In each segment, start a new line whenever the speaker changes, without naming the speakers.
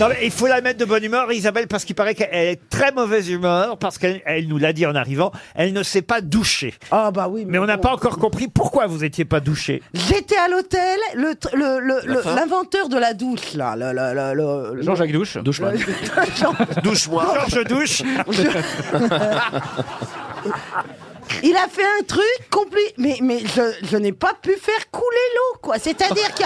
Non, mais il faut la mettre de bonne humeur, Isabelle, parce qu'il paraît qu'elle est très mauvaise humeur, parce qu'elle elle nous l'a dit en arrivant, elle ne s'est pas douchée.
Ah bah oui.
Mais on n'a pas encore compris pourquoi vous n'étiez pas douchée.
J'étais à l'hôtel, le tr- le- le- le- l'inventeur de la douche, là. Le, le- le- le- le-
Jean-Jacques Douche.
le- Jean-
Douche-moi. Georges Douche.
Il a fait un truc complet. Mais, mais je, je n'ai pas pu faire couler l'eau, quoi. C'est-à-dire que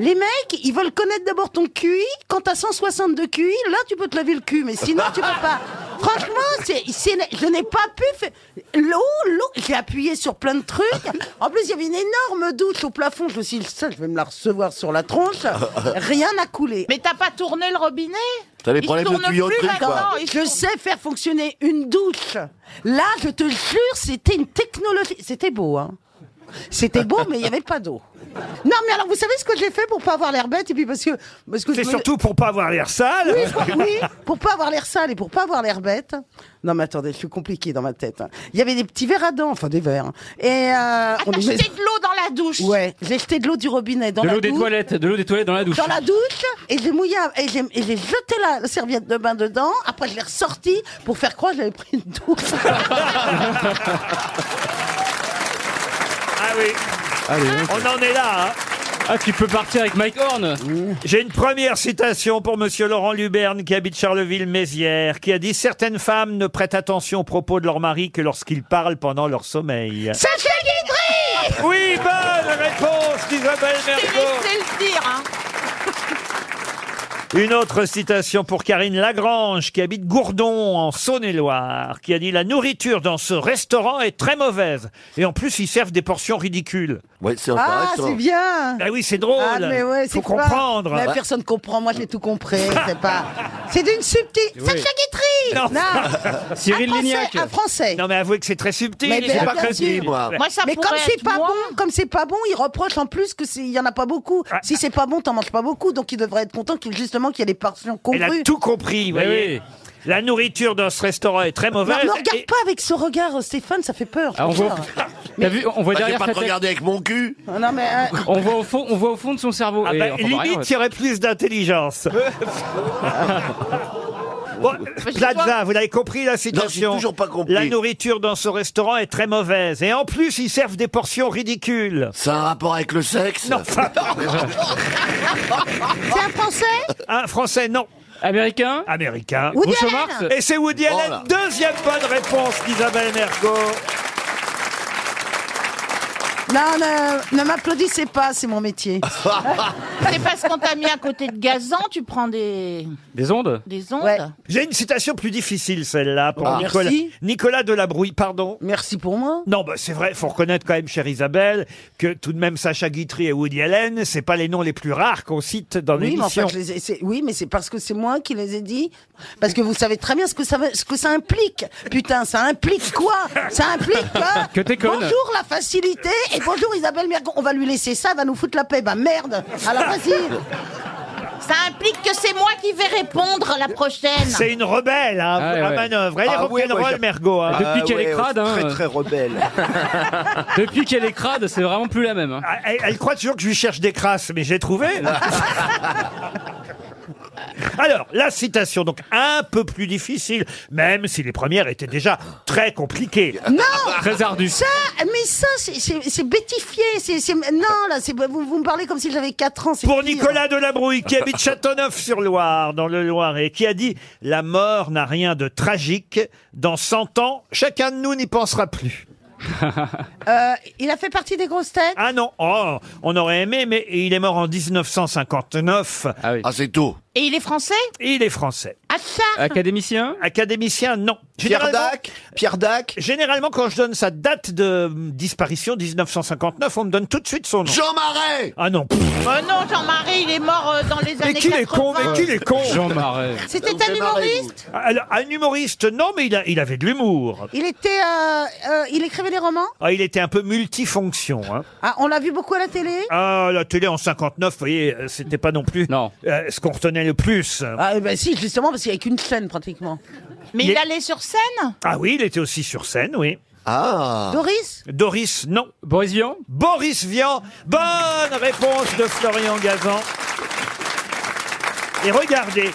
les mecs, ils veulent connaître d'abord ton QI. Quand t'as 162 QI, là, tu peux te laver le cul. Mais sinon, tu peux pas. Franchement, c'est, c'est- je n'ai pas pu faire. L'eau, l'eau. J'ai appuyé sur plein de trucs. En plus, il y avait une énorme douche au plafond. Je me suis dit, ça, je vais me la recevoir sur la tronche. Rien n'a coulé.
Mais t'as pas tourné le robinet
T'as des
Il
problèmes de
tourne
tuyauterie,
plus
quoi.
maintenant, il
Je
tourne-
sais faire fonctionner une douche. Là, je te jure, c'était une technologie. C'était beau, hein. C'était beau, mais il n'y avait pas d'eau. Non, mais alors, vous savez ce que j'ai fait pour pas avoir l'air bête et puis parce que, parce que
C'est
je me-
surtout pour pas avoir l'air sale.
oui, pour, oui, pour pas avoir l'air sale et pour pas avoir l'air bête. Non, mais attendez, je suis compliqué dans ma tête. Il y avait des petits verres à dents, enfin des verres. hein. Et euh,
Ah,
on
t'as
les met-
jeté de l'eau dans la douche.
Ouais, j'ai jeté de l'eau du robinet dans
De
la
l'eau des
douche
toilettes, de l'eau des toilettes dans la douche.
dans la douche et j'ai mouillé et j'ai, et j'ai jeté la serviette de bain dedans. Après, je l'ai ressortie pour faire croire que j'avais pris une douche.
Ah oui. on en est là. hein.
Ah, tu peux partir avec Mike Horn.
J'ai une première citation pour Monsieur Laurent Luberne qui habite Charleville-Mézières, qui a dit certaines femmes ne prêtent attention aux propos de leur mari que lorsqu'ils parlent pendant leur sommeil.
Sacha Guitry
Oui, bonne réponse d'Isabelle
C'est
Mergo.
le dire, hein.
Une autre citation pour Karine Lagrange qui habite Gourdon en Saône-et-Loire, qui a dit la nourriture dans ce restaurant est très mauvaise et en plus ils servent des portions ridicules.
Ouais, c'est
Ah,
intéressant.
c'est bien
Ben oui, c'est drôle.
ah mais ouais, c'est
Faut
quoi
comprendre.
Bah.
Mais personne comprend, moi j'ai tout compris, c'est pas... C'est d'une subtilité... Sacha Guitry
Non.
Cyril
un français,
Lignac.
Un français
Non mais avouez que c'est très subtil.
Mais bien
pas
sûr.
crédible.
Moi.
Moi, ça
mais comme
pourrait
c'est
être
pas
moi.
bon, comme c'est pas bon, il reproche en plus que c'est- il y en a pas beaucoup.
Ah.
Si c'est pas bon, t'en manges pas beaucoup, donc il devrait être content qu'il justement qu'il y ait des portions
Elle a
congrues.
tout compris, vous
Mais
voyez.
oui.
La nourriture dans ce restaurant est très
Non,
mauvaise.
ne regarde
et-
pas avec ce regard, Stéphane, ça fait peur. je
Ah, on
te
voit,
jure.
T'as vu,
Ah,
on voit
je vais
derrière
pas
sa
te
tête.
regarder avec mon cul.
Non mais euh,
On voit au fond, on voit au fond de son cerveau.
Ah
Et,
ben,
enfin, bah, rien, ouais.
limite, il y aurait plus d'intelligence. Bon, Plaza, vous l'avez compris la citation.
toujours pas compris.
La nourriture dans ce restaurant est très mauvaise. Et en plus, ils servent des portions ridicules.
C'est un rapport avec le sexe
Non, enfin,
c'est un français
un français, non,
Américain.
américain.
Woody
Groucho
Allen
Marx.
Et c'est Woody Allen.
Voilà.
Deuxième bonne réponse d'Isabelle Mergo.
Non, ne, ne m'applaudissez pas, c'est mon métier.
C'est parce qu'on t'a mis à côté de Gazan, tu prends des,
Des ondes.
des ondes.
Ouais.
J'ai une citation plus difficile, celle-là, pour
Ah.
Nicolas,
Merci.
Nicolas Delabrouille, pardon.
Merci pour moi.
Non, bah, c'est vrai, faut reconnaître quand même, chère Isabelle, que tout de même Sacha Guitry et Woody Allen, c'est pas les noms les plus rares qu'on cite dans
Oui, mais
l'émission.
enfin, je les ai- c'est- oui, mais c'est parce que c'est moi qui les ai dit. Parce que vous savez très bien ce que ça, veut- ce que ça implique. Putain, ça implique quoi Ça implique que...
Que t'es conne.
Bonjour la facilité et bonjour Isabelle Mergon. On va lui laisser ça, elle va nous foutre la paix. Bah merde Alors vas-y
Ça implique que c'est moi qui vais répondre la prochaine.
C'est une rebelle, hein,
Ah,
à
ouais.
manœuvre. Elle est
Ah, ouais, Ah,
rock'n'roll,
moi, j'ai-
Mergo. hein.
Depuis qu'elle est crade, hein.
Très très rebelle.
Depuis qu'elle est crade, c'est vraiment plus la même. hein. Ah,
Ah, Elle, elle croit toujours que je lui cherche des crasses, mais j'ai trouvé. Alors, la citation, donc un peu plus difficile, même si les premières étaient déjà très compliquées.
Non
Ah, bah,
Très ardu.
Ça, mais ça, c'est- c'est c'est bêtifié. c'est c'est- Non, là, c'est- vous, vous me parlez comme si j'avais 4 ans. c'est
Pour
pire.
Nicolas Delabrouille, qui habite Châteauneuf-sur-Loire, dans le Loiret, qui a dit « La mort n'a rien de tragique. Dans 100 ans, chacun de nous n'y pensera plus.
Euh, il a fait partie des grosses têtes »
Ah non, oh, on aurait aimé, mais il est mort en 1959.
Ah oui.
Ah, c'est tôt.
Et il est français
Il est français.
Achat
Académicien.
Académicien, non.
Pierre
Généralement-
Dac Pierre Dac
Généralement, quand je donne sa date de euh, disparition, 1959, on me donne tout de suite son nom.
Jean Marais
Ah non. pff,
Euh, Non, Jean-Marie, il est mort euh, dans les
mais
années
qui
80.
est con, mais qui est con Ah,
Jean Marais.
C'était
Vous
un
démarrez,
humoriste
Alors, Un humoriste, non, mais il, a- il avait de l'humour.
Il était... euh, euh, il écrivait des romans
Ah, il était un peu multifonction. Hein.
Ah, on l'a vu beaucoup à la télé
Ah, la télé en 59, vous voyez, euh, c'était pas non plus
Non.
euh, ce qu'on retenait le plus.
Ah eh ben si, justement, parce qu'il n'y a qu'une scène pratiquement.
Mais
Il
il
est-
allait sur scène
Ah oui, il était aussi sur scène, oui.
Ah
Doris
Doris, non.
Boris Vian.
Boris Vian, bonne réponse de Florian Gazan. Et regardez.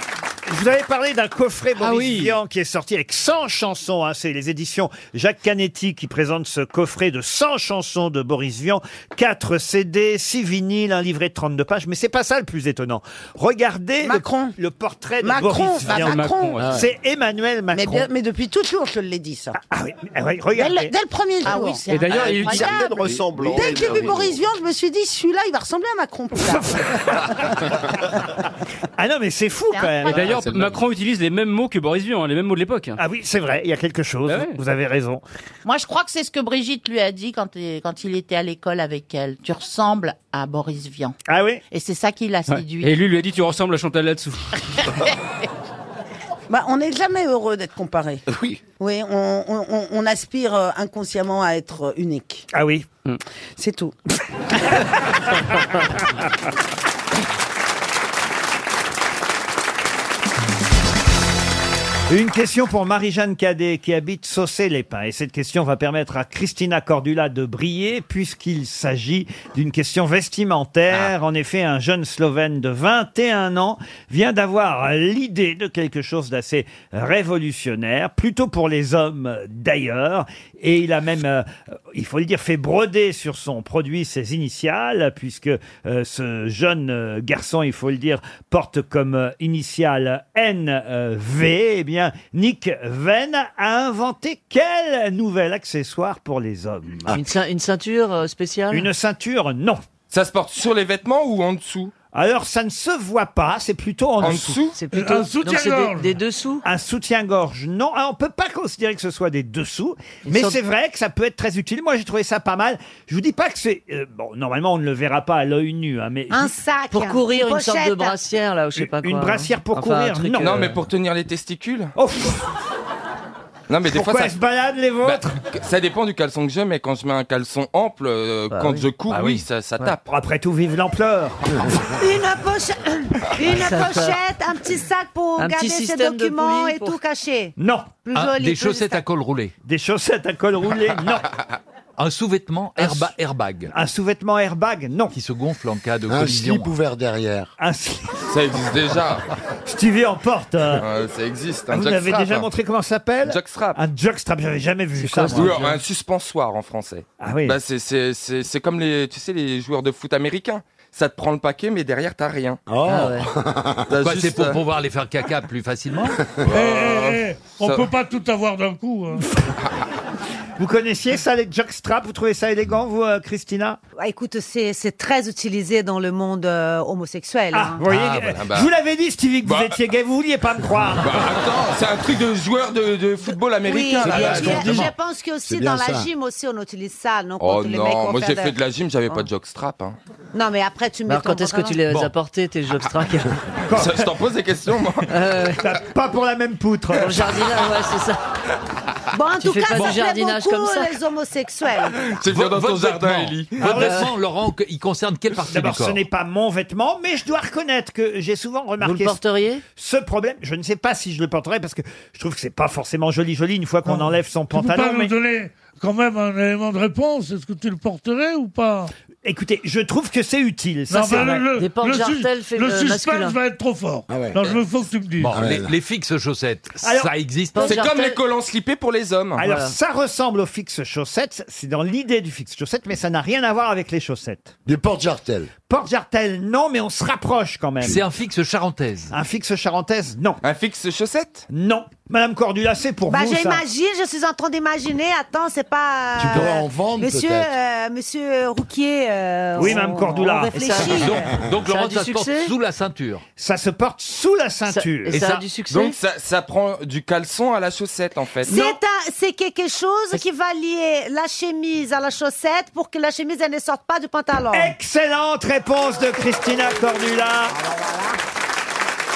Je vous avais parlé d'un coffret Boris
Ah oui.
Vian qui est sorti avec 100 chansons. hein. C'est les éditions Jacques Canetti qui présentent ce coffret de 100 chansons de Boris Vian. 4 CD, 6 vinyles, un livret de 32 pages. Mais c'est pas ça le plus étonnant. Regardez le-
Macron.
Le, portrait de
Macron,
Boris
bah,
Vian.
Macron.
Macron, ouais.
C'est Emmanuel
Mais,
Macron.
bien- mais depuis toujours, je l'ai dit ça.
Ah oui, ah oui,
Dès
regardez.
le, dès le premier jour.
Ah oui, c'est
Et d'ailleurs, il
incroyable.
utilise-
Certaines ressemblances.
Dès que j'ai vu Boris Vian, je me suis dit, celui-là, il va ressembler à Macron. plus tard.
Ah non, mais c'est fou
C'est
quand même.
Et d'ailleurs,
c'est dingue.
Macron utilise les mêmes mots que Boris Vian, hein, les mêmes mots de l'époque.
Ah oui, c'est vrai, il y a quelque chose.
Ah ouais.
Vous avez raison.
Moi, je crois que c'est ce que Brigitte lui a dit quand
euh,
il, quand il était à l'école avec elle. Tu ressembles à Boris Vian.
Ah oui
Et c'est ça qui l'a
Ouais.
séduit.
Et lui lui a dit tu ressembles à Chantal là-dessous.
Bah, on n'est jamais heureux d'être comparé.
Euh,
Oui.
Oui, on, on- on- on aspire euh, inconsciemment à être euh, unique.
Ah oui.
C'est tout.
Une question pour Marie-Jeanne Cadet qui habite Saucé-les-Pins. Et cette question va permettre à Christina Cordula de briller puisqu'il s'agit d'une question vestimentaire. En effet, un jeune Slovène de 21 ans vient d'avoir l'idée de quelque chose d'assez révolutionnaire, plutôt pour les hommes euh, d'ailleurs. Et il a même, euh, il faut le dire, fait broder sur son produit ses initiales puisque euh, ce jeune euh, garçon, il faut le dire, porte comme euh, initiale NV, eh bien, Nick Venn a inventé quel nouvel accessoire pour les hommes
Une, cein- une ceinture euh, spéciale
Une ceinture Non.
Ça se porte sur les vêtements ou en dessous
Alors, ça ne se voit pas, c'est plutôt en,
En
dessous.
dessous
C'est plutôt
Un
donc c'est des,
soutien-gorge.
des dessous.
Un soutien-gorge, non. Ah, on peut pas considérer que ce soit des dessous, mais
sorte-
c'est vrai que ça peut être très utile. Moi, j'ai trouvé ça pas mal. Je vous dis pas que c'est... euh, bon, normalement, on ne le verra pas à l'œil nu, hein, mais...
Un sac.
Pour courir, une, sorte de
pochette.
brassière, là, ou je sais pas quoi. hein.
Une brassière pour
Enfin, un
courir,
truc,
non.
euh,
Non, mais pour tenir les testicules
Oh,
Non, mais des
pourquoi
fois
elles
ça.
se baladent, les
Bah,
vôtres
ça dépend du caleçon que j'ai, mais quand je mets un caleçon ample, euh,
Bah
quand
oui.
je cours, oui, ça, ça tape.
Après tout, vive l'ampleur
Une pochette, une
Ça tape.
pochette, un petit sac pour
Un
garder
petit
ses
système de
documents
poulies
et
pour-
tout caché.
Non
Plus
Ah,
joli.
des
plus
chaussettes à col roulé.
Des chaussettes à col roulé, non.
Un sous-vêtement
Un
herba-
sou-
airbag
Un sous-vêtement airbag, non.
qui se gonfle en cas de
Un
collision.
slip ouvert derrière.
Un slip-
Ça existe déjà.
Stevie en porte. euh.
Euh, ça existe.
Ah,
Un hein.
vous m'avez
jockstrap.
déjà montré comment ça s'appelle
Un jockstrap.
Un jockstrap, j'avais jamais vu ça.
quoi,
moi.
Ou alors un suspensoire en français.
Ah oui.
Bah, c'est- c'est c'est- c'est comme les, tu sais, les joueurs de foot américains. Ça te prend le paquet, mais derrière, t'as rien.
Oh.
ah ouais.
T'as
Bah,
juste,
c'est pour
euh,
pouvoir les faire caca plus facilement.
Eh, eh, eh, on
ça-
peut pas tout avoir d'un coup. hein.
Vous connaissiez ça, les jockstraps Vous trouvez ça élégant, vous, euh, Christina
Ah, écoute, c'est c'est très utilisé dans le monde euh, homosexuel.
Ah,
hein.
vous voyez
Ah,
euh,
voilà, bah.
Je vous l'avais dit, Stevie, que vous
Bah.
étiez gay, vous vouliez pas me croire.
Bah, attends, c'est un truc de joueur de, de football
Oui,
américain. là,
et
là,
puis,
donc-
je, pense que aussi
bien
dans la
ça.
gym aussi on utilise ça, non Quand
Oh
les mecs
non,
vont
moi
faire Oh.
j'ai fait de la gym, j'avais pas de jockstrap. Hein.
Non, mais après tu mets.
Alors,
ton
quand est-ce que tu
pantalon.
les
Bon.
as apportés, tes obstacles
Ça, je t'en pose des questions, moi.
Euh,
Bah, pas pour la même poutre.
Au jardinage, ouais, c'est ça.
Bon, en
Tu
tout
fais
cas,
pas
ça
du
plaît
jardinage
beaucoup
comme ça.
les homosexuels.
C'est bien dans
Votre
ton jardin,
vêtement. Ah,
Ellie.
Votre vêtement, Laurent, que- il concerne quelle partie du
D'abord,
corps
ce n'est pas mon vêtement, mais je dois reconnaître que j'ai souvent
Vous
remarqué
le porteriez
ce problème. Je ne sais pas si je le porterai parce que je trouve que c'est pas forcément joli, joli une fois qu'on
Non.
enlève son
Tu peux pas
pantalon.
nous
Mais
donner quand même un élément de réponse Est-ce que tu le porterais ou pas
écoutez, je trouve que c'est utile. Ça,
Non,
c'est
bah,
vrai.
le,
Des portes
le sus-
jartelles fait-
le
euh,
suspense
masculin.
va être trop fort.
Ah ouais.
Non, je veux faut que tu me dises.
Bon,
Ah ouais,
les,
là.
les fixes chaussettes,
Alors-
ça existe.
Bon,
C'est
Jartel-
comme les collants slippés pour les hommes.
Alors
Voilà.
ça ressemble au fixe chaussettes, c'est dans l'idée du fixe chaussettes, mais ça n'a rien à voir avec les chaussettes.
Des portes-jartelles.
Porte jartel, non, mais on se rapproche quand même.
C'est un fixe charentaise.
Un fixe charentaise, non,
Un fixe chaussette
non. Madame Cordula, c'est pour
Bah,
vous ça.
j'imagine, je suis en train d'imaginer. Attends, c'est pas.
Tu pourrais en
euh,
vendre,
Monsieur,
peut-être.
euh, monsieur Rouquier. euh,
Oui,
on-
Mme Cordula.
On réfléchit.
Donc, donc
Ça a
Laurent,
du
ça se porte
succès
sous la ceinture.
Ça se porte sous la
Ça-
ceinture.
Et, ça,
ça-
a du succès
Donc ça, ça prend du caleçon à la chaussette en fait.
C'est un- c'est quelque chose qui va lier la chemise à la chaussette pour que la chemise elle ne sorte pas du pantalon.
Eh, Excellente réponse de Christina Cordula.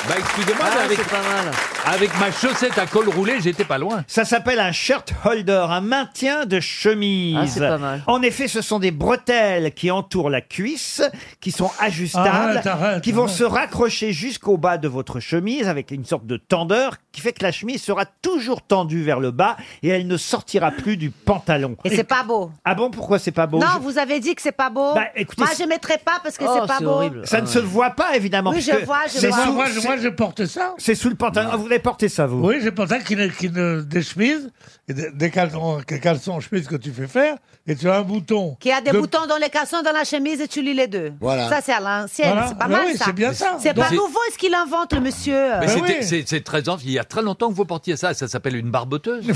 Bah, excusez-moi,
Ah,
mais avec,
c'est pas mal.
Avec ma chaussette à col roulé, j'étais pas loin.
Ça s'appelle un shirt holder, un maintien de chemise.
Ah, c'est pas mal.
En effet, ce sont des bretelles qui entourent la cuisse, qui sont ajustables,
Arrête, arrête,
qui vont
arrête.
se raccrocher jusqu'au bas de votre chemise avec une sorte de tendeur qui fait que la chemise sera toujours tendue vers le bas et elle ne sortira plus du pantalon.
Et c'est pas beau.
Ah bon, pourquoi c'est pas beau
non,
Je-
vous avez dit que c'est pas beau.
Bah, écoutez,
Moi,
c'est-
je mettrai pas parce que
Oh,
c'est pas
c'est
beau.
horrible.
Ça ne
Ah
se voit pas, évidemment.
Oui,
parce
je
que
vois, je
c'est
vois.
Moi,
sous-
moi, je-
c'est-
moi, je porte ça.
C'est sous le pantalon. Ah, vous l'avez porté ça, vous
Oui, j'ai porte ça, qui ne- qui ne- des chemises, et des, des caleçons, des caleçons, chemises que tu fais faire, et tu as un bouton.
Qu'il y a des
de-
boutons dans les caleçons, dans la chemise et tu lis les deux.
Voilà.
Ça, c'est à l'ancienne.
Voilà.
C'est pas
Mais
mal,
oui,
ça.
c'est bien ça.
C'est pas
c'est- Bah
nouveau ce qu'il invente, le monsieur.
Mais
Ben
c'était-
oui.
c'est c'est très ancien. Il y a très longtemps que vous portiez ça. Ça s'appelle une barboteuse.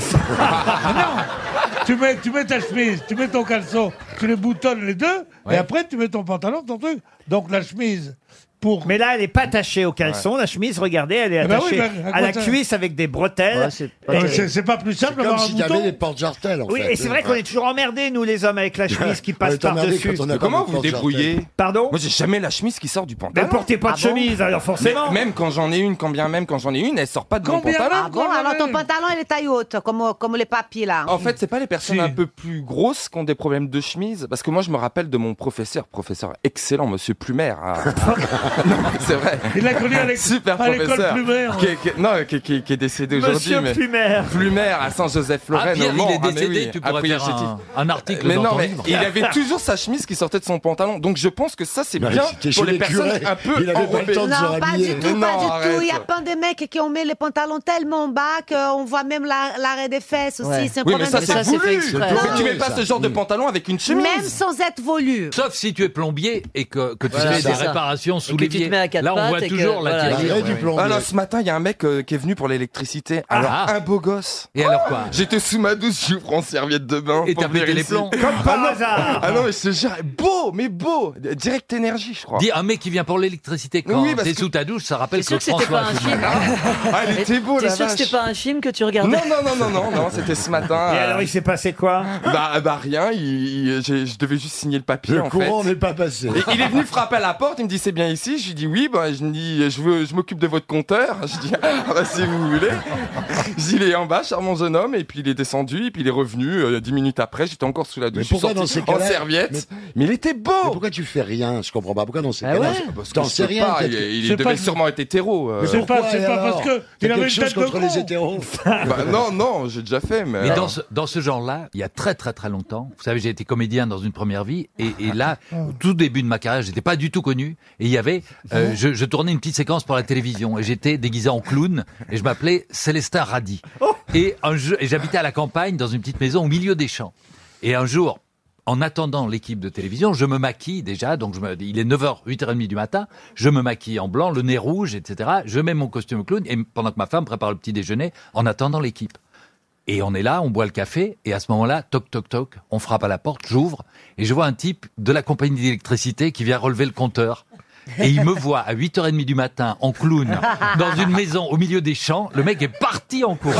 Tu mets, tu mets ta chemise, tu mets ton caleçon, tu les boutonnes les deux,
Ouais.
et après tu mets ton pantalon, ton truc. Donc la chemise pour.
Mais là, elle n'est pas attachée au caleçon. La chemise, regardez, elle est
Eh ben
attachée
oui, ben, à
à la
quoi ça-
cuisse avec des bretelles.
Ouais, c'est pas
Euh,
terrible.
c'est c'est pas plus simple
Comme
d'avoir un
si
bouton.
t'avais des portes jartelles, en
oui,
fait. Ah,
et c'est vrai qu'on est toujours emmerdés, nous, les hommes, avec la chemise qui
On
passe
est emmerdé
par-dessus.
quand on a
Mais
pas
comment
de
vous
portes jartelles.
débrouillez
Pardon
Moi, j'ai jamais la chemise qui sort du
Ne
pantalon.
portez
Ah
pas de chemise, alors
Mais
forcément.
même quand j'en ai une, quand bien même quand j'en ai une, elle sort pas de mon
Combien
pantalon.
Ah bon,
Voilà.
alors ton pantalon, il est taille haute, comme, comme les papis, là.
En fait, c'est pas les personnes
Si.
un peu plus grosses qui ont des problèmes de chemise Parce que moi, je me rappelle de mon professeur, professeur excellent, monsieur Plumer. à- non, c'est vrai.
Il l'a connu à l'éc-
Super
à l'école
professeur.
Plumer.
Qui est, qui est- non, qui, qui- qui est décédé aujourd'hui.
Monsieur
mais-
Plumer.
Plumer à Saint-Joseph-Lorraine.
Ah, Pierre,
au
il
Mans.
est
Ah, mais
décédé,
oui,
tu
à
pourrais faire
Prieurgetic.
un, un article
Mais
dans
non,
ton
mais
livre.
il avait toujours sa chemise qui sortait de son pantalon. Donc je pense que ça, c'est
Bah,
bien
c'était chez
pour les
les
personnes
curés.
un peu
Il avait pas le
enrobées.
temps de-
Non,
Ils ont
pas
habillé.
du tout,
Mais
pas
non,
du
arrête.
tout. Il y a plein de mecs qui ont mis les pantalons tellement bas qu'on voit même la, la raie des fesses aussi.
Ouais.
C'est un
Oui, mais
problème
ça,
de-
c'est
ça, c'est fait
voulu.
exprès.
Tu-
Non.
Tu mets pas
Ça.
ce genre de
Mm.
pantalon avec une chemise.
Même sans être volu.
Sauf si tu es plombier et que, que tu
Voilà,
fais
c'est
des
ça.
réparations sous
Et que tu te
l'évier.
mets à quatre
Là, on
pattes
voit
et que-
toujours la
voilà.
La
télé.
raie du plombier.
Ah non, ce matin, il y a un mec euh, qui est venu pour l'électricité.
Ah.
Alors,
Ah.
un beau gosse. Oh,
Et alors quoi
J'étais sous ma douche, j'ouvre en serviette de bain.
Et
pour
t'as pété
venir
les
ici.
plombs
Comme par hasard.
Ah non, mais je te jure, beau, mais beau. Direct énergie, je crois.
Dis un mec qui vient pour l'électricité quand
Oui, parce
t'es
que-
sous ta douche, ça rappelle
T'es
que,
sûr que c'était
François
pas un
a fait
film hein.
Ah, elle était beau,
T'es
la
sûr que
vache.
c'était pas un film que tu
Non,
regardais
non, non, non, non, non, c'était ce matin.
Et
euh,
alors, Ah, il s'est passé quoi
bah, bah, rien, il- il- j'ai- je devais juste signer le papier,
Le
en
courant
fait.
n'est pas passé.
Et il est venu frapper à la porte, il me dit c'est bien ici, je lui dis oui, bah, je me dis je, veux- je m'occupe de votre compteur, je dis ah, bah, si vous voulez. Je dis il est en bas, charmant jeune homme, et puis il est descendu, et puis il est revenu euh, dix minutes après, j'étais encore sous la douche,
Mais
je suis
pourquoi
sorti
dans ces
en
cas-là-
serviette, mais... il était
Mais
beau
pourquoi tu fais rien Je comprends pas. Pourquoi dans ces
Ah
cas-là
ouais
je-
Parce que
T'en
je
sais
peux
rien.
pas,
t'as-
il, il
C'est
devait
pas-
sûrement être hétéro. euh,
Mais c'est pas,
Pourquoi,
c'est
et
pas
alors
parce que
T'as
il avait
quelque
une
chose
tête de
contre les
con.
hétéros.
bah, non, non, j'ai déjà fait, mais...
Mais
euh,
dans ce, dans ce genre-là, il y a très très très longtemps, vous savez, j'ai été comédien dans une première vie, et, et là, au tout début de ma carrière, j'étais pas du tout connu, et il y avait, euh, je, je tournais une petite séquence pour la télévision, et j'étais déguisé en clown, et je m'appelais Célestin Radi. Et, un jour- et j'habitais à la campagne, dans une petite maison au milieu des champs. Et un jour, en attendant l'équipe de télévision, je me maquille déjà, donc je me, il est 9h, 8h30 du matin, je me maquille en blanc, le nez rouge, etc. Je mets mon costume clown, et pendant que ma femme prépare le petit déjeuner, en attendant l'équipe. Et on est là, on boit le café, et à ce moment-là, toc, toc, toc, on frappe à la porte, j'ouvre, et je vois un type de la compagnie d'électricité qui vient relever le compteur. Et il me voit à 8h30 du matin, en clown, dans une maison au milieu des champs. Le mec est parti en courant.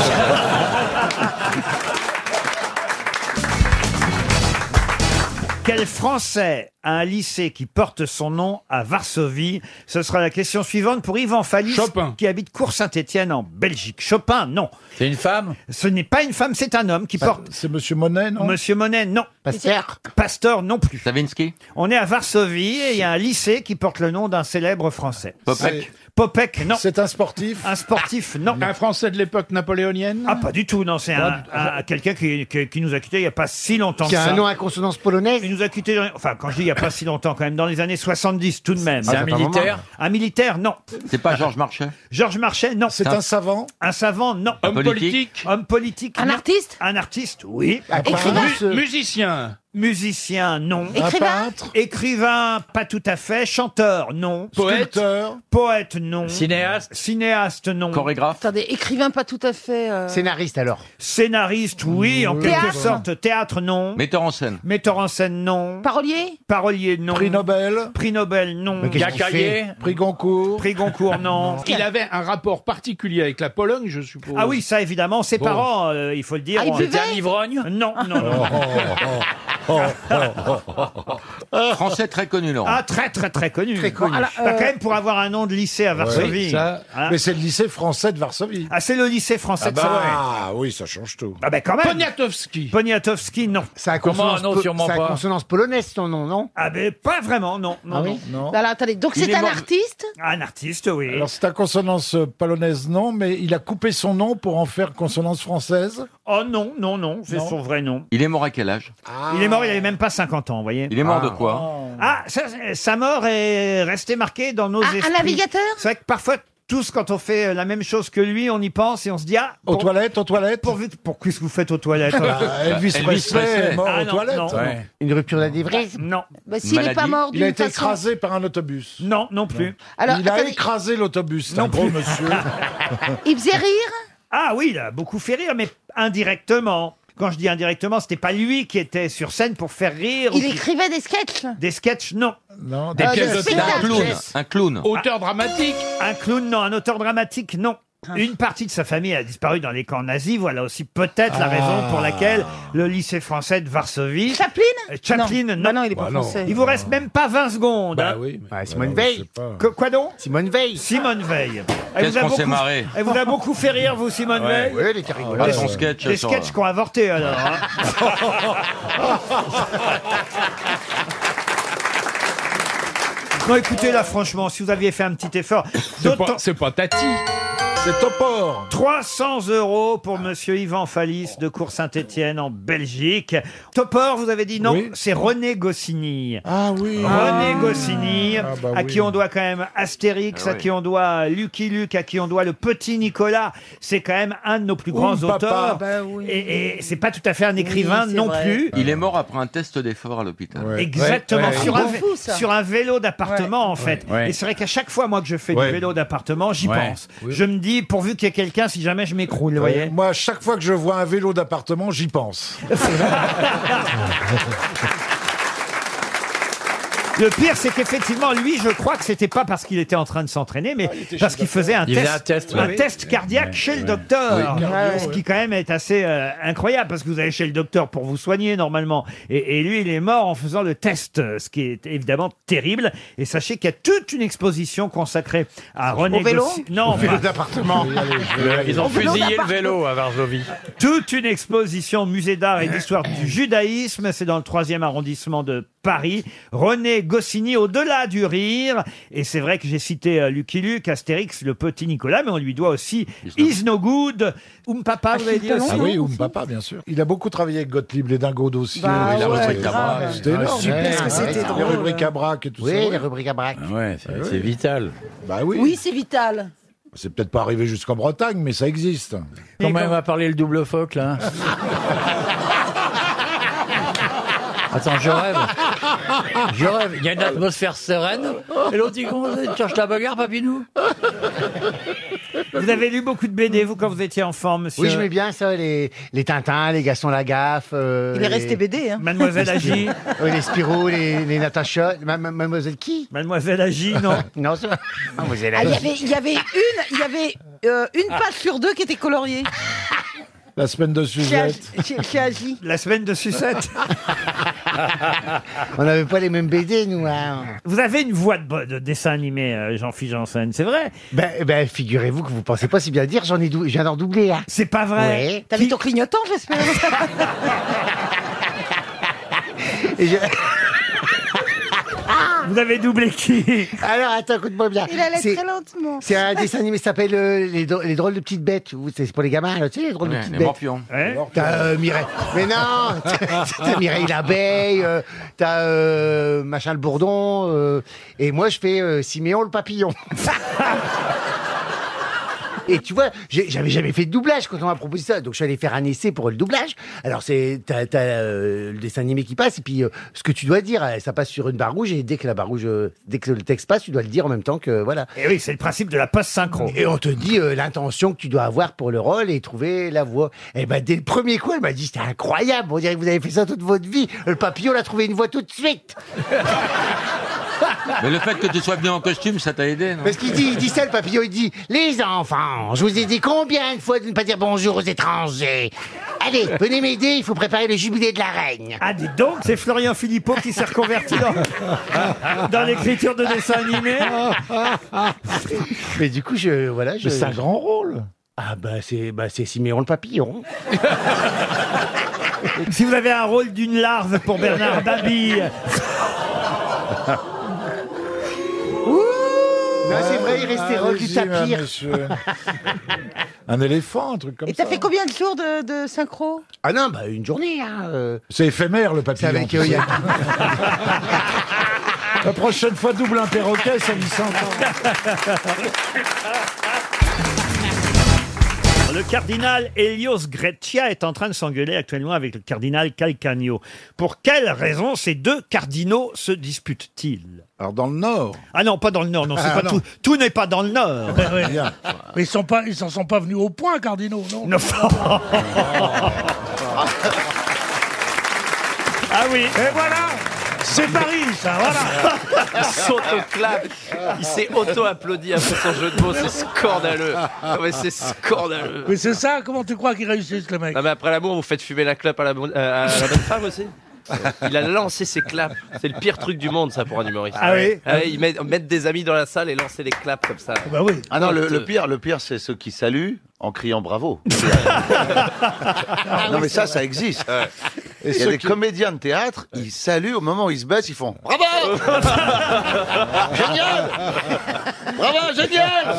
Quel Français a un lycée qui porte son nom à Varsovie Ce sera la question suivante pour Yvan Fallis,
Chopin.
qui habite Cours-Saint-Étienne en Belgique. Chopin, non.
C'est une femme
Ce n'est pas une femme, c'est un homme qui porte.
C'est Monsieur Monet, non
Monsieur Monet, non. Pasteur, non plus.
Savinsky
On est à Varsovie et il y a un lycée qui porte le nom d'un célèbre Français.
Popek
Popek, non.
C'est un sportif Ah.
Un sportif, non.
Un Français de l'époque napoléonienne
Ah, pas du tout, non. C'est un,
Ah.
un- quelqu'un qui, qui- qui nous a quittés il n'y a pas si longtemps que ça.
à consonance polonaise
Il nous a quittés, dans- enfin, quand je dis il n'y a pas si longtemps, quand même, dans les années 70 tout de même. Ah,
C'est un militaire
Un militaire, non.
C'est pas Georges Marchais
Georges Marchais, non.
un savant
Un savant, non.
Homme politique
Homme politique,
Un
non.
artiste
Un artiste, oui.
Ah,
Musicien
Musicien, non.
Écrivain
Écrivain, pas tout à fait. Chanteur, non.
Poète
Poète, non.
Cinéaste
Cinéaste, non.
Chorégraphe
Attendez, écrivain pas tout à fait... euh,
Scénariste alors
Scénariste, oui, en quelque
Théâtre.
sorte. Théâtre, non.
Metteur en scène
Metteur en scène, non.
Parolier
Parolier, non.
Prix Nobel
Prix Nobel, non.
Cacaillé Prix Goncourt
Prix Goncourt, non.
Il avait un rapport particulier avec la Pologne, je suppose.
Ah oui, ça évidemment, ses parents, euh, il faut le dire. Euh,
Ah, il
ont-
Oh,
buvait
Ivrogne
Non, non, non.
oh. Français très connu, Laurent.
Ah, très, très, très connu.
Très connu.
Voilà, Bah,
euh,
quand même, pour avoir un nom de lycée à Varsovie. hein.
Mais c'est le lycée français de Varsovie.
Ah, c'est le lycée français
Ah
de Varsovie.
bah, oui, ça change tout.
Ah ben quand même.
Poniatowski.
Poniatowski, non.
Ça a
Comment
consonance, po- ça a consonance polonaise, ton nom, non
Ah ben pas vraiment, non. non,
Ah oui
non.
Alors, attendez, donc Il c'est est un mort-
artiste
Un artiste, oui.
Alors c'est à consonance euh, polonaise, non, mais il a coupé son nom pour en faire consonance française.
Oh non, non, non, c'est son vrai nom.
Il est mort à quel âge
Il est mort, il avait même pas 50 ans, vous voyez.
Il est mort de quoi
Oh.
Ah, ça, c'est- sa mort est restée marquée dans nos
Ah, un
esprits.
navigateur
C'est vrai que parfois, tous, quand on fait euh, la même chose que lui, on y pense et on se dit Ah Aux toilettes, aux toilettes Pourvu, pour qu'est-ce que vous faites aux toilettes
Bah, Elvis Elvis Presley est Presley. mort
Ah,
aux
non,
toilettes.
non.
Ouais.
Une rupture d'anévrisme Non.
Bah,
Il a été écrasé par un autobus.
Non, non plus.
Alors,
Alors,
il a
attendez.
écrasé l'autobus, c'est
Non
un gros
plus.
monsieur.
Il faisait rire Ah oui, il a beaucoup fait rire, mais indirectement. Quand je dis indirectement, c'était pas lui qui était sur scène pour faire rire.
Il
ou qui-
écrivait des sketchs
Des sketchs, non.
Non,
des
Ah, pièces des de théâtre.
Un
spectacles.
clown.
Un clown.
Auteur dramatique.
Ah. Un clown, non. Un auteur dramatique, non. Une partie de sa famille a disparu dans les camps nazis. Voilà aussi peut-être la
Ah.
raison pour laquelle le lycée français de Varsovie. Chaplin Chaplin, non.
Bah non, il est pas Bah non. français.
Il vous reste même pas 20 secondes. hein.
Simone Veil.
Que- quoi donc
Simone Veil.
Simone Veil. Elle
Qu'est-ce
vous a
qu'on s'est
beaucoup-
marré
Elle vous a beaucoup fait rire, vous, Simone
Ouais.
Veil
Oui, elle était rigolote. Ah, son sketch,
Des
sur-
sketchs qu'on a inventés, alors. hein.
Ah,
Non, écoutez, là, franchement, si vous aviez fait un petit effort.
C'est pas, c'est pas Tati.
C'est Topor. 300 euros pour monsieur Yvan Fallis de Cour Saint-Étienne en Belgique. Topor, vous avez dit non, c'est René Goscinny.
Ah oui.
René Goscinny,
Ah bah
à
oui.
qui on doit quand même Astérix,
Ah
à
oui.
qui on doit Lucky Luke, à qui on doit le petit Nicolas. C'est quand même un de nos plus
Ouh,
grands
papa.
Ah
auteurs.
Bah
Et, et c'est pas tout à fait un écrivain
Oui, c'est
non
vrai.
plus.
Il est mort après un test d'effort à l'hôpital.
Exactement, sur, un,
Ouais.
vé- sur un vélo d'appartement en fait.
Ouais.
Et c'est vrai qu'à chaque fois moi que je fais
Ouais.
du vélo d'appartement, j'y
Ouais.
pense. Je me dis pourvu qu'il y ait quelqu'un si jamais je m'écroule, vous
Ouais,
voyez.
Euh, Moi, à chaque fois que je vois un vélo d'appartement, j'y pense.
Le pire c'est qu'effectivement lui, je crois que c'était pas parce qu'il était en train de s'entraîner mais parce qu'il faisait un
Il faisait
test,
un test,
un
ouais.
test cardiaque
Ouais.
chez le
Ouais.
docteur.
Oui, cardio,
Ce
ouais.
qui quand même est assez euh, incroyable parce que vous allez chez le docteur pour vous soigner normalement et, et lui il est mort en faisant le test, euh, ce qui est évidemment terrible et sachez qu'il y a toute une exposition consacrée à René
vélo
Gossi- Non, bah,
Au vélo
pas-
d'appartement.
Ils ont fusillé le vélo à Varsovie.
Toute une exposition au musée d'art et d'histoire du judaïsme, c'est dans le troisième arrondissement de Paris. René Goscinny au-delà du rire. Et c'est vrai que j'ai cité euh, Lucky Luke, Astérix, le petit Nicolas, mais on lui doit aussi Is No Good, Um Papa, vous avez dit aussi.
Ah oui, ou papa, bien sûr. Il a beaucoup travaillé avec Gottlieb, les dingos dossiers.
Bah ouais,
les rubriques à
grave.
brac. C'était énorme.
Super,
Ouais,
parce que
ouais,
c'était
ouais.
drôle.
Les rubriques à brac et tout
Oui,
ça.
les
rubriques à brac.
Ouais,
Ah oui.
vital.
Bah oui.
Oui, c'est vital.
C'est peut-être pas arrivé jusqu'en Bretagne, mais ça existe.
Quand même,
on va parler le double phoque, là.
Attends, je rêve. Je rêve. Il y a une atmosphère sereine. Et l'autre dit comment ça, tu cherches la bagarre, Papinou
Vous avez lu beaucoup de BD, vous, quand vous étiez enfant, monsieur
Oui, je mets bien ça, les, les Tintins, les Gaston Lagaffe. euh,
Il est
les-
resté BD, hein. Mademoiselle Agi.
Oui, les Spirou, les, les Natacha. Ma- ma- mademoiselle qui
Mademoiselle Agi, non.
non, c'est pas. Mademoiselle
Ah, il y
Agi.
avait, il y avait une, il y avait euh, une
Ah.
page sur deux qui était coloriée.
La semaine de
Chez Ag-
Suzette.
chez- chez Agi.
La semaine de sucette.
On n'avait pas les mêmes BD, nous. hein.
Vous avez une voix de, bo- de dessin animé, euh, Jean-Philippe Janssen, c'est vrai
Ben, ben, figurez-vous que vous pensez pas si bien dire, j'en ai dou- je viens d'en doubler. Hein.
C'est pas vrai
Ouais.
T'avais ton clignotant, j'espère.
Et je-
Vous avez doublé qui
Alors, attends, écoute-moi bien.
Ah, Il allait
C'est-
très lentement.
C'est un dessin animé qui s'appelle euh, les, Dro- les drôles de petites bêtes. Vous- C'est pour les gamins, là, tu sais, les drôles
Ouais,
de petites
les
bêtes.
morpions. Ah.
Ouais.
T'as euh, Mireille. Mais non T'as Mireille l'abeille, euh, t'as euh, machin le bourdon, euh, et moi je fais euh, Siméon le papillon. Et tu vois, j'ai- j'avais jamais fait de doublage quand on m'a proposé ça, donc je suis allé faire un essai pour le doublage. Alors c'est t'as t'as, euh, le dessin animé qui passe et puis euh, ce que tu dois dire, euh, ça passe sur une barre rouge et dès que la barre rouge, euh, dès que le texte passe, tu dois le dire en même temps que voilà.
Et Eh oui, c'est le principe de la post synchro.
Et on te dit euh, l'intention que tu dois avoir pour le rôle et trouver la voix. Et ben dès le premier coup, elle m'a dit c'était incroyable. On dirait que vous avez fait ça toute votre vie. Le papillon l'a trouvé une voix tout de suite.
Mais le fait que tu sois venu en costume, ça t'a aidé, non
Parce qu'il dit, il dit ça, le papillon, il dit Les enfants, je vous ai dit combien de fois de ne pas dire bonjour aux étrangers Allez, venez m'aider, il faut préparer le jubilé de la reine.
Ah, dites donc, c'est Florian Philippot qui s'est reconverti dans, dans l'écriture de dessins animés.
Mais du coup, je. Voilà, je.
c'est un grand
rôle Ah, bah, c'est bah, c'est Siméon le papillon.
Si vous avez un rôle d'une larve pour Bernard Babille.
Non, Ah, c'est vrai, il restait rôle du
Allez-y,
tapir.
monsieur. Un éléphant, un truc comme
Et
ça.
t'as fait combien de jours de, de synchro
Ah non, bah une journée. Hein, euh.
Ah, C'est éphémère, le
C'est
papillon.
avec euh, il y a-
La prochaine fois, double un perroquet, ça me semble.
Le cardinal Helios Grecia est en train de s'engueuler actuellement avec le cardinal Calcagno. Pour quelle raison ces deux cardinaux se disputent-ils Alors dans le Nord. Ah non, pas dans le Nord, non, c'est
Ah,
pas
non.
tout. Tout n'est pas dans le Nord.
Ah Ouais, ouais. Mais ils sont pas, ils s'en sont pas venus au point, cardinaux, non
Non. Ah oui.
Et voilà. C'est Paris, ça. Voilà.
Il s'auto-clame. Il s'est auto-applaudi après son jeu de mots. C'est scandaleux. Non, mais c'est scandaleux.
Mais c'est ça. Comment tu crois qu'ils réussissent, les mecs
Non, mais après l'amour, vous faites fumer la clope à la, bon- euh, à la bonne femme aussi il a lancé ses claps. C'est le pire truc du monde, ça, pour un humoriste.
Ah oui
ouais, ils mettent, mettent des amis dans la salle et lancer les claps comme ça.
Bah oui.
Ah non, le, le pire, le pire, c'est ceux qui saluent en criant bravo. non mais ça, ça existe.
Et
Il y a
ceux
des
qui-
comédiens de théâtre, ils saluent au moment où ils se baissent, ils font bravo, génial, bravo, génial.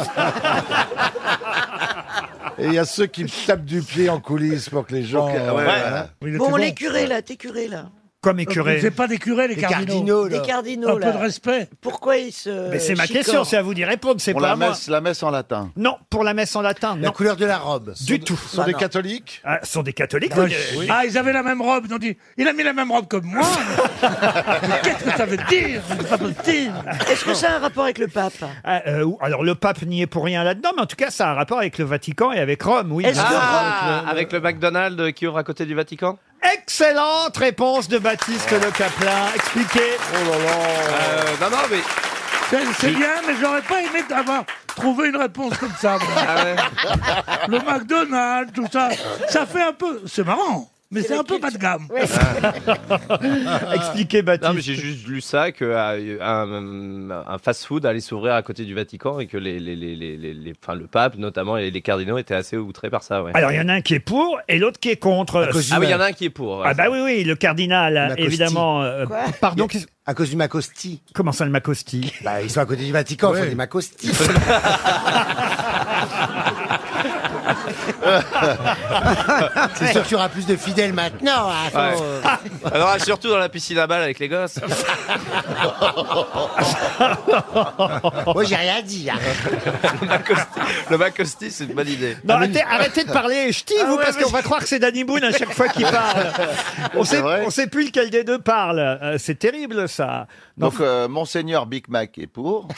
Et il y a ceux qui me tapent du pied en coulisses pour que les gens.
Ok, ouais,
euh,
ouais.
voilà.
Bon, les curés là, t'es curé là.
Comme
Euh, C'est pas des curés, les,
Les
Oh,
cardinaux.
Les cardinaux,
Un
là.
peu de respect.
Pourquoi ils
Euh,
se.
Mais c'est ma
chicorent
question, c'est à vous d'y répondre, c'est
Pour
pas à
la
moi.
messe, la messe en latin.
Non, pour la messe en latin. La
couleur de la robe.
Du tout.
sont Ah, des non.
catholiques Sont des catholiques.
Ah,
oui.
je- Ah, ils avaient la même robe. Ils ont dit, il a mis la même robe que moi. Mais Qu'est-ce que ça veut dire C'est pas possible.
Est-ce que ça a un rapport avec le pape
Ah, euh, ou- alors le pape n'y est pour rien là-dedans, mais en tout cas ça a un rapport avec le Vatican et avec Rome, oui.
euh,
Ah, avec le McDonald's qui ouvre à côté du Vatican
Excellente réponse de Baptiste Le Caplin. Expliquez.
Oh
Ah.
Euh, Non, non, mais.
C'est Ben, c'est bien, mais j'aurais pas aimé avoir trouvé une réponse comme ça. moi.
Ah
Le McDonald's, tout ça, ça fait un peu. C'est marrant, mais c'est un peu bas de gamme.
Expliquez, Baptiste.
Non, mais j'ai juste lu ça que euh, un, un fast-food allait s'ouvrir à côté du Vatican et que les, les, les, les, les- les- enfin, le pape, notamment, et les cardinaux étaient assez outrés par ça. Ouais.
Alors il y en a un qui est pour et l'autre qui est contre.
ah oui, il y en a un qui est pour. ouais.
Ah bah oui, oui, le cardinal,
Macosti.
évidemment. euh, pardon, qu'est-ce-
À cause du Macosti.
comment ça le Macosti
Bah, ils sont à côté du Vatican, ils font des Macosti. C'est sûr qu'il y aura plus de fidèles maintenant. hein, faut-
Ouais. Alors ah, surtout dans la piscine à balles avec les gosses.
Moi, j'ai rien dit. hein.
le Macosti, le Macosti, c'est une bonne idée.
Non, arrêtez, arrêtez de parler ch'ti,
Ah
vous, parce qu'on va croire que c'est Danny Boone à chaque fois qu'il parle. On
C'est
sait,
vrai.
on sait plus lequel des deux parle. Euh, c'est terrible, ça. Non,
Donc euh, monseigneur Big Mac est pour.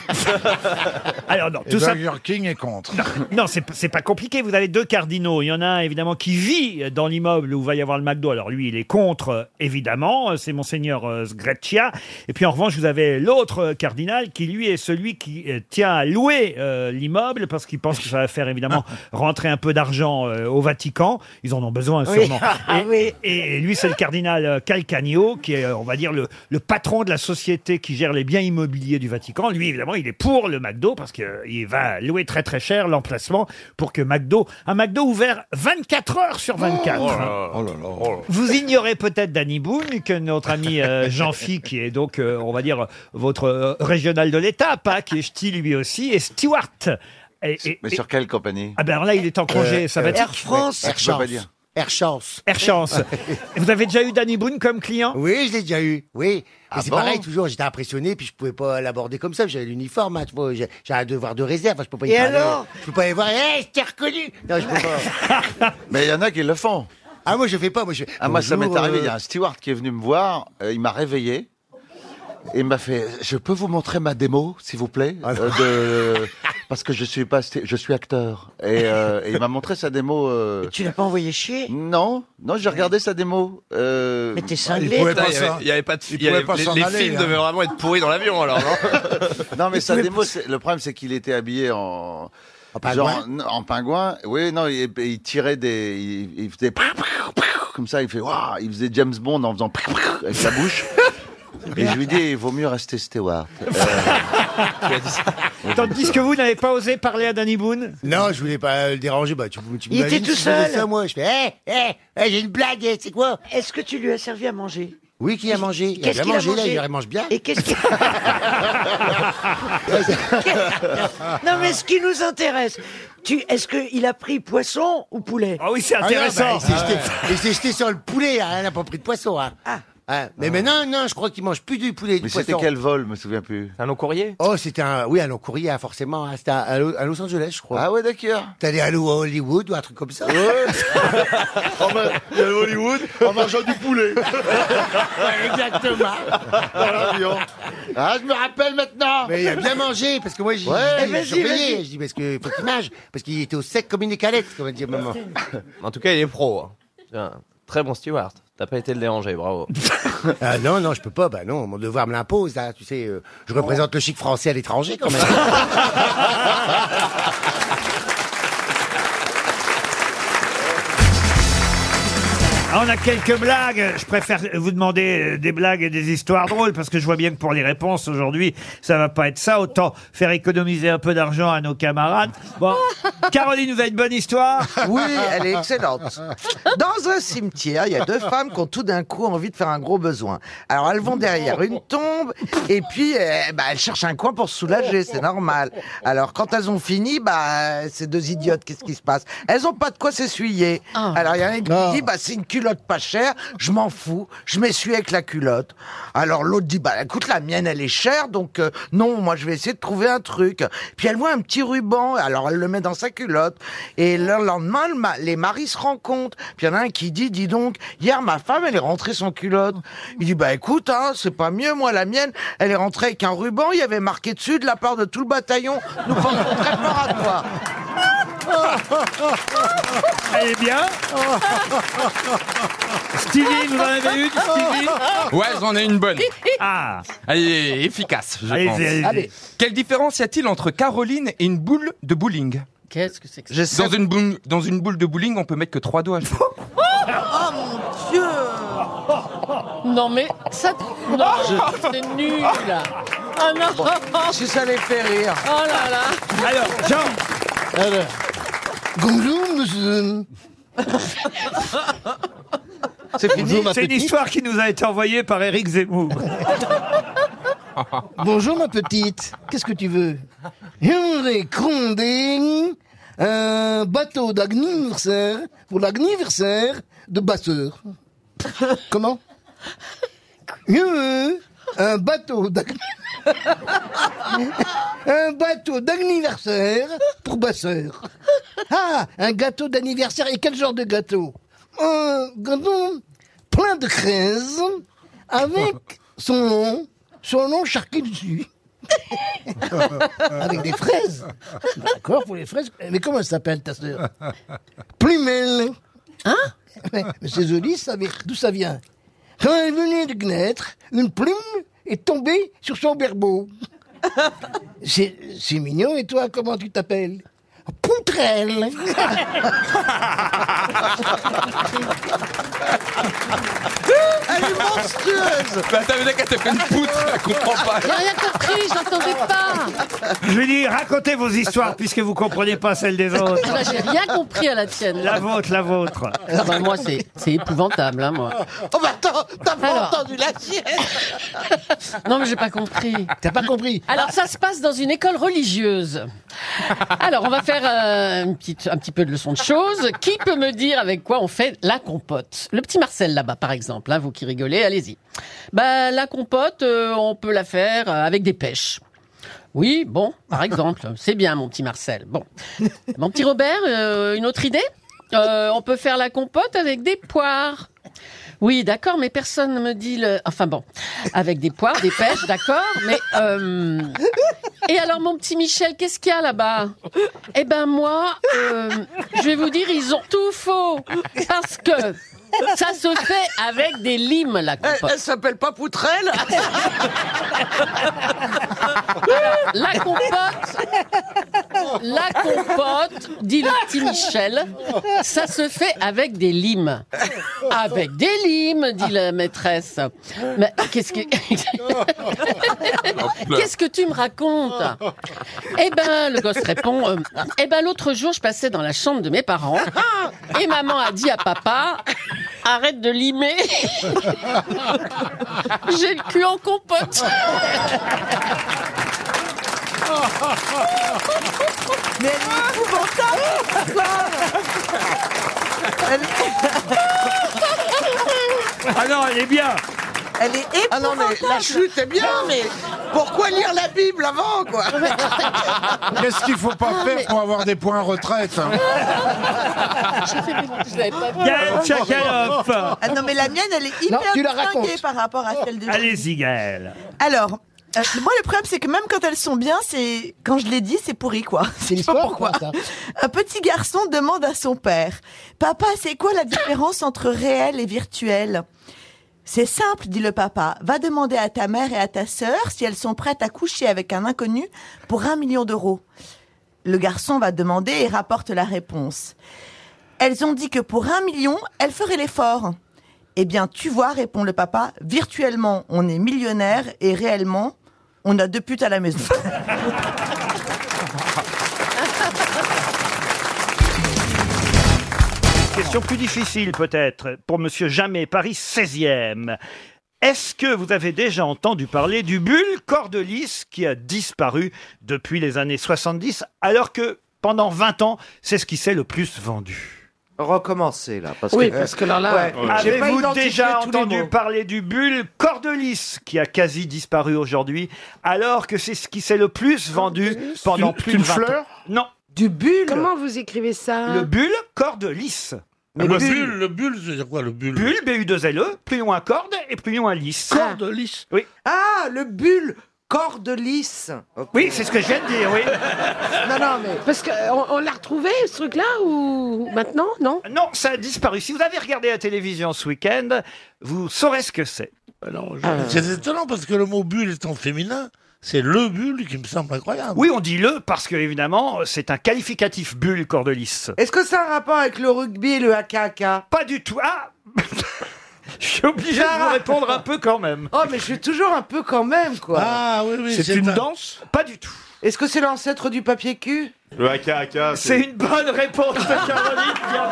alors, non,
Et
tout ça.
Eh ben, Burger King est contre.
Non, c'est p- c'est pas compliqué. Vous avez deux cardinaux. Il y en a un, évidemment, qui vit dans l'immeuble où va y avoir le McDo. Alors, lui, il est contre, euh, évidemment. Euh, C'est Monseigneur euh, Sgreccia. Et puis, en revanche, vous avez l'autre euh, cardinal qui, lui, est celui qui euh, tient à louer euh, l'immeuble parce qu'il pense que ça va faire, évidemment, rentrer un peu d'argent euh, au Vatican. Ils en ont besoin,
Oui.
sûrement.
Ah oui.
Et lui, c'est le cardinal euh, Calcagno, qui est, euh, on va dire, le, le patron de la société qui gère les biens immobiliers du Vatican. Lui, évidemment, il est pour le McDo parce qu'il va louer très très cher l'emplacement pour que McDo, un McDo ouvert 24 heures sur 24.
Oh
Oh
Vous ignorez peut-être Danny Boone que notre ami euh, Jean Phi, qui est donc, euh, on va dire, votre euh, régional de l'État, pas qui est ch'ti lui aussi, et Stewart. Et- et-
Mais
et-
sur quelle compagnie
ah ben alors là, il est en congé
Euh,
sabbatique.
Air France. Air Chance.
Air Chance.
Air Chance. Vous avez déjà eu Danny Boone comme client
Oui, je l'ai déjà eu. Oui. Mais
Ah
c'est
bon
pareil, toujours, j'étais impressionné, puis je pouvais pas l'aborder comme ça, parce que j'avais l'uniforme, hein, tu vois, j'ai j'ai un devoir de réserve, hein, je peux pas y
Et
parler.
alors
Je peux pas y voir, hé, je t'ai reconnu Non, je peux pas.
Mais il y en a qui le font.
Ah, moi, je fais pas, moi, je fais,
Ah, moi, ça
Bonjour,
m'est arrivé.
euh,
Il y a un steward qui est venu me voir. euh, il m'a réveillé.
Ah
Et il m'a fait Je peux vous montrer ma démo, s'il vous plaît euh, de, Parce que je suis pas, sté- je suis acteur. Et, euh, et il m'a montré sa démo. tu l'as pas envoyé chier Non, non, j'ai regardé sa démo. euh, Ah, Mais t'es
Putain, Ah, Il n'y avait, il y avait pas hein. de. il y avait- les les films devaient vraiment être pourris dans l'avion alors, non
hein. Non, mais
Il
sa
pouvait
démo, c'est- le problème, c'est qu'il était habillé en. En
pingouin
En pingouin. Oui, non, il, il tirait des. Il, il faisait. Comme ça, il fait. waouh, il faisait James Bond en faisant. Avec sa bouche. Et je lui dis, il vaut mieux rester Stewart.
Tandis que vous n'avez pas osé parler à Danny Boone
Non, je voulais pas le déranger. Bah, tu, tu
Il était
m'imagines
tout
si je faisais
seul.
ça, moi, je fais, hé, hé, hé, j'ai une blague, hé, c'est quoi
Est-ce que tu lui as servi à manger
Oui, qui a mangé Il a
Qu'est-ce
bien
qu'il a
mangé, là,
mangé
il mange bien.
Et qu'est-ce qu'il
Ah
Ah.
Non, mais ce qui nous intéresse, tu... est-ce qu'il a pris poisson ou poulet
Ah oui,
Ah non, bah, il s'est jeté- il s'est jeté sur le poulet, hein, il n'a pas pris de poisson. Hein. Hein, mais maintenant, non, je crois qu'il mange plus du poulet. et du
Mais c'était
poisson.
quel vol, je me souviens plus Un long courrier
Oh, c'était un, oui, un long courrier, hein, forcément. hein. C'était à, à Lo- à Los Angeles, je crois.
Ah ouais, d'accord.
T'es allé à Lo- à Hollywood ou un truc comme ça
Il y a Hollywood en mangeant du poulet.
Exactement.
Ah, je me rappelle maintenant.
Mais il a bien mangé, parce que moi, j'ai
Ouais,
j'ai
vas-y,
surveillé.
vas-y.
Je dis, parce qu'il faut qu'il mange, parce qu'il était au sec comme une écalette, comme on dit maman.
En tout cas, il est pro. hein. Tiens, Très bon Stewart. T'as pas été le déranger, bravo.
Ah non, non, je peux pas, bah non, mon devoir me l'impose, là, tu sais, euh, je représente le chic français à l'étranger, quand même.
Ah, on a quelques blagues. Je préfère vous demander euh, des blagues et des histoires drôles parce que je vois bien que pour les réponses aujourd'hui, ça va pas être ça. Autant faire économiser un peu d'argent à nos camarades. Bon, Caroline, vous avez une bonne histoire
Oui, elle est excellente. Dans un cimetière, il y a deux femmes qui ont tout d'un coup envie de faire un gros besoin. Alors elles vont derrière une tombe et puis euh, bah, elles cherchent un coin pour se soulager, c'est normal. Alors quand elles ont fini, bah, ces deux idiotes, qu'est-ce qui se passe Elles ont pas de quoi s'essuyer. Alors il y en a une qui dit, bah, c'est une culotte pas chère, je m'en fous, je m'essuie avec la culotte. Alors l'autre dit, bah écoute, la mienne elle est chère, donc euh, non, moi je vais essayer de trouver un truc. Puis elle voit un petit ruban, alors elle le met dans sa culotte. Et le lendemain, le ma- les maris se rencontrent. Puis il y en a un qui dit, dis donc, hier ma femme, elle est rentrée sans culotte. Il dit, bah écoute, hein, c'est pas mieux, moi la mienne, elle est rentrée avec un ruban, il y avait marqué dessus de la part de tout le bataillon, nous pensons très fort à toi.
Elle est bien Stevie, vous en avez une, Stevie
Ouais, j'en ai une bonne.
Ah
Elle est efficace, je
Allez-y,
pense.
allez-y. Allez.
Quelle différence y a-t-il entre Caroline et une boule de bowling
Qu'est-ce que c'est que
dans une, boule, dans une boule de bowling, on peut mettre que trois doigts.
Oh, mon Dieu Non mais ça... Non, c'est nul Oh non
Ah Si ça les fait rire.
Oh là là
Alors, Jean
C'est fini. Bonjour, ma
C'est une
petite.
histoire qui nous a été envoyée par Eric Zemmour.
Bonjour ma petite, qu'est-ce que tu veux Henry Condé, un bateau d'anniversaire pour l'anniversaire de Basseur. Comment Henry, Un bateau d'anniversaire. Un bateau d'anniversaire pour Basseur. Ah, un gâteau d'anniversaire. Et quel genre de gâteau Un gâteau plein de crèmes avec son nom, son nom charqué dessus. avec des fraises. D'accord, pour les fraises. Mais comment elle s'appelle ta sœur Plumel. Hein Mais c'est joli, ça vient- d'où ça vient Quand elle venait de naître, une plume est tombée sur son berbeau. C'est c'est mignon, et toi, comment tu t'appelles Poutrelle
Elle est monstrueuse
Bah, t'avais qu'à te faire une poutre, elle comprend pas.
J'ai rien compris, j'entendais pas
Je lui dis, racontez vos histoires puisque vous comprenez pas celles des autres.
Bah, J'ai rien compris à la tienne.
La vôtre, la vôtre.
Ah bah, moi, c'est c'est épouvantable, hein, moi.
Oh bah attends, t'as
pas Alors.
entendu la sienne
Non, mais j'ai pas compris.
T'as pas compris
Alors, ça se passe dans une école religieuse. Alors, on va faire euh, une petite, un petit peu de leçon de choses. Qui peut me dire avec quoi on fait la compote Le petit Marcel là-bas, par exemple, hein, vous qui rigolez, allez-y. Bah, la compote, euh, on peut la faire euh, avec des pêches. Oui, bon, par exemple, c'est bien, mon petit Marcel. Bon, mon petit Robert, euh, une autre idée Euh, On peut faire la compote avec des poires. Oui, d'accord, mais personne ne me dit le. Enfin bon, avec des poires, des pêches, d'accord, mais. euh, Et alors, mon petit Michel, qu'est-ce qu'il y a là-bas Eh ben, moi, euh, je vais vous dire, ils ont tout faux. Parce que. Ça se fait avec des limes, la compote. Elle, s'appelle pas Poutrelle La compote, la compote, dit le petit Michel, ça se fait avec des limes. Avec des limes, dit la maîtresse. Mais qu'est-ce que... Qu'est-ce que tu me racontes Eh ben, le gosse répond. euh, eh ben, l'autre jour, je passais dans la chambre de mes parents et maman a dit à papa. Arrête de limer. J'ai le cul en compote.
Mais elle est épouvantable Elle
Ah non, elle est bien
Elle est épouvantable Ah non, mais la chute est bien, mais pourquoi lire la Bible avant, quoi
Qu'est-ce qu'il faut pas faire pour avoir des points retraite hein
Gaël Tchakaloff.
Ah non, mais la mienne, elle est hyper
Non, tu la
distinguée
racontes.
par rapport à celle de
Allez-y, Gaël.
Alors, euh, moi, le problème, c'est que même quand elles sont bien, c'est quand je l'ai dit, c'est pourri, quoi. C'est pas pourquoi. Un petit garçon demande à son père Papa, c'est quoi la différence entre réel et virtuel c'est simple, dit le papa. Va demander à ta mère et à ta sœur si elles sont prêtes à coucher avec un inconnu pour un million d'euros. Le garçon va demander et rapporte la réponse. Elles ont dit que pour un million, elles feraient l'effort. Eh bien, tu vois, répond le papa, virtuellement, on est millionnaire et réellement, on a deux putes à la maison.
Question plus difficile peut-être pour Monsieur Jamais, Paris 16e. Est-ce que vous avez déjà entendu parler du bulle cordelis qui a disparu depuis les années 70 alors que pendant 20 ans, c'est ce qui s'est le plus vendu
Recommencer là. Parce
Oui,
que,
parce que là, là,
Ouais. J'ai pas
Avez-vous
identifié
déjà
tous les
entendu
mots.
parler du bulle cordelis qui a quasi disparu aujourd'hui alors que c'est ce qui s'est le plus vendu pendant
C'est
plus
une
de 20
fleur
ans Non. Du bulle
Comment vous écrivez ça
Le bulle cordelis.
Le
Bulle.
Ah, bah, bulle, le bulle, c'est quoi le bulle
Bulle, B-U-2-L-E, E, plus loin corde et plus loin lisse.
Corde lisse
Oui.
Ah, le bulle corde lisse.
Oui, c'est ce que je viens de dire, oui.
Non, non, mais. Parce qu'on on, l'a retrouvé, ce truc-là, ou maintenant, non
Euh, Non, ça a disparu. Si vous avez regardé la télévision ce week-end, vous saurez ce que c'est.
Euh,
Ah.
Ah, Euh, C'est étonnant parce que le mot bulle étant féminin, c'est le bulle qui me semble incroyable.
Oui, on dit le parce que, évidemment, c'est un qualificatif bulle cordelis.
Est-ce que ça a un rapport avec le rugby et le AKK
Pas du tout. Ah Je suis obligé de vous répondre un peu quand même.
Oh, mais je suis toujours un peu quand même, quoi.
Ah, oui, oui,
C'est c'est une un- danse Pas du tout.
Est-ce que c'est l'ancêtre du papier cul
Le haka haka.
C'est une bonne réponse de Caroline. Diamant.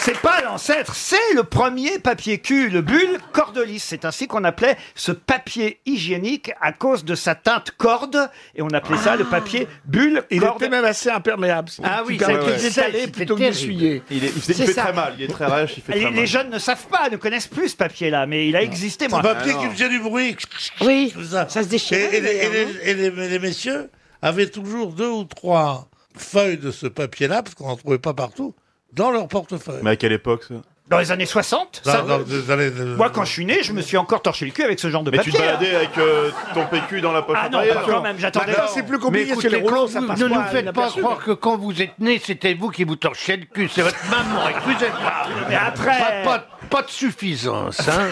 C'est pas l'ancêtre, c'est le premier papier cul, le bulle cordelis. C'est ainsi qu'on appelait ce papier hygiénique à cause de sa teinte corde, et on appelait ça le papier bulle
Il
corde.
était
même assez imperméable. Ah oui, ça
Ouais, ouais.
plutôt que
C'était
d'essuyer.
Il, est- il fait, il
C'est
fait
ça.
très mal, il est très rêche, il fait
Les,
très
les
mal.
jeunes ne savent pas, ne connaissent plus ce papier-là, mais il a existé.
C'est un
moi. Ah,
papier
Ah
qui faisait du bruit.
Oui,
ça.
se déchirait,
Et, et les, et
d'ailleurs,
les- et les- et les messieurs avaient toujours deux ou trois feuilles de ce papier-là, parce qu'on n'en trouvait pas partout, dans leur portefeuille.
Mais à quelle époque ça
Dans les années 60
Dans-
ça-
dans les années-
Moi, quand je suis né, je me suis encore torché le cul avec ce genre de
Mais tu
papier.
te
hein.
baladais avec euh, ton PQ dans la poche
Ah non,
arrière.
pas quand même,
Bah,
j'attendais.
Maintenant,
Mais écoutez, quand vous-
Ne nous faites pas croire que quand vous êtes né, c'était vous qui vous torchiez le cul. C'est votre maman, excusez-moi.
Mais après-
Pas, pas- pas de suffisance, hein.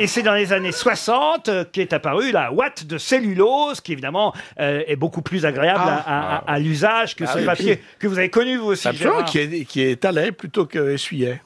Et c'est dans les années 60 euh, qu'est apparue la ouate de cellulose, qui évidemment euh, est beaucoup plus agréable
Ah.
à, à- à- à l'usage que
Ah
ce
oui,
papier
puis-
que vous avez connu vous aussi.
Absolument,
Gérard.
qui est, qui est allé plutôt que essuyait.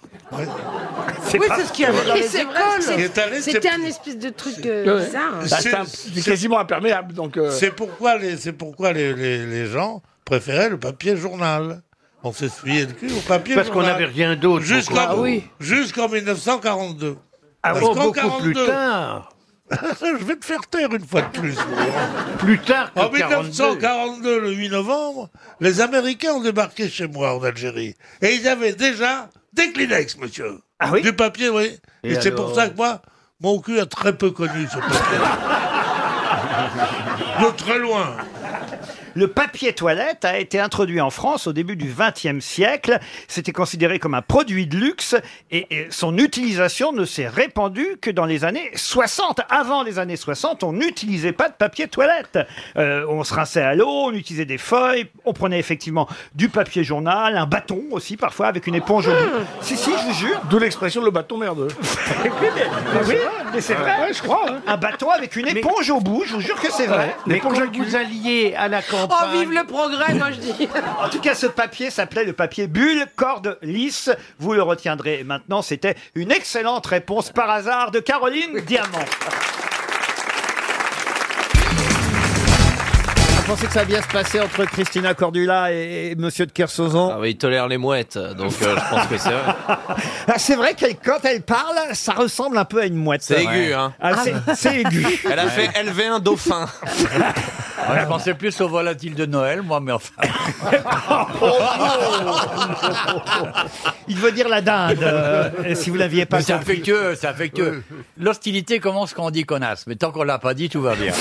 Oui, pas- c'est ce qu'il y avait dans
Et
les
c'est vrai
écoles.
que c'est-
Il est allé,
C'était
c'est-
un espèce de truc euh,
Ouais.
hein.
bizarre.
Bah, c'est un- c'est quasiment
imperméable, donc.
C'est pourquoi, les, c'est pourquoi les, les- les gens préféraient le papier journal. On s'essuyait le cul au papier
Parce qu'on
journal.
n'avait rien d'autre,
Jusqu'en,
beaucoup. Ah oui.
jusqu'en 1942.
Ah oui.
Parce
Oh,
qu'en
beaucoup plus tard.
Je vais te faire taire une fois de plus.
Plus tard que
En
42.
1942, le 8 novembre, les Américains ont débarqué chez moi en Algérie. Et ils avaient déjà des Kleenex, monsieur. Du papier, oui.
Et
Et, c'est
alors
pour ça que moi, mon cul a très peu connu ce papier. De très loin.
Le papier toilette a été introduit en France au début du XXe siècle. C'était considéré comme un produit de luxe et, et son utilisation ne s'est répandue que dans les années 60. Avant les années 60, on n'utilisait pas de papier toilette. Euh, on se rinçait à l'eau, on utilisait des feuilles, on prenait effectivement du papier journal, un bâton aussi parfois avec une éponge. au bout.
Ah.
Si, si, je vous jure.
D'où l'expression le bâton merdeux.
Mais oui, mais- mais Ah oui, mais c'est vrai.
Ouais, je crois. hein.
Un bâton avec une éponge au bout, je vous jure que c'est vrai.
Ouais, Mais quand vous
alliez à la campagne...
Oh, vive le progrès, moi je dis.
En tout cas, ce papier s'appelait le papier bulle, corde lisse. Vous le retiendrez maintenant. C'était une excellente réponse par hasard de Caroline Diamant. Vous pensez que ça va bien se passer entre Christina Cordula et, et Monsieur de Kersozon
Ah oui, il tolère les mouettes, donc euh, je pense que c'est vrai.
Ah, C'est vrai que quand elle parle, ça ressemble un peu à une mouette.
C'est aigu, hein.
Ah, c'est-
bah.
C'est aigu.
Elle a fait élever un dauphin.
je pensais plus au volatile de Noël, moi, mais enfin.
Oh, Il veut dire la dinde, euh, si vous l'aviez pas
Mais C'est
compris.
affectueux, c'est affectueux. L'hostilité commence quand on dit connasse, mais tant qu'on l'a pas dit, tout va bien.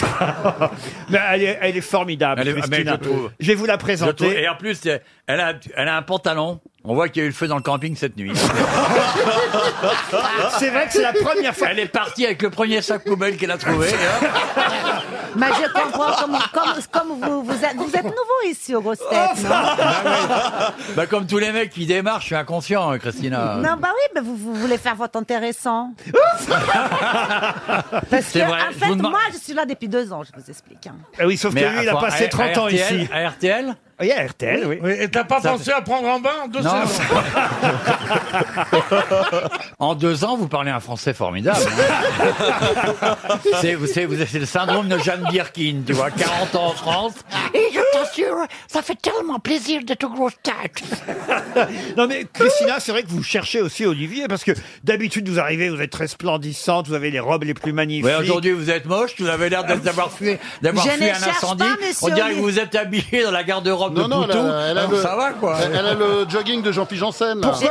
Mais elle est, elle est formidable,
Elle est- ah,
Christina.
mais je trouve-
vais vous la
Je trouve-
présenter.
Et en plus, euh, elle a, elle a un pantalon. On voit qu'il y a eu le feu dans le camping cette nuit.
C'est vrai que c'est la première fois.
Elle est partie avec le premier sac poubelle qu'elle a hein. trouvé.
Mais je comprends comme, comme, comme vous, vous, êtes, vous êtes nouveau ici au grosses têtes,
Ah.
non
Bah, comme tous les mecs qui démarrent, je suis inconscient, hein, Christina.
Non, bah oui, mais vous, vous voulez faire votre intéressant. Parce que,
C'est vrai,
en
je
fait,
vous demande-
moi, je suis là depuis deux ans, je vous explique. hein.
Ah oui, sauf
Mais
que lui, il a
enfin,
passé
à-
30
à
ans
RTL,
ici.
À RTL
Oui, à RTL, oui.
Et t'as pas
Ça
pensé à prendre un bain en deux
Non.
saisons
En deux ans, vous parlez un français formidable. hein. c'est, vous savez, vous avez- c'est le syndrome de Jeanne Birkin, tu vois, 40 ans en France.
Et je t'assure, ça fait tellement plaisir d'être grosse tête.
Non mais Christina, c'est vrai que vous cherchez aussi Olivier parce que d'habitude vous arrivez, vous êtes très splendissante, vous avez les robes les plus magnifiques.
Ouais, aujourd'hui, vous êtes moche, vous avez l'air d'être- d'avoir fui, d'avoir
Euh, Je
fui
ne
un
cherche
incendie.
pas, monsieur
On dirait que
Olivier.
vous êtes habillé dans la garde-robe de
Non, non, elle
Poutou.
a,
Ah,
elle a le,
Ça va, quoi.
Elle, elle a le jogging de Jean-Philippe Janssen. là.
Je-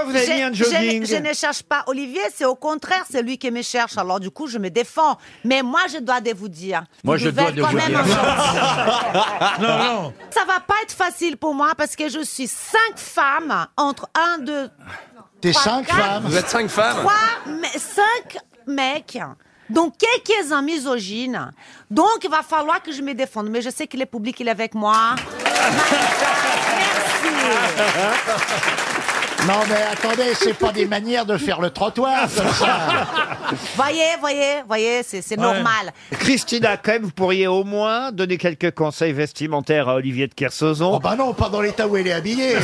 je- Je, ne cherche pas Olivier, c'est au contraire, c'est lui qui me cherche. Alors du coup, je me défends. Mais moi, je dois de vous dire.
Moi,
une
je dois
nouvelle
de
quand
vous
même
dire.
en-
Non, non.
Ça va pas être facile pour moi parce que je suis cinq femmes entre un, deux.
T'es
trois,
cinq
quatre,
femmes Vous êtes cinq femmes
Trois, me- cinq mecs. Donc, quelques-uns misogynes. Donc, il va falloir que je me défende. Mais je sais que le public, il est avec moi.
Hein
Non, mais attendez, c'est pas des manières de faire le trottoir, comme ça.
Voyez, voyez, voyez, c'est c'est normal.
Christina, quand même, vous pourriez au moins donner quelques conseils vestimentaires à Olivier de Kersozon. Oh
bah non, pas dans l'état où elle est habillée.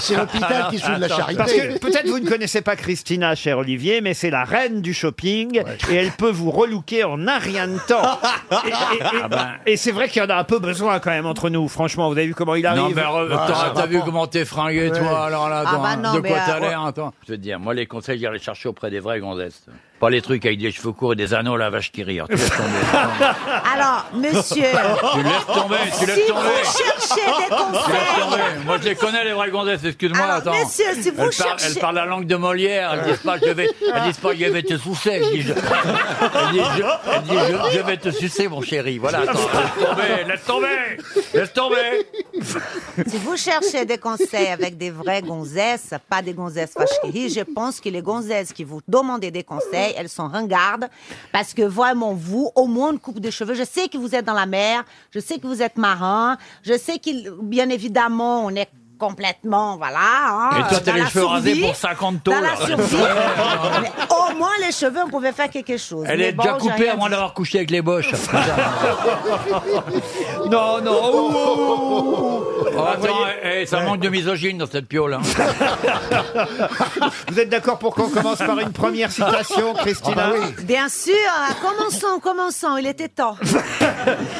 C'est l'hôpital qui soude la charité.
Parce que peut-être vous ne connaissez pas Christina, cher Olivier, mais c'est la reine du shopping et elle peut vous relooker en un rien de temps. Et, et- et-
Ah ben.
et c'est vrai qu'il y en a un peu besoin quand même entre nous, franchement. Vous avez vu comment il arrive
Non, mais re-
Ah,
t'as-
ça
t'as
va
vu
pas.
comment t'es fringué,
Ouais.
toi, alors là,
Ah
attends,
bah non,
de
mais,
quoi t'as
euh,
l'air, attends. Je veux te dire, moi, les conseils, j'irai chercher auprès des vrais gonzesses. Pas les trucs avec des cheveux courts et des anneaux, la vache qui rire. Tu laisses tomber.
Alors, monsieur.
Tu laisses tomber, tu laisses
si
tomber.
vous cherchez des
Tu laisses tomber.
conseils.
Moi, je les connais, les vraies gonzesses, excuse-moi,
Alors,
attends.
monsieur, si vous
elles, parlent,
cherchez-
elles parlent la langue de Molière, elles disent pas, je vais, elles disent pas, je vais te sucer. Je dis, je, elles disent, je, elles disent, je- je vais te sucer, mon chéri. Voilà, attends, laisse tomber, laisse tomber, laisse tomber.
Si vous cherchez des conseils avec des vraies gonzesses, pas des gonzesses fâcheries, je pense que les gonzesses qui vous demandent des conseils, elles sont ringardes. Parce que vraiment, vous, au moins, une coupe de cheveux. Je sais que vous êtes dans la mer, je sais que vous êtes marin, je sais qu'il, bien évidemment, on est complètement, voilà. hein,
Et toi, t'as
dans
les
la
cheveux rasés
survie.
pour 50 taux,
Dans la
là.
survie. Mais au moins, les cheveux, on pouvait faire quelque chose.
Elle
Mais
est
bon,
déjà
j'ai rien
coupée
dit. Ah
avant d'avoir couché avec les boches.
Non, non. ouh, ouh, ouh.
Oh, attends, eh, eh, ça manque de misogyne dans cette piole. Hein.
Vous êtes d'accord pour qu'on commence par une première
Ah,
citation,
bah
Christina
Bien sûr, ah, commençons, commençons, il était temps.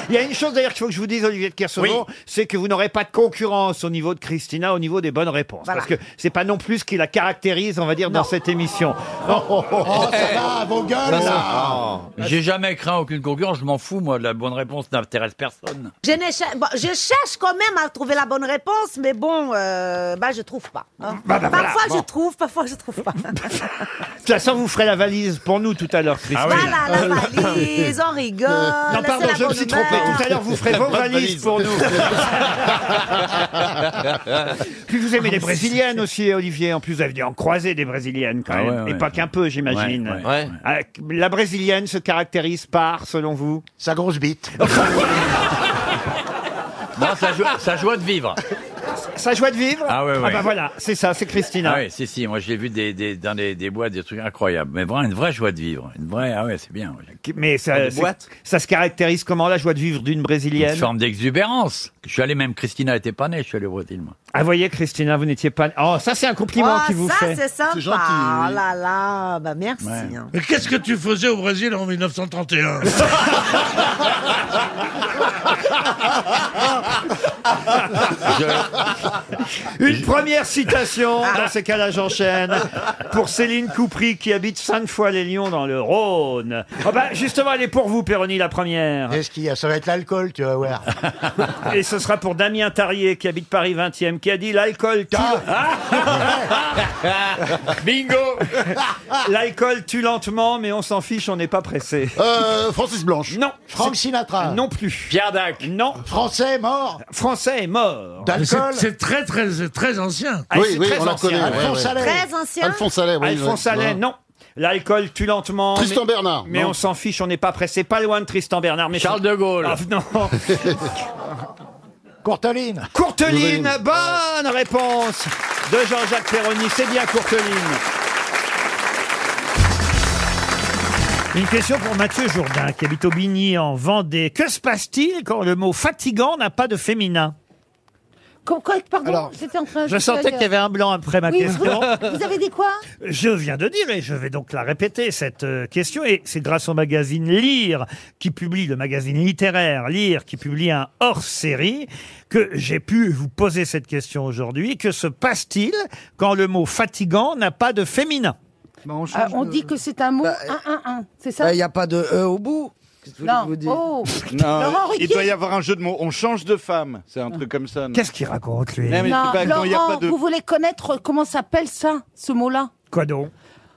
Il y a une chose d'ailleurs qu'il faut que je vous dise, Olivier de Kersono, c'est que vous n'aurez pas de concurrence au niveau de Christina au niveau des bonnes réponses. Parce que c'est pas non plus ce qui la caractérise, on va dire, dans cette émission.
Oh, ça va, vos gueules,
Ça, ça-
là
J'ai jamais craint aucune concurrence, je m'en fous, moi. La bonne réponse n'intéresse personne.
Je, ne cher- bon, je cherche quand même à trouver la bonne réponse, mais bon, euh, bah, je trouve pas. hein.
Bah, bah, voilà,
parfois
bon.
je trouve, parfois je trouve pas.
De toute façon, vous ferez la valise pour nous tout à l'heure, Christina.
Voilà la valise, on rigole.
Non, pardon,
c'est la
je me
bonne
suis trompé.
humeur.
Tout à l'heure, vous ferez vos valises pour nous. Puis vous aimez les brésiliennes aussi, Olivier. En plus, vous avez dû en croiser des brésiliennes quand
Ah
même.
ouais, ouais.
Et pas qu'un peu, j'imagine.
Ouais, ouais,
Ah, La brésilienne se caractérise par, selon vous Sa grosse bite.
Non, ça joie, sa joie de vivre.
Sa joie de vivre
Ah ouais, ouais.
bah voilà, c'est ça, c'est Christina.
Ah oui, si, si, moi j'ai vu des, des- dans des, des boîtes des trucs incroyables. Mais vraiment, une vraie joie de vivre. Une vraie, ah ouais, c'est bien.
Qui- Mais
Dans
ça,
des
c'est-
boîtes
ça se caractérise comment la joie de vivre d'une brésilienne
Une forme d'exubérance. Je suis allé même, Christina était pas née, je suis allé au Brésil, moi.
Ah, voyez, Christina, vous n'étiez pas. Oh, ça, c'est un compliment
Ah,
qui vous
ça,
fait.
c'est sympa.
C'est gentil, oui.
Oh là là, bah merci. hein.
Mais qu'est-ce que tu faisais au Brésil en 1931
Une première citation, dans ces cas-là, j'enchaîne, pour Céline Coupry qui habite sainte fois les lions dans le Rhône. Ah bah, justement, elle est pour vous, Péroni, la première.
Qu'est-ce qu'il y a Ça va être l'alcool, tu vas voir.
Et ce sera pour Damien Tarrier qui habite Paris 20e, qui a dit l'alcool tue. Ah. Bingo L'alcool tue lentement, mais on s'en fiche, on n'est pas pressé. Euh, Francis Blanche. Non. Franck Sinatra. Non plus. Pierre Dac. Non. Français mort. Français est mort.
C'est- C'est très, très, c'est très ancien.
Ah, c'est très ancien.
Très ancien.
Alphonse Allais, non. L'alcool tue lentement.
Tristan
mais-
Bernard,
Mais
non.
on s'en fiche, on n'est pas pressé. Pas loin de Tristan Bernard. Mais Charles de Gaulle. non.
Courteline.
Courteline, bonne réponse de Jean-Jacques Perroni. C'est bien Courteline. Une question pour Mathieu Jourdain, qui habite Aubigny en Vendée. Que se passe-t-il quand le mot fatigant n'a pas de féminin
Pardon, j'étais en train de-
Je sentais qu'il y avait un blanc après ma
Oui,
question.
vous, vous avez dit quoi
Je viens de dire, et je vais donc la répéter, cette euh, question, et c'est grâce au magazine Lire, qui publie, le magazine littéraire Lire, qui publie un hors-série, que j'ai pu vous poser cette question aujourd'hui. Que se passe-t-il quand le mot fatigant n'a pas de féminin
Euh, On dit que c'est un mot
Bah,
1 1 1, c'est ça
n'y a pas de E au bout. Qu'est-ce que vous voulez que
Non.
je vous dise
Oh.
Non,
Laurent
il
Ruquier. Ah.
doit y avoir un jeu de mots. On change de femme. C'est un truc comme ça. non
Qu'est-ce qu'il raconte, lui
Non, Eh, mais
Non,
c'est pas- quand il y a
Laurent,
pas de-
vous voulez connaître comment s'appelle ça, ce mot-là
Quoi donc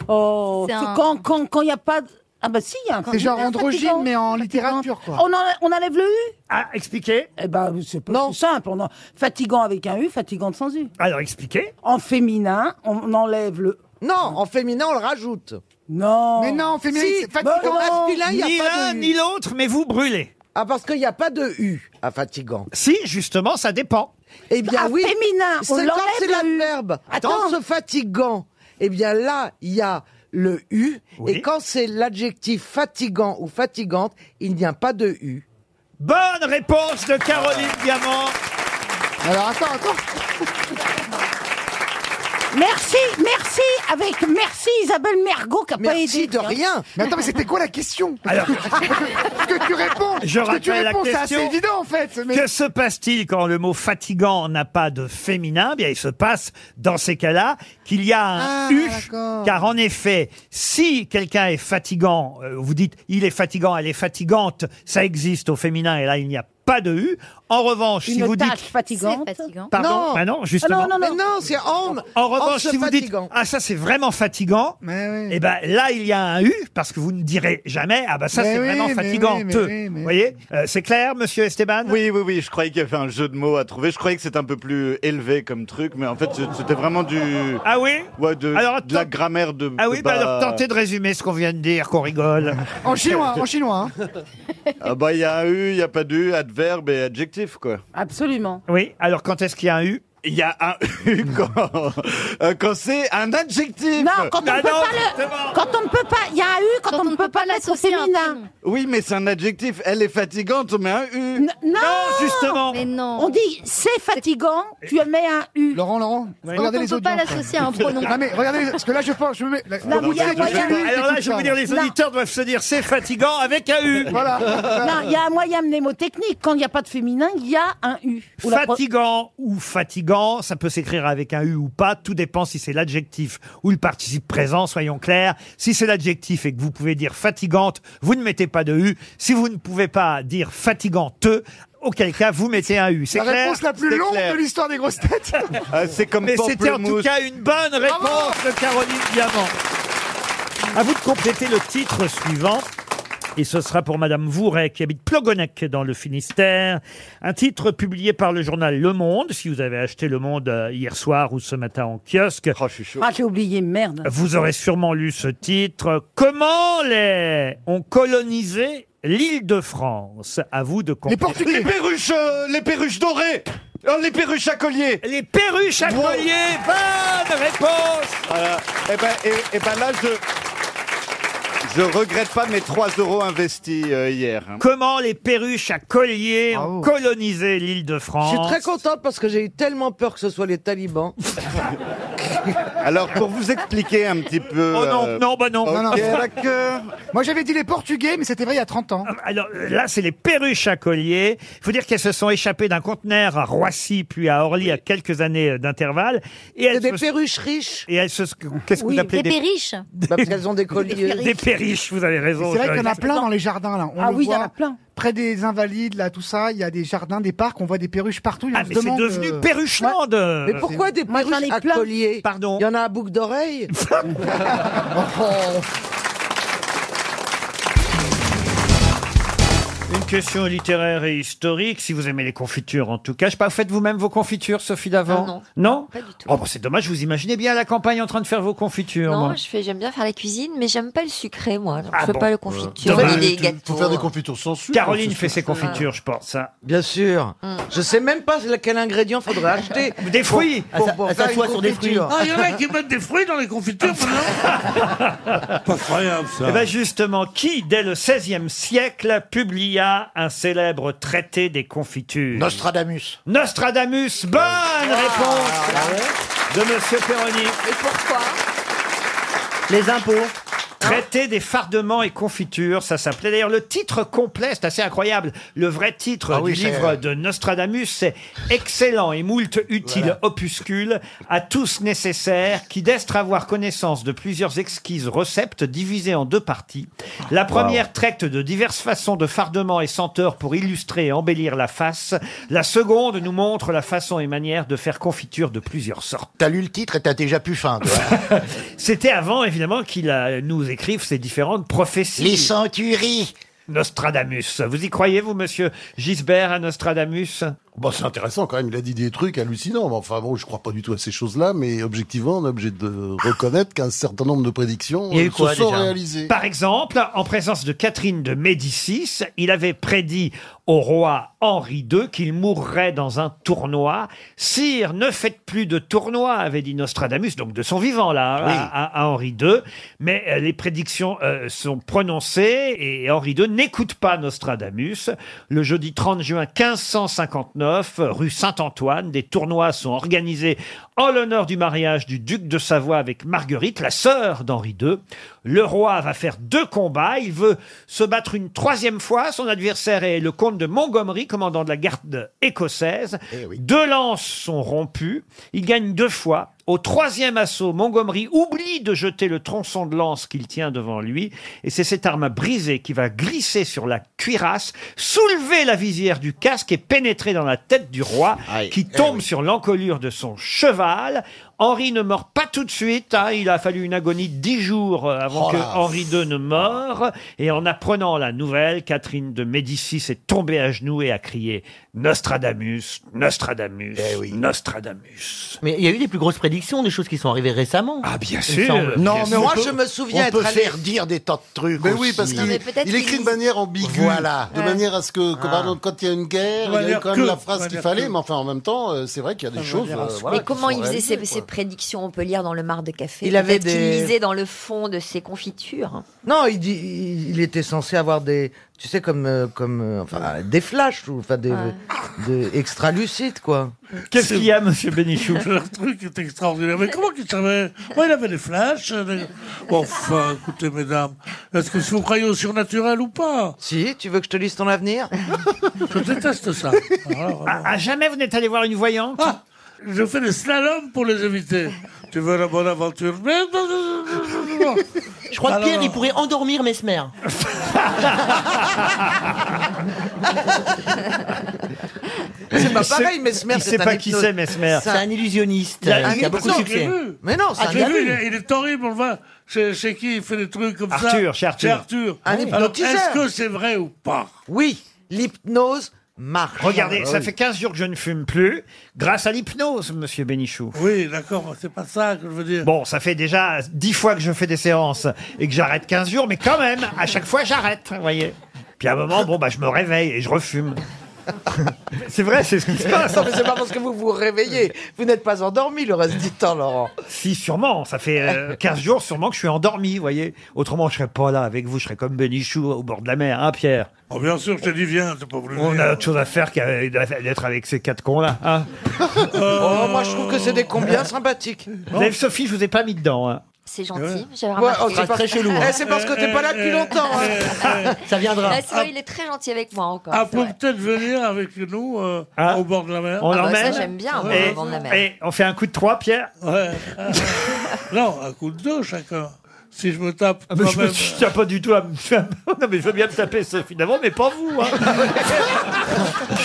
Oh,
C'est
c'est
un-
quand quand quand il y a pas de- ah bah si, il y a un
C'est genre androgyne,
mais en littérature quoi. On, enlè- on enlève le U
Ah, expliquez.
Eh ben c'est pas tout simple, on en- fatigant avec un U, fatigante sans U.
Alors expliquez.
En féminin, on enlève le E.
Non, en féminin, on le rajoute.
Non. Bah
Mais non, en féminin, c'est fatigant.
masculin, Ah, il
Ni
n'y a pas
l'un
de U.
ni l'autre, mais vous brûlez.
Ah, parce qu'il n'y a pas de U à fatigant.
Si, justement, ça dépend.
Eh bien,
Ah,
oui.
féminin, on
c'est quand
l'enlève,
c'est l'adverbe.
Attends.
Quand c'est fatigant, eh bien là, il y a le U. Et quand c'est l'adjectif fatigant ou fatigante, il n'y a pas de U.
Bonne réponse de Caroline Diamant.
Alors attends, attends.
Merci, merci avec merci Isabelle Mergot qui a pas aidé. hein. de
rien.
Mais attends, mais c'était quoi la question
Alors-
Parce que tu réponds,
Je
parce que tu
rappelle la
réponds, c'est assez
question.
évident en fait. Mais...
Que se passe-t-il quand le mot fatigant n'a pas de féminin Eh Bien, il se passe dans ces cas-là qu'il y a un
Ah,
U,
Oh.
d'accord.
car en effet, si quelqu'un est fatigant, euh, vous dites il est fatigant, elle est fatigante, ça existe au féminin et là il n'y a pas de U. En revanche, si
Une
vous
tâche
dites
fatigante.
Pardon
Non.
Ah non, justement.
Ah non, non, non. Mais non, c'est homme.
En
Homme
revanche,
se
si vous dites
fatigant.
ah ça c'est vraiment fatigant, et ben là il y a un u parce que vous ne direz jamais ah bah ça
Mais
c'est
oui,
vraiment
mais
fatigant.
oui, mais
Te.
oui, mais
Vous voyez, Euh, c'est clair, Monsieur Esteban
Oui, oui, oui. Je croyais qu'il y avait un jeu de mots à trouver. Je croyais que c'était un peu plus élevé comme truc, mais en fait, c'était vraiment du.
Ah oui
Ouais, de,
Alors,
de la grammaire de.
Ah
de
oui, bah
bas-
alors tentez de résumer ce qu'on vient de dire, qu'on rigole.
En chinois, en chinois. hein.
Ah bah, il y a un U, il n'y a pas d'U, adverbe et adjectif, quoi.
Absolument.
Oui, alors quand est-ce qu'il y a un U
Il y a un U quand, euh, quand c'est un adjectif.
Non, quand on peut pas le, quand on ne peut pas, il y a un U quand, on ne peut pas mettre au féminin.
Oui, mais c'est un adjectif. Elle est fatigante, on met un U.
N- non,
justement.
On dit c'est fatigant, tu mets un U.
Laurent, Laurent, regardez les audiences. Non, mais regardez, parce que là, je pense, je me mets.
Non, mais il y a-
Celui
il y a-
qui écoute
Alors là, je
ça,
vais vous dire, les
là.
auditeurs doivent se dire c'est fatigant avec un U.
Non, il y a un moyen mnémotechnique. Quand il n'y a pas de féminin, il y a un U. Ou la pro-
Fatigant ou fatigante arrogant, ça peut s'écrire avec un U ou pas, tout dépend si c'est l'adjectif ou le participe présent, soyons clairs. Si c'est l'adjectif et que vous pouvez dire fatigante, vous ne mettez pas de U. Si vous ne pouvez pas dire fatigante, auquel cas vous mettez un U. C'est
La
clair
réponse la plus
C'est
longue
clair.
de l'histoire des grosses têtes.
Ah,
c'est comme
Mais c'était en tout
pamplemousse.
cas une bonne réponse de Caroline Diamant. À vous de compléter le titre suivant. Et ce sera pour Madame Vouret, qui habite Plogonec dans le Finistère. Un titre publié par le journal Le Monde. Si vous avez acheté Le Monde euh, hier soir ou ce matin en kiosque,
Oh,
Ah, j'ai oublié, merde.
vous aurez sûrement lu ce titre. Comment les ont colonisé l'île de France À vous de compléter.
Les perruches, euh, les perruches dorées Oh, Les perruches à collier
Les perruches à collier Bonne réponse
eh, ben, eh- eh ben là, je... Je regrette pas mes 3 euros investis euh, hier. hein.
Comment les perruches à collier ont colonisé l'île de
Je
France Oh
suis très contente parce que j'ai eu tellement peur que ce soit les talibans.
Alors, pour vous expliquer un petit peu...
Oh non,
euh,
non, bah non.
ok,
Non, non.
d'accord.
Moi, j'avais dit les Portugais, mais c'était vrai il y a 30 ans.
Alors euh, là, c'est les perruches à collier. Il faut dire qu'elles se sont échappées d'un conteneur à Roissy, puis à Orly, à quelques années euh, d'intervalle. Et elles des
perruches riches.
Et elles se... Qu'est-ce que vous appelez
périches.
Bah, parce qu'elles ont des colliers.
Des perriches, vous avez raison.
C'est vrai qu'il y en a
Joël.
plein dans les jardins là. On
Ah
le
oui, il y en
voit
a plein.
Près des invalides là, tout ça, il y a des jardins, des parcs, on voit des perruches partout. et on
Ah,
se
mais c'est
demande,
devenu
euh,
Perruchland euh.
Mais pourquoi des
Moi, j'en ai
perruches à
plein.
collier
Pardon.
Il y en a à boucle d'oreille
Oh,
Une question littéraire et historique, si vous aimez les confitures en tout cas. Je sais pas, faites vous-même vos confitures, Sophie Davant
Ah, non.
Pas du tout. Oh, bah, c'est dommage, vous imaginez bien à la campagne en train de faire vos confitures. moi.
Non, je fais, j'aime bien faire la cuisine, mais j'aime pas le sucré, moi. Donc,
Ah
je fais
bon.
pas le
Ouais.
confiture,
Dommage.
ni les
Tu-
gâteaux.
faut faire des
confitures sans
Caroline fait ses confitures, je pense. hein.
Bien sûr. Je sais même pas quel ingrédient faudrait acheter.
Des fruits.
Pour-
Elle
pour
s'a-
faire
elle Ah, s'assoit
une
sur des
confiture.
fruits.
Ah, il y en a qui mettent des fruits dans les confitures
Pas
incroyable, ça.
Eh ben justement, qui, dès le XVIe siècle, publia un célèbre traité des confitures
Nostradamus. Ah,
Nostradamus, bonne réponse de Monsieur Perroni.
Et pourquoi
Les impôts. Traité des fardements et confitures, ça s'appelait d'ailleurs le titre complet, c'est assez incroyable. Le vrai titre
Ah
du
oui, c'est-
livre de Nostradamus, c'est Excellent et moult utile opuscule à tous nécessaire qui d'estre avoir connaissance de plusieurs exquises recettes divisées en deux parties. La première traite de diverses façons de fardement et senteurs pour illustrer et embellir la face. La seconde nous montre la façon et manière de faire confiture de plusieurs sortes.
T'as lu le titre et t'as déjà plus faim, toi.
C'était avant, évidemment, qu'il euh, nous écrive ces différentes prophéties.
Les centuries
Nostradamus. Vous y croyez, vous, monsieur Gisbert, à Ah, Nostradamus
Bon, Bah, c'est intéressant quand même, il a dit des trucs hallucinants. Mais Enfin bon, je crois pas du tout à ces choses-là, mais objectivement, on est obligé de reconnaître qu'un certain nombre de prédictions
Il y a eu
euh, se
quoi,
sont
déjà
réalisées.
Par exemple, en présence de Catherine de Médicis, il avait prédit au roi Henri II qu'il mourrait dans un tournoi. Sire, ne faites plus de tournoi, avait dit Nostradamus, donc de son vivant là, hein,
Oui.
à, à Henri II. Mais euh, les prédictions euh, sont prononcées et Henri II n'écoute pas Nostradamus. Le jeudi 30 juin 1559, rue Saint-Antoine, des tournois sont organisés en l'honneur du mariage du duc de Savoie avec Marguerite, la sœur d'Henri II. Le roi va faire deux combats. Il veut se battre une troisième fois. Son adversaire est le comte de Montgomery, commandant de la garde écossaise. Deux lances sont rompues. Il gagne deux fois. Au troisième assaut, Montgomery oublie de jeter le tronçon de lance qu'il tient devant lui. Et c'est cette arme brisée qui va glisser sur la cuirasse, soulever la visière du casque et pénétrer dans la tête du roi, qui
eh
tombe sur l'encolure de son cheval. Henri ne meurt pas tout de suite. hein. Il a fallu une agonie de dix jours euh, avant
Oh
que
là.
Henri II ne meure. Et en apprenant la nouvelle, Catherine de Médicis est tombée à genoux et a crié Nostradamus, Nostradamus, Nostradamus.
Mais il y a eu des plus grosses prédictions, des choses qui sont arrivées récemment.
Ah bien
me semble.
Non, mais
moi,
on peut-
je me souviens
on
être
peut
allé-
faire dire des tas de trucs.
Mais oui,
aussi.
parce qu'il il écrit de manière ambiguë,
Voilà.
de
Ouais.
manière à ce que, que,
Ah.
pardon, quand il y a une guerre,
De
il y a
manière
eu quand même
que,
la
de
phrase qu'il
manière
fallait,
que.
mais enfin en même temps, euh, c'est vrai qu'il y a des choses. euh, voilà,
mais
qui
comment
sont
il faisait
réalisées,
ses,
quoi.
ses prédictions On peut lire dans le marc de café.
Il avait
peut-être qu'il
des-
lisait dans le fond de ses confitures.
Non, il, dit, il, il était censé avoir des, tu sais, comme, euh, comme, euh, enfin, des flashs ou enfin des, des extra lucides quoi.
Qu'est-ce qu'il y a, Monsieur Bénichou
Leur truc est extraordinaire. Mais comment qu'il savait Moi, il avait les flashs. euh, des- Bon, enfin, écoutez, mesdames, est-ce que si vous croyez au surnaturel ou pas
Si, tu veux que je te lise ton avenir
Je déteste ça. Alors,
Ah, À, à jamais vous n'êtes allé voir une voyante
Ah, je fais le slalom pour les éviter. Tu veux la bonne aventure
Je crois que
Alors-
Pierre, il pourrait endormir Mesmer.
C'est pas
Il sait-
pareil, Mesmer.
il sait pas qui c'est, Mesmer. C'est un
illusionniste
euh, qui a beaucoup de succès.
Mais non, c'est
ah,
un
je l'ai vu, il
gars.
est, il est horrible, on le voit. Chez, chez qui il fait des trucs comme ça
Arthur, chez Arthur.
Un
Alors,
hypnotiseur.
Est-ce que c'est vrai ou pas
Oui, l'hypnose marche. Ah
Regardez,
Ah
ça fait 15 jours que je ne fume plus, grâce à l'hypnose, monsieur Bénichou.
Oui, d'accord, c'est pas ça que je veux dire.
Bon, ça fait déjà 10 fois que je fais des séances et que j'arrête 15 jours, mais quand même, à chaque fois, j'arrête, vous voyez. Puis à un moment, bon, bah, je me réveille et je refume. c'est vrai, c'est ce qui se passe.
Non, hein, mais c'est pas parce que vous vous réveillez. Vous n'êtes pas endormi le reste du temps, Laurent.
Si, sûrement. Ça fait euh, 15 jours, sûrement, que je suis endormi, vous voyez. Autrement, je serais pas là avec vous. Je serais comme Bénichou au bord de la mer, hein, Pierre
Oh, bien sûr, je te dis, viens, t'as pas voulu.
On
venir.
a autre chose à faire qu'à- d'être avec ces quatre cons-là, hein.
Oh, moi, je trouve que c'est des combien sympathiques.
Dave, Sophie, je vous ai pas mis dedans, hein.
C'est gentil, j'avais
Ouais, oh,
remarqué.
Ah,
c'est parce-
hein.
Eh, c'est parce que t'es pas là depuis longtemps. hein.
Ça
viendra.
Ah, il est très gentil avec moi encore.
Ah,
c'est
pour
vrai.
peut-être venir avec nous euh, au bord de la mer.
On
Ah bah,
l'emmène.
ça, j'aime bien, moi,
et,
au bord de la mer.
et on fait un coup de trois, Pierre.
Ouais. non, un coup de dos chacun. Si je me tape.
Ah, mais je
moi-même-
me suis- je tiens pas du tout à me faire- Non, mais je veux bien me taper ce finalement, mais pas vous. hein.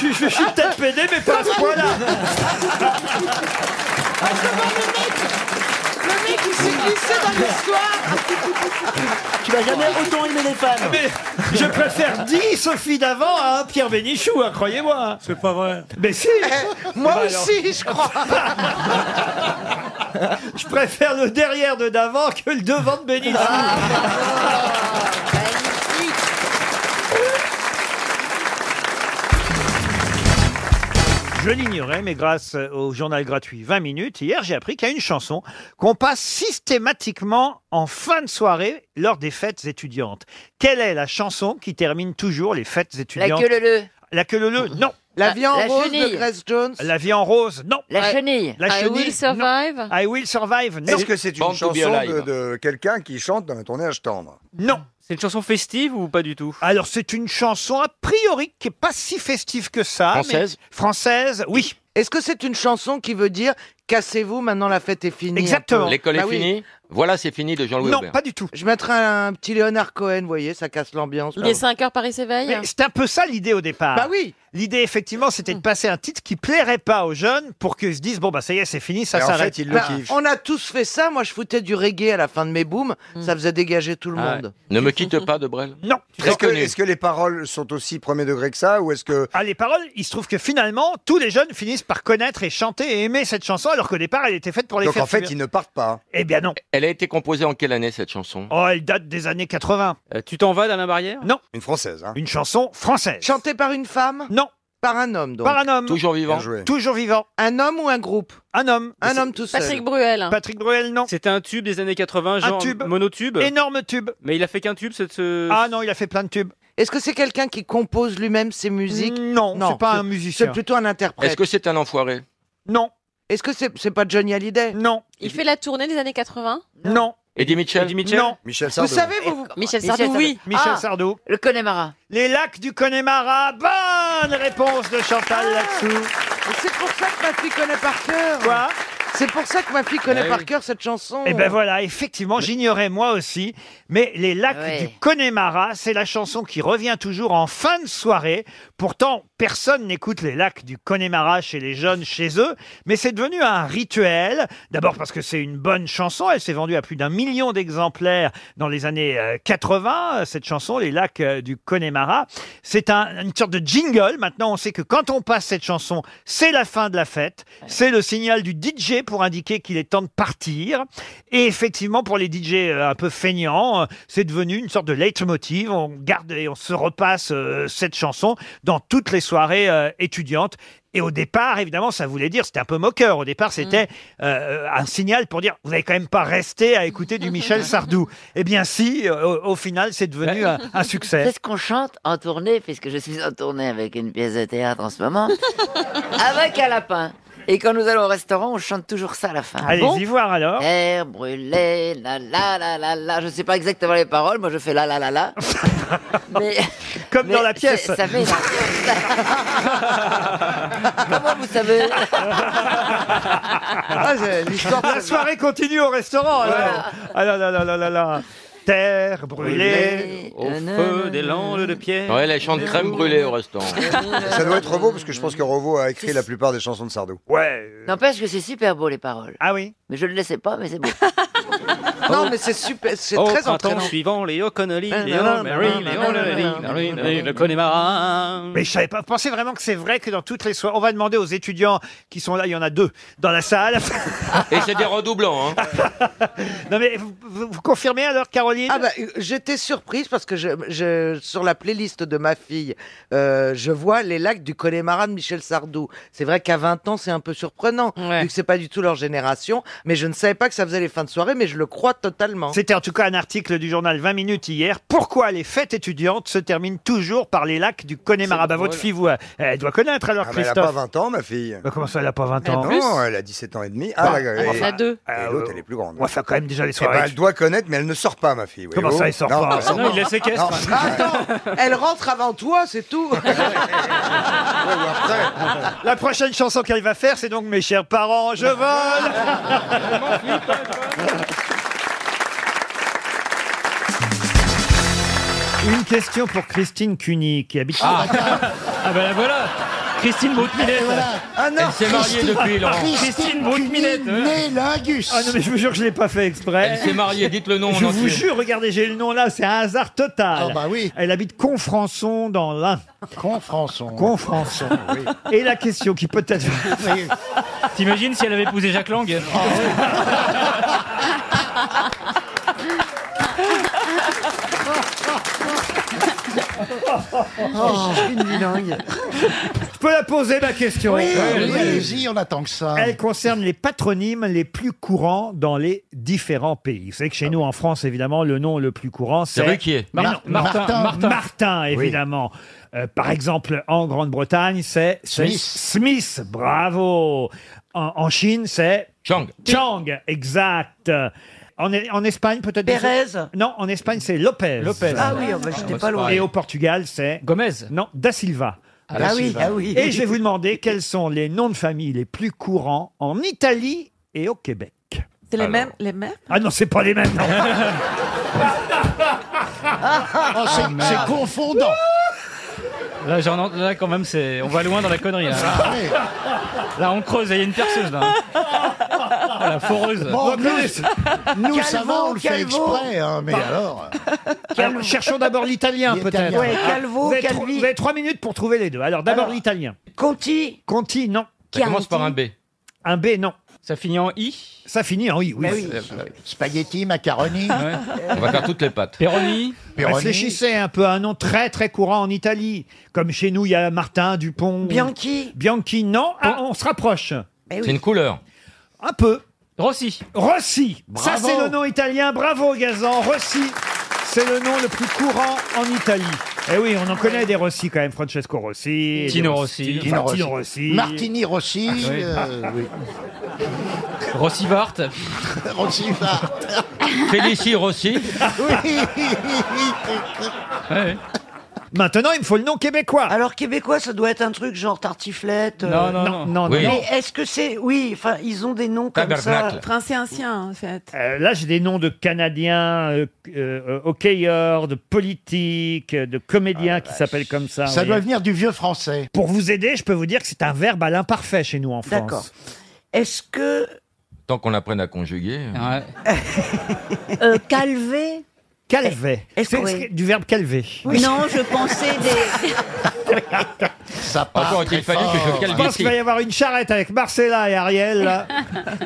je, je suis peut-être pédé, mais pas à ce point-là.
Le mec, il s'est
euh.
glissé dans l'histoire
Tu vas jamais autant aimer les femmes. Ah, Mais je préfère 10 Sophie d'avant à un Pierre Bénichou, hein, croyez-moi.
C'est pas vrai.
Mais si
Eh, Moi
Bah alors.
aussi, je crois.
Je préfère le derrière de d'avant que le devant de Bénichou.
Ah.
Je l'ignorais, mais grâce au journal gratuit 20 minutes, hier j'ai appris qu'il y a une chanson qu'on passe systématiquement en fin de soirée lors des fêtes étudiantes. Quelle est la chanson qui termine toujours les fêtes étudiantes
queue leu-leu.
La queue leu-leu, non.
La vie en
Ah, La
rose
chenille.
de Grace Jones.
La vie en rose, non.
La
Ouais.
chenille.
La
I
Ah,
chenille.
will
survive. I will survive, non.
Est-ce que c'est une chanson de, de quelqu'un qui chante dans un tournage tendre
Non.
C'est une chanson festive ou pas du tout
Alors c'est une chanson a priori qui est pas si festive que ça. mais-
Française
Française, oui.
Est-ce que c'est une chanson qui veut dire cassez-vous, maintenant la fête est finie un peu
L'école est
Bah oui.
finie. Voilà, c'est fini de Jean-Louis Aubert.
du tout.
Je mettrais un, un petit Léonard Cohen, vous voyez, ça casse l'ambiance.
Il est
Pardon.
5 heures Paris s'éveille.
Mais c'est un peu ça l'idée au départ.
Bah oui.
L'idée effectivement c'était de passer un titre qui plairait pas aux jeunes pour qu'ils se disent bon bah ça y est c'est fini ça
Et en fait,
s'arrête.
ils le
Bah, on a tous fait ça. Moi, je foutais du reggae à la fin de mes booms.
Mm.
Ça faisait dégager tout le
Ah
monde.
Ne me quitte pas, de Brel.
Non.
Est-ce que,
Reconnu.
est-ce que les paroles sont aussi premier degré que ça ou est-ce que
Ah les paroles, il se trouve que finalement tous les jeunes finissent par connaître et chanter et aimer cette chanson alors qu'au départ elle était faite pour les
donc
faire
en fait
subir.
ils ne partent pas
Eh bien non.
Elle a été composée en quelle année cette chanson
Oh Euh, elle date des années 80.
Euh,
Tu t'en vas, Dana Barrière
Non.
Une française. Hein.
Une chanson française.
Chanté par une femme
Non.
Par un homme, donc.
Par un homme.
Toujours vivant.
Bien joué.
Toujours vivant.
Un homme ou un groupe
Un homme.
Un homme tout seul.
Patrick Bruel.
Patrick Bruel non.
C'était un tube des années 80,
genre tube.
monotube.
Énorme tube.
Mais il a fait qu'un tube, cette.
Ah non il a fait plein de tubes. Mm,
Est-ce que c'est quelqu'un qui compose lui-même ses musiques
Non, c'est pas un musicien.
C'est plutôt un interprète.
Est-ce que c'est un enfoiré
Non.
Est-ce que c'est c'est pas Johnny Hallyday
Non.
Il fait la tournée des années 80.
Non.
Eddie Mitchell
Non.
Michel
Vous
Sardou.
savez, vous,
Michel
Sardou, Sardou. oui.
Michel
Ah.
Sardou.
Le Connemara.
Les lacs du Connemara. Bonne réponse de Chantal là-dessous.
vous- Ah, c'est pour ça que ma fille connaît par cœur.
Quoi
C'est pour ça que ma fille connaît
Eh
par
oui.
cœur cette chanson.
Eh ben voilà, effectivement, j'ignorais moi aussi, mais les lacs
Ouais.
du Connemara, c'est la chanson qui revient toujours en fin de soirée. Pourtant, personne n'écoute les lacs du Connemara chez les jeunes, chez eux, mais c'est devenu un rituel. D'abord parce que c'est une bonne chanson, elle s'est vendue à plus d'un million d'exemplaires dans les années euh, 80, euh, cette chanson, les lacs euh, du Connemara. C'est un- une sorte de jingle. Maintenant, on sait que quand on passe cette chanson, c'est la fin de la fête, c'est le signal du DJ pour indiquer qu'il est temps de partir. Et effectivement, pour les DJ euh, un peu feignants, euh, c'est devenu une sorte de leitmotiv. On garde et on se repasse euh, cette chanson dans toutes les soirées euh, étudiantes. Et au départ, évidemment, ça voulait dire, c'était un peu moqueur. Au départ, c'était euh, un signal pour dire, vous n'avez quand même pas resté à écouter du Michel Sardou. Eh bien, si, euh, au, au final, c'est devenu un, un succès.
C'est ce qu'on chante en tournée, puisque je suis en tournée avec une pièce de théâtre en ce moment, avec un lapin. Et quand nous allons au restaurant, on chante toujours ça à la fin.
Ah Allez-y voir alors.
Terre brûlée, la la la la la. Je sais pas exactement les paroles, moi je fais la la la la.
Comme dans la pièce.
Ça fait Comment vous savez
Ah,
La soirée continue au restaurant. alors. Ah là là là là là là. Terre brûlée.
Au feu des landes de pierre.
Ouais, les chants de crème brûlée
au restaurant.
Ça doit être Revo, parce que je pense que Revo a écrit la plupart des chansons de Sardou.
Ouais.
N'empêche que c'est super beau les paroles.
Ah oui
Mais je ne le sais pas, mais c'est beau.
Non, mais c'est super, c'est
Au
très
printemps
entraînant.
suivant, les O'Connelly,
Nanana,
les O'Mary, les
nanana, nanana,
O'Leary, les O'Leary, le
nanana.
Connemara.
Mais je savais pas. Vous pensez vraiment que c'est vrai que dans toutes les soirées, on va demander aux étudiants qui sont là, il y en a deux dans la salle.
Et c'est des redoublants. Hein.
non mais vous, vous- vous confirmez alors, Caroline
Ah bah, euh, j'étais surprise parce que je, je- sur la playlist de ma fille, euh, je vois les lacs du Connemara de Michel Sardou. C'est vrai qu'à 20 ans, c'est un peu surprenant, vu que c'est pas du tout leur génération. Mais je ne savais pas que ça faisait les fins de soirée, mais je le crois totalement.
C'était en tout cas un article du journal 20 minutes hier. Pourquoi les fêtes étudiantes se terminent toujours par les lacs du Connemara Bah votre fille, vous, euh, elle doit connaître alors,
Ah, mais elle a
Christophe.
pas 20 ans, ma fille.
Bah, comment ça, elle a pas 20 ans
Non, elle a 17 ans et demi.
Bah,
la-
on va faire deux.
Et l'autre, elle est plus grande.
On va faire quand même déjà les
Eh
soirées.
ben, elle doit connaître, mais elle ne sort pas, ma fille.
Comment
voyez-vous.
ça, elle sort pas
elle sort
Non, il la séquestre.
Non.
Elle rentre avant toi, c'est tout.
La prochaine chanson qu'elle va faire, c'est donc Mes chers parents, je vole. Une question pour Christine Cuny qui habite.
Ah, Ah ben la voilà Christine Boutminette
Ah non,
Elle s'est mariée
Christine-
depuis Laurent.
Christine
Boutminette
née
Lingus
Ah non, mais je vous jure que je ne l'ai pas fait exprès.
Elle s'est mariée, dites le nom en
Je vous
entier.
jure, regardez, j'ai le nom là, c'est un hasard total.
Ah bah oui.
Elle habite Confrançon dans l'Ain.
Confrançon.
Confrançon.
oui.
Et la question qui peut-être.
T'imagines si elle avait épousé Jacques Lang
Oh,
Je peux la poser la question.
Oui, oui, allez-y, on attend que ça.
Elle concerne les patronymes les plus courants dans les différents pays. Vous savez que chez nous, en France, évidemment, le nom le plus courant, c'est...
C'est Ruquier.
Mais
Mar-
non, Martin,
Martin,
Martin.
Martin.
évidemment. Euh, par exemple, en Grande-Bretagne, c'est...
Smith.
Smith, bravo. En, en Chine, c'est... Chang. Chang, exact. En, en Espagne, peut-être...
Pérez.
Non, en Espagne, c'est Lopez.
Lopez. Ah oui, ah bah, j'étais Ah, bah, pas c'est loin. pareil.
Et au Portugal, c'est... Gomez. Non, Da Silva.
Ah, Da Ah oui, Silva. ah oui.
Et je vais vous demander quels sont les noms de famille les plus courants en Italie et au Québec.
C'est les mêmes, les mêmes.
Ah non, c'est pas les mêmes, non.
Oh, c'est-
Ah, merde.
c'est confondant.
Là, j'en ent- là, quand même, c'est, on va loin dans la connerie. Là, Là, on creuse. Il y a une perceuse là. Oh, la foreuse.
Bon, nous, nous
Calvo,
savons, on le fait
Calvo.
exprès, hein, mais alors.
Alors, cherchons d'abord l'italien, peut-être. Ah,
L'italien. Ouais, Calvo,
vous, avez tro-
Calvi.
vous avez trois minutes pour trouver les deux. Alors, d'abord l'italien. Conti. Conti, non.
Ça commence par un B.
Un B, non.
Ça finit en I.
Ça finit en I, oui.
Bah
Bah
Mais oui.
Spaghetti, macaroni.
On va faire toutes les pâtes.
Péroni.
Péroni.
Réfléchissez un peu à un nom très très courant en Italie. Comme chez nous, il y a Martin, Dupont.
Bianchi.
Bianchi, non. Ah, on se rapproche.
C'est une couleur.
Un peu.
Rossi.
Rossi.
Bravo.
Ça, c'est le nom italien. Bravo, Gazan. Rossi. C'est le nom le plus courant en Italie. Eh oui, on en connaît des Rossi quand même. Francesco Rossi.
Tino
des
Rossi.
Tino Rossi. Ah, Tino Rossi.
Martini Rossi. euh, oui.
Rossivart.
Rossi va.
Félicie Rossi.
Oui.
Maintenant, il me faut le nom québécois.
Alors québécois, ça doit être un truc genre tartiflette.
Non, non, non.
non,
Oui.
Mais est-ce que c'est oui Enfin, ils ont des noms comme ça.
Tabernacle.
Enfin, c'est ancien, en fait.
Euh, là, j'ai des noms de Canadiens, euh, euh, euh, hockeyeurs, de politiques, euh, de comédiens qui s'appellent comme
euh,
ça.
Ah Ça
vous
doit
voyez.
venir du vieux français.
Pour vous aider, je peux vous dire que c'est un verbe à l'imparfait chez nous en France.
D'accord. Est-ce que
Tant qu'on apprenne à conjuguer.
euh, calvé
Calvé.
Est-ce
C'est
que-
c'est du verbe calver.
Non, je pensais des.
Ça
Encore qu'il fallait que je
Je pense qu'il va y
calvitie.
avoir une charrette avec Marcella et Ariel. là.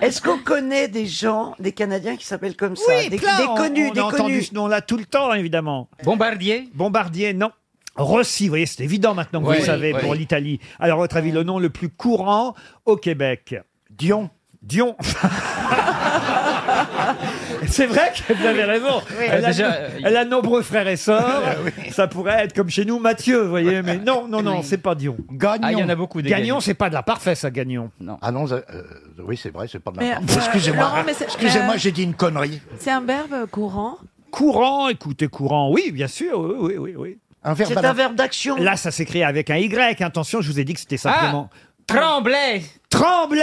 Est-ce qu'on connaît des gens, des Canadiens qui s'appellent comme ça
Oui,
des,
plein.
des
On-
connus,
on,
des
a entendu
connus.
ce nom-là tout le temps, évidemment.
Bombardier.
Bombardier, non. Rossi, vous voyez, c'est évident maintenant que vous
Oui,
le savez
oui.
pour l'Italie. Alors, à votre avis, le nom le plus courant au Québec Dion. Dion. c'est vrai que vous avez raison. Elle, a,
Déjà,
no-
euh,
elle a nombreux frères et sœurs. Ça pourrait être comme chez nous, Mathieu, vous voyez. Mais non, non, non, c'est pas Dion. Gagnon.
Ah, il y en a beaucoup, des
Gagnon,
Gagnons.
c'est pas de la parfaite, ça, Gagnon.
Ah non, ça- euh, oui, c'est vrai, c'est pas de
Mais,
la part.
euh,
Excusez-moi,
Laurent, mais c'est-
excusez-moi,
euh,
j'ai dit une connerie.
C'est un verbe courant
Courant, écoutez, courant, oui, bien sûr, oui, oui, oui. oui. Un
verbe C'est à la- un verbe
d'action. Là, ça s'écrit avec un Y. Attention, je vous ai dit que c'était simplement.
Tremblay.
Tremblay.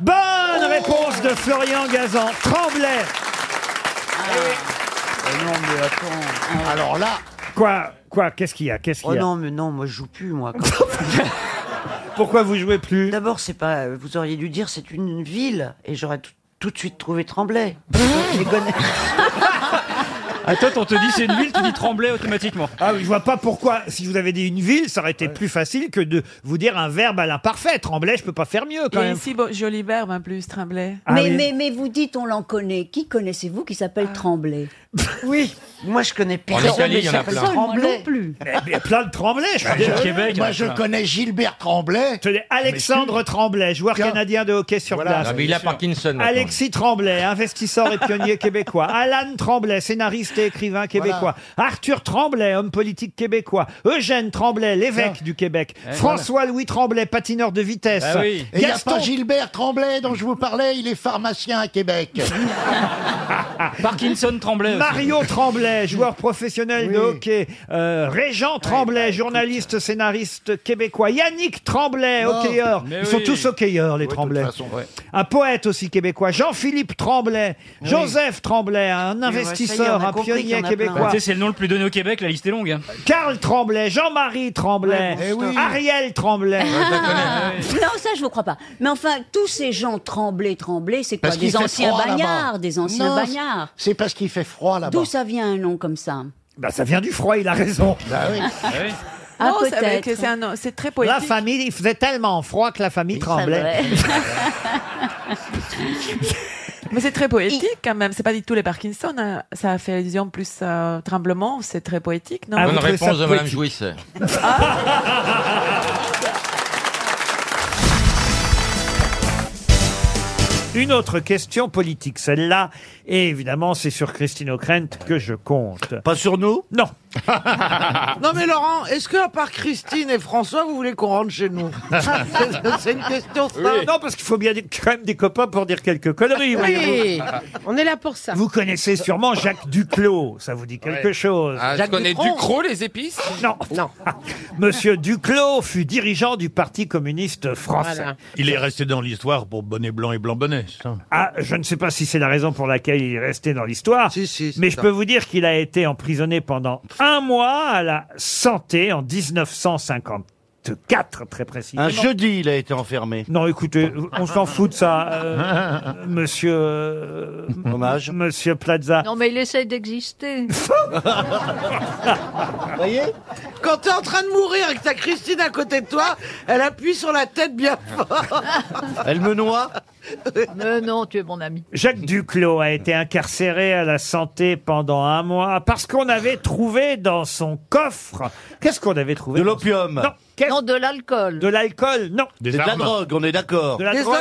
Bonne réponse de Florian Gazan. Tremblay.
Ah.
Eh
non, mais
Ah
attends. Alors là.
Quoi Quoi Qu'est-ce qu'il y a Qu'est-ce qu'il
Oh
y a
non, mais non, moi je joue plus, moi.
Pourquoi vous jouez plus
D'abord, c'est pas. Vous auriez dû dire c'est une ville et j'aurais tout, tout de suite trouvé Tremblay.
Ah
Je les connais.
À toi, on te dit c'est une ville, tu dis Tremblay automatiquement. Ah oui, je vois pas pourquoi. Si je vous avez dit une ville, ça aurait été plus facile que de vous dire un verbe à l'imparfait. Tremblay, je peux pas faire mieux quand
Et
même.
si beau- joli verbe en plus, tremblay.
Ah
mais,
oui.
mais, mais vous dites, on l'en connaît. Qui connaissez-vous qui s'appelle
Ah.
Tremblay
Oui, moi je connais
En
personne.
Italie,
mais
il y en a
ça s'appelle
plein.
Tremblay.
Moi non plus.
Il y a Eh plein de Tremblay, je
Bah,
suis
je-
désolé.
Québec, moi, je connais
Gilbert Tremblay. Alexandre Tremblay, joueur canadien de hockey sur
Voilà.
glace.
Ah, mais il a Parkinson, maintenant.
Alexis Tremblay, investisseur et pionnier québécois. Alan Tremblay, scénariste et écrivain québécois. Arthur Tremblay, homme politique québécois. Eugène Tremblay, l'évêque du Québec.
Eh,
François-Louis Tremblay, patineur de vitesse.
Ah oui. Et il y a
Gaston
pas Gilbert Tremblay dont je vous parlais, il est pharmacien à Québec.
Parkinson Tremblay. aussi.
Mario Tremblay, joueur professionnel de hockey. Euh, Régent Tremblay, journaliste, scénariste québécois. Yannick Tremblay,
Non.
hockeyeur.
Mais
Ils sont
oui.
tous hockeyeurs, les Tremblay. Un poète aussi québécois. Jean-Philippe Tremblay. Joseph Tremblay, un
Ah ouais, ça y est,
investisseur,
on a
un
compris
pionnier
Bah,
québécois.
tu sais, c'est le nom le plus donné au Québec, la liste est longue. hein.
Carl Tremblay, Jean-Marie Tremblay,
Ouais, bon, Eh stop.
Ariel Tremblay.
non, ça, je vous crois pas. Mais enfin, tous ces gens tremblés, tremblés, c'est quoi
Parce qu'il
Des
fait
anciens
froid,
bagnards,
là-bas.
des anciens
Non,
bagnards.
C'est parce qu'il fait froid
D'où ça vient un nom comme ça
Bah, ça vient du froid, il a raison.
Bah
Ah,
Non, ça va
peut-être.
être- c'est un- c'est très poétique.
La famille, il faisait tellement froid que la famille tremblait.
Mais c'est très poétique quand même. C'est pas du tout les Parkinson. hein. Ça fait allusion plus euh, tremblement. C'est très poétique, non
Ah, Bonne réponse de Madame Jouisset.
Ah,
Une autre question politique, celle-là. Et évidemment, c'est sur Christine O'Krent que je compte. Pas sur nous Non.
Non mais Laurent, est-ce que à part Christine et François, vous voulez qu'on rentre chez nous C'est- C'est une question simple.
Non, parce qu'il faut bien des- quand même des copains pour dire quelques conneries. voyez-vous.
on est là pour ça.
Vous connaissez sûrement Jacques Duclos, ça vous dit quelque
Ouais.
chose.
Ah, je connais Ducrot, les épices
Non. Non. Monsieur Duclos fut dirigeant du Parti communiste français.
Voilà.
Il est resté dans l'histoire pour bonnet blanc et blanc bonnet, c'est ça
Ah, je ne sais pas si c'est la raison pour laquelle il est resté dans l'histoire, mais je
ça.
peux vous dire qu'il a été emprisonné pendant un mois à la santé en 1954, très précisément.
Un jeudi, il a été enfermé.
Non, écoutez, on s'en fout de ça, euh, monsieur. Hommage. Monsieur Plaza.
Non, mais il essaie d'exister.
voyez Quand t'es en train de mourir et que t'as Christine à côté de toi, elle appuie sur la tête bien fort.
Elle me noie
Mais Euh, non, tu es mon ami.
Jacques Duclos a été incarcéré à la santé pendant un mois parce qu'on avait trouvé dans son coffre. Qu'est-ce qu'on avait trouvé De l'opium. Non.
de l'alcool.
De l'alcool, non.
C'est de la drogue, on est d'accord.
De la drogue.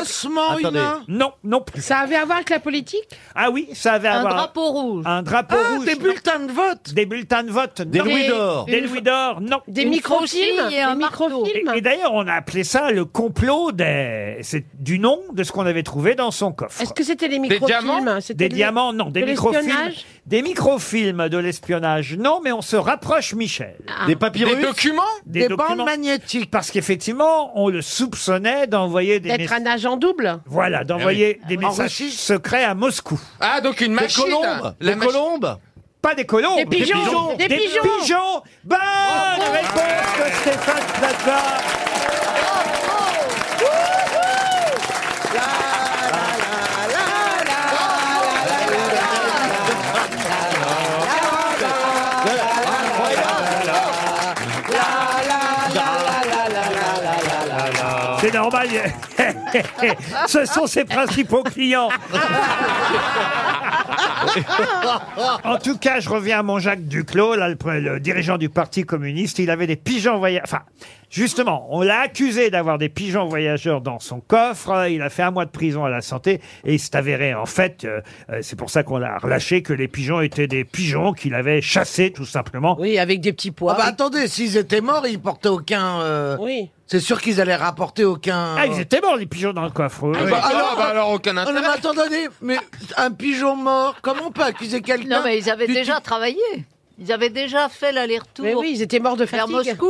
Attendez. Non, non plus.
Ça avait à voir avec la politique
Ah oui, ça avait à
Un
voir.
drapeau
rouge.
Un drapeau
Ah,
rouge.
des
bulletins de vote. Des bulletins de vote.
Des
non.
louis d'or.
Des
Une-
louis d'or, non.
Des Une microfilms, faucille et un des
microfilms. Et, et d'ailleurs, on a appelé ça le complot des. C'est du nom de ce qu'on avait trouvé dans son coffre.
Est-ce que c'était les microfilms C'était
Des
le-
diamants, non. Des
de
microfilms.
l'espionnage
Des microfilms de l'espionnage, non, mais on se rapproche, Michel.
Ah. Des papyrus Des documents Des bandes
magnétiques. Parce qu'effectivement, on le soupçonnait d'envoyer des
D'être
messages.
un agent double
Voilà, d'envoyer des
En
messages
Russie
secrets à Moscou.
Ah, donc une
Des
machine
colombes.
La
Des
machine-
colombes. Pas des colombes.
Des pigeons. Des
Des
pigeons.
pigeons. Bonne réponse de Stéphane Plaza. C'est normal. Ce sont ses principaux clients. En tout cas, je reviens à mon Jacques Duclos, là, le, le dirigeant du Parti communiste. Il avait des pigeons voyageurs. Enfin, Justement, on l'a accusé d'avoir des pigeons voyageurs dans son coffre. Il a fait un mois de prison à la santé et il s'est avéré, en fait, euh, euh, c'est pour ça qu'on l'a relâché, que les pigeons étaient des pigeons qu'il avait chassés, tout simplement.
Oui, avec des petits pois.
Ah bah attendez, s'ils étaient morts, ils portaient aucun. euh,
Oui.
C'est sûr qu'ils allaient rapporter aucun.
Ah, ils étaient morts, les pigeons dans le coffre. eux.
bah alors-
aucun
Ah non, mais attendez, mais un pigeon mort, comment on peut accuser quelqu'un
Non, mais ils avaient
du-
déjà travaillé. Ils avaient déjà fait l'aller-retour.
Mais oui, ils étaient morts de
vers
fatigue.
Moscou.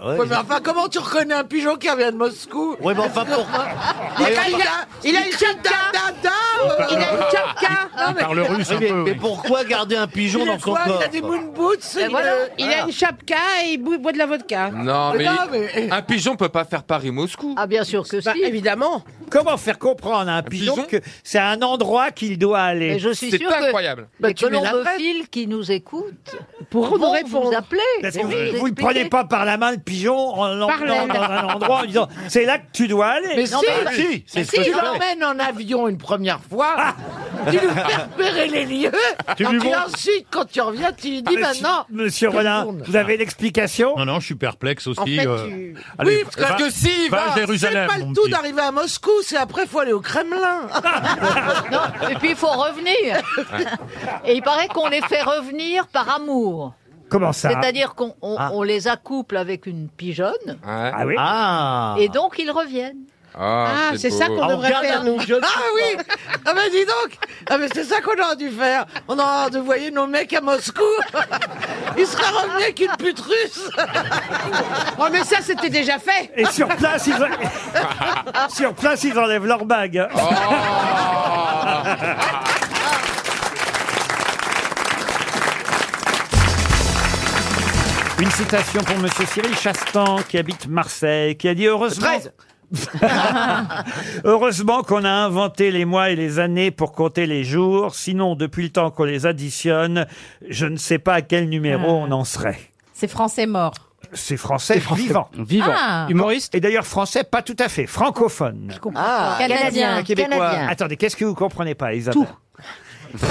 Ouais, mais enfin, comment tu reconnais un pigeon qui revient de Moscou
Ouais, mais enfin, pour-
Ah, Il,
Ouais,
a,
mais-
il a- il a une chapka
Il a une chapka.
Non, mais-
Oui, mais, mais pourquoi garder un pigeon
Il a
dans son
quoi Il
corps
a des
quoi
moonboots,
Ben
Et
il,
voilà.
a- il a une chapka et il bou- boit de la vodka.
Non, mais,
Ah,
un pigeon peut pas faire Paris-Moscou.
Ah, bien sûr que si. évidemment.
Comment faire comprendre à un pigeon, que c'est à un endroit qu'il doit aller
Et je suis sûre que les colombophiles qui nous écoutent
Pourront nous
vont vous
répondre.
appeler.
Parce
pour
que
vous
vous ne
expliquer.
prenez pas par la main le pigeon en l'emmenant
l'aile.
dans un endroit en disant c'est là que tu dois aller. bah,
Mais
bah,
si, si, tu l'emmènes en avion une première fois, tu lui fais repérer les lieux,
Ah. Tu lui
et
montres.
ensuite, quand tu reviens, tu lui dis
Monsieur-
bah
maintenant...
Ah, Monsieur
je
Rollin,
tourne.
vous avez l'explication
Non, non, je suis perplexe
En fait,
euh,
tu-
oui, parce que,
euh, va-
que si,
va à
va, c'est
Jérusalem,
pas
mon
le tout
petit.
d'arriver à Moscou, c'est après faut aller au Kremlin.
Non, et puis il faut revenir. Et il paraît qu'on les fait revenir par amour.
Comment ça
C'est-à-dire qu'on on-
Ah.
on les accouple avec une pigeonne
Ah oui
Ah
et donc ils reviennent.
Ah, c'est ça qu'on devrait faire, nous.
Ah oui Ah ben dis donc Ah mais c'est ça qu'on aurait dû faire On aurait dû envoyer nos mecs à Moscou Ils seraient revenus avec une pute russe
Oh, mais ça, c'était déjà fait.
Et sur place, ils, sur place, ils enlèvent leur bague.
Oh.
Une citation pour Monsieur Cyril Chastan, qui habite Marseille, qui a dit heureusement. Heureusement qu'on a inventé les mois et les années pour compter les jours, sinon depuis le temps qu'on les additionne, je ne sais pas à quel numéro
Ah.
on en serait.
C'est français mort.
C'est français, vivant.
Vivant. Ah.
Humoriste Et d'ailleurs français, pas tout à fait, francophone.
Ah, Canadien, Québécois. Canadien.
Attendez, qu'est-ce que vous comprenez pas, Isabelle Je vous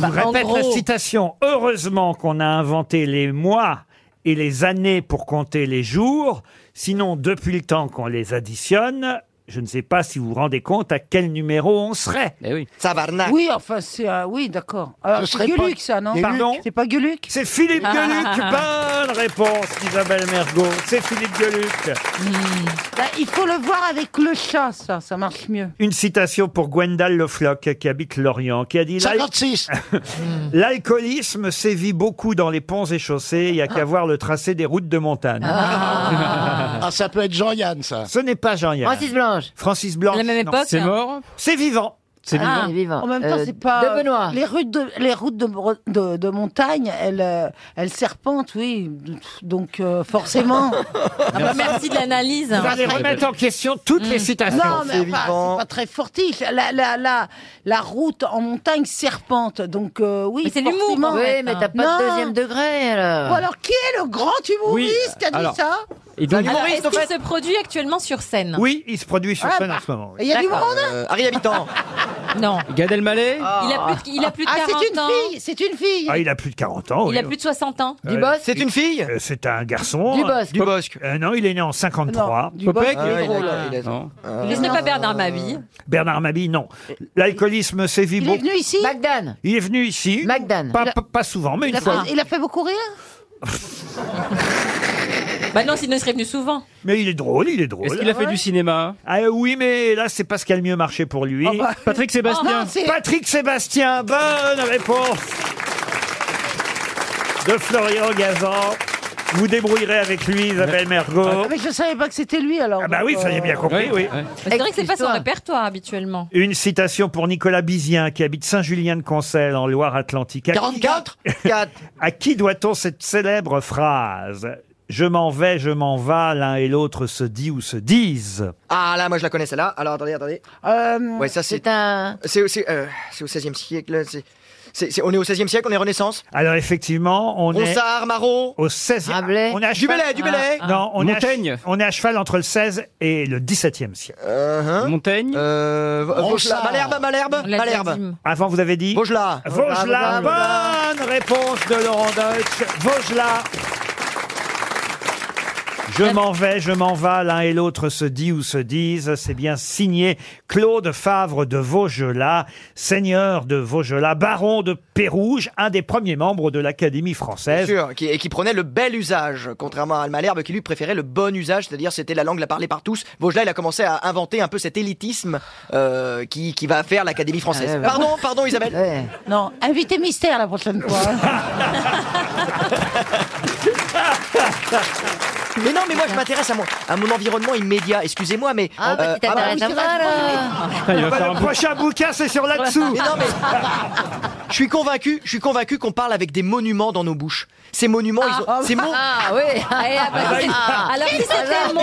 Bah, en
répète la
gros.
citation. Heureusement qu'on a inventé les mois et les années pour compter les jours. Sinon, depuis le temps qu'on les additionne, je ne sais pas si vous vous rendez compte à quel numéro on serait. Eh oui.
Ah.
Sabarnak.
Oui, enfin, c'est. euh, oui, d'accord. Alors,
Ce
C'est
serait pas-
Gueluc, ça, non
Pardon
C'est pas Gueluc
C'est Philippe Gueluc. Bonne réponse, Isabelle Mergot. C'est Philippe Gueluc.
Hmm.
Bah, il faut le voir avec le chat, ça, ça marche mieux.
Une citation pour Gwendal Le Floch, qui habite Lorient, qui a dit l'al- L'alcoolisme sévit beaucoup dans les ponts et chaussées, il n'y a qu'à voir le tracé des routes de montagne.
Ah.
ça peut être Jean-Yann, ça. Ce n'est pas Jean-Yann.
Francis Blanche.
Francis Blanche.
La même
non.
époque, C'est hein. mort
C'est vivant.
C'est Ah, vivant. c'est vivant.
En même temps,
Euh,
c'est pas.
de Benoît.
Les routes de, les routes de, bro- de, de montagne, elles, euh, elles serpentent, oui. Donc, euh, forcément.
Ah bah, merci de l'analyse. hein. Mm.
Vous allez remettre en question toutes les citations.
Mm. Non, mais enfin, c'est pas très fortiche. La, la, la, la route en montagne serpente, donc euh, oui.
Mais c'est l'humour,
forcément.
en fait, Oui, mais t'as hein. pas de
Non.
deuxième degré, alors.
Ou alors, qui est le grand humoriste qui a
alors,
dit ça
il doit-
Alors,
Humoriste,
est-ce qu'il se produit actuellement sur scène
Oui, il se produit sur
Ah,
scène
bah.
en ce moment. oui.
Il y a du monde
Euh,
Harry Habitant Non. Gad Elmaleh
Ah.
Il a plus de, il a plus de
Ah,
40
c'est une
ans.
fille, c'est une fille.
Ah, il a plus de 40 ans.
Il a plus de 60 ans.
Du
boss.
C'est une fille Euh, C'est un garçon.
Dubosc.
Dubosc. Euh, non, il est né en 53.
Non, Dubosc, Popek il est Ah, il a- drôle. il
Ah.
Laisse pas Bernard
Euh,
Mabille.
Bernard Mabille, non. L'alcoolisme sévit beaucoup.
venu ici
Magdan.
Il est venu ici. Magdan. Pas, pas- pas souvent, mais
Il
une
a,
fois.
fait, il a fait beaucoup rire
Bah non, s'il ne serait venu souvent.
Mais il est drôle, il est drôle.
Est-ce qu'il a fait du
cinéma Ah euh, oui, mais là, c'est pas ce qui a le mieux marché pour lui.
Patrick Sébastien. Oh, c'est-
Patrick Sébastien, bonne réponse de Florian Gazan. Vous débrouillerez avec lui, Isabelle Mergot.
Ah, Mais je savais pas que c'était lui alors. euh,
Ah bah oui, ça j'ai bien compris, oui.
C'est vrai que c'est pas son répertoire habituellement.
Une citation pour Nicolas Bizien, qui habite Saint-Julien-de-Concel, en Loire-Atlantique. À qui-
44
À qui doit-on cette célèbre phrase Je m'en vais, je m'en vas, l'un et l'autre se dit ou se disent.
Ah là, moi je la connais celle-là. Alors attendez, attendez.
Euh,
ouais, ça c'est.
un.
C'est aussi. euh, c'est au 16e siècle. c'est- c'est- c'est- on est au 16e siècle, on est Renaissance.
Alors effectivement, on est...
Ronsard, Marot.
Au 16e.
Ah,
On est à
Du
cheval-
Bellay, du Bellay. Ah, ah.
Non, on est, à,
Montaigne.
on est à cheval entre le 16 et le 17e siècle.
Montaigne. hein Euh, Vau-
Ronsard.
Vaugelas. Malherbe, Malherbe,
La
Malherbe.
deuxième. Avant, Ah, vous avez dit
Vaugelas.
Vaugelas, bonne réponse de Laurent Deutsch. Vaugelas. Je m'en vais, je m'en vas, l'un et l'autre se dit ou se disent. C'est bien signé Claude Favre de Vaugelas, seigneur de Vaugelas, baron de Pérouge, un des premiers membres de l'Académie française.
Sûr, qui, et qui prenait le bel usage, contrairement à Malherbe qui lui préférait le bon usage, c'est-à-dire c'était la langue la parlée par tous. Vaugelas, il a commencé à inventer un peu cet élitisme euh, qui, qui va faire l'Académie
Ah
française.
ouais, ouais.
pardon, pardon Isabelle.
Non, invité mystère la prochaine fois.
Mais non, mais moi je m'intéresse à mon, à mon environnement immédiat, excusez-moi, mais... euh,
Ah, bah, tu t'intéresses à moi, là.
Bah, le prochain bouquin, c'est sur là-dessous.
Mais non, mais- Je suis convaincu, je suis convaincu qu'on parle avec des monuments dans nos bouches. Ces monuments, ils ont, ces mots.
Ah oui. Ah, et, ah, bah,
Ah,
c'est-
bah,
alors si
il-
c'était
Isabelle,
moi.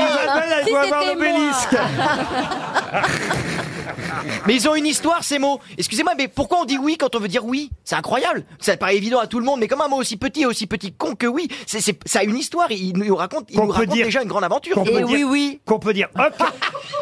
elle
si
doit avoir
c'était
l'obélisque.
moi.
Mais ils ont une histoire ces mots. Excusez-moi, mais pourquoi on dit oui quand on veut dire oui C'est incroyable. Ça paraît évident à tout le monde, mais comme un mot aussi petit et aussi petit con que oui, c'est, c'est- ça a une histoire. Il nous raconte, il
Qu'on
nous
peut
raconte
dire-
déjà une grande aventure. Eh
qu'on peut dire- Qu'on peut dire hoc,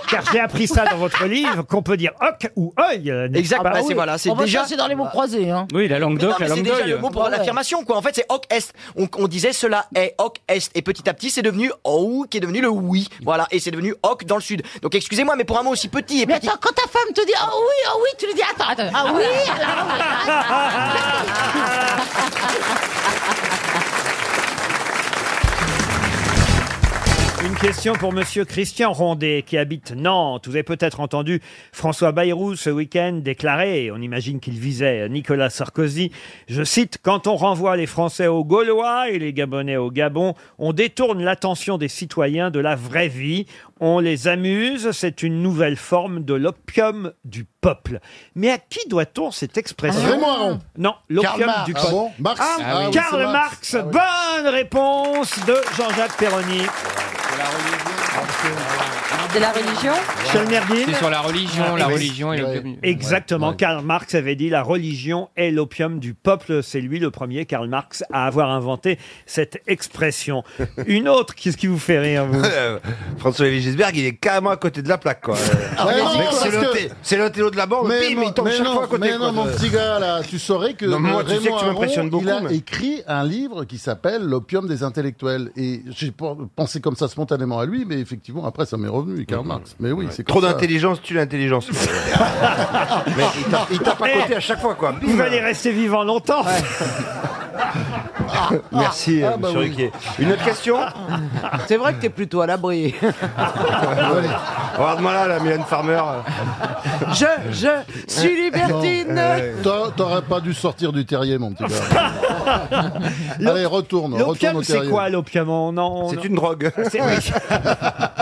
car j'ai appris ça dans votre livre, qu'on peut dire hoc ou œil. n'est-ce
Exact.
pas
Bah, c'est voilà, c'est
On va
déjà-
chercher dans les mots croisés. Hein.
Oui, la
Mais non,
Languedoc,
mais
la
c'est déjà
Languedoc.
le mot pour
Ouais.
l'affirmation, quoi. En fait, c'est hoc est. On, on disait cela est hoc est, et petit à petit, c'est devenu ou qui est devenu le oui. Voilà, et c'est devenu hoc dans le sud. Donc, excusez-moi, mais pour un mot aussi petit et
Mais
petit.
attends, quand ta femme te dit oh oui, oh oui, tu lui dis attends, attends, ah oui,
Une question pour Monsieur Christian Rondet qui habite Nantes. Vous avez peut-être entendu François Bayrou ce week-end déclarer, et on imagine qu'il visait Nicolas Sarkozy, je cite, Quand on renvoie les Français aux Gaulois et les Gabonais au Gabon, on détourne l'attention des citoyens de la vraie vie, on les amuse, c'est une nouvelle forme de l'opium du peuple. Mais à qui doit-on cette expression
Ah, Raymond Aron.
Non, l'opium
Karl Marx.
du
Ah
peuple.
bon Marx Ah oui,
Karl
c'est Ah
Marx,
Marx.
bonne réponse de Jean-Jacques Perroni.
De la religion
Michel Merdine.
C'est sur la
Ah,
religion, la
Ouais.
religion et l'opium.
Exactement. Karl Marx avait dit la religion est l'opium du peuple. C'est lui le premier, Karl Marx, à avoir inventé cette expression. Une autre, qu'est-ce qui vous fait rire, vous
François-Lévy Gisberg, Euh, il est carrément à côté de la plaque, quoi.
Ah
mais
Mec,
non, parce
Ah, c'est
que-
le thé- c'est le télo de la bande,
mais
bim,
non,
il tombe
mais
chaque
non,
fois à côté.
mais
quoi,
non, mon
de-
petit gars, là, Ah, tu saurais que
Non, mais moi,
euh,
tu sais que
Raymond
tu m'impressionnes
Aron,
beaucoup,
il a
mais-
écrit un livre qui s'appelle L'opium des intellectuels. Et j'ai pen- pensé comme ça spontanément à lui, mais effectivement, après, ça m'est revenu, Karl Marx. Mais oui, c'est
Mm-hmm. Trop
comme ça.
d'intelligence tue l'intelligence. Mais il tape- il tape à côté à chaque fois, quoi. Bim.
Vous allez rester vivant longtemps.
Merci,
Ah,
euh,
bah
monsieur
oui.
Ruquier. Une autre question
C'est vrai que t'es plutôt à l'abri.
Regarde-moi là, la Mylène Farmer.
Je, je suis libertine.
Non,
eh,
t'a- T'aurais pas dû sortir du terrier, mon petit gars. Allez, retourne, retourne au
L'opium, c'est
terrier.
quoi l'opium On en- on
C'est
en-
une drogue.
C'est- oui.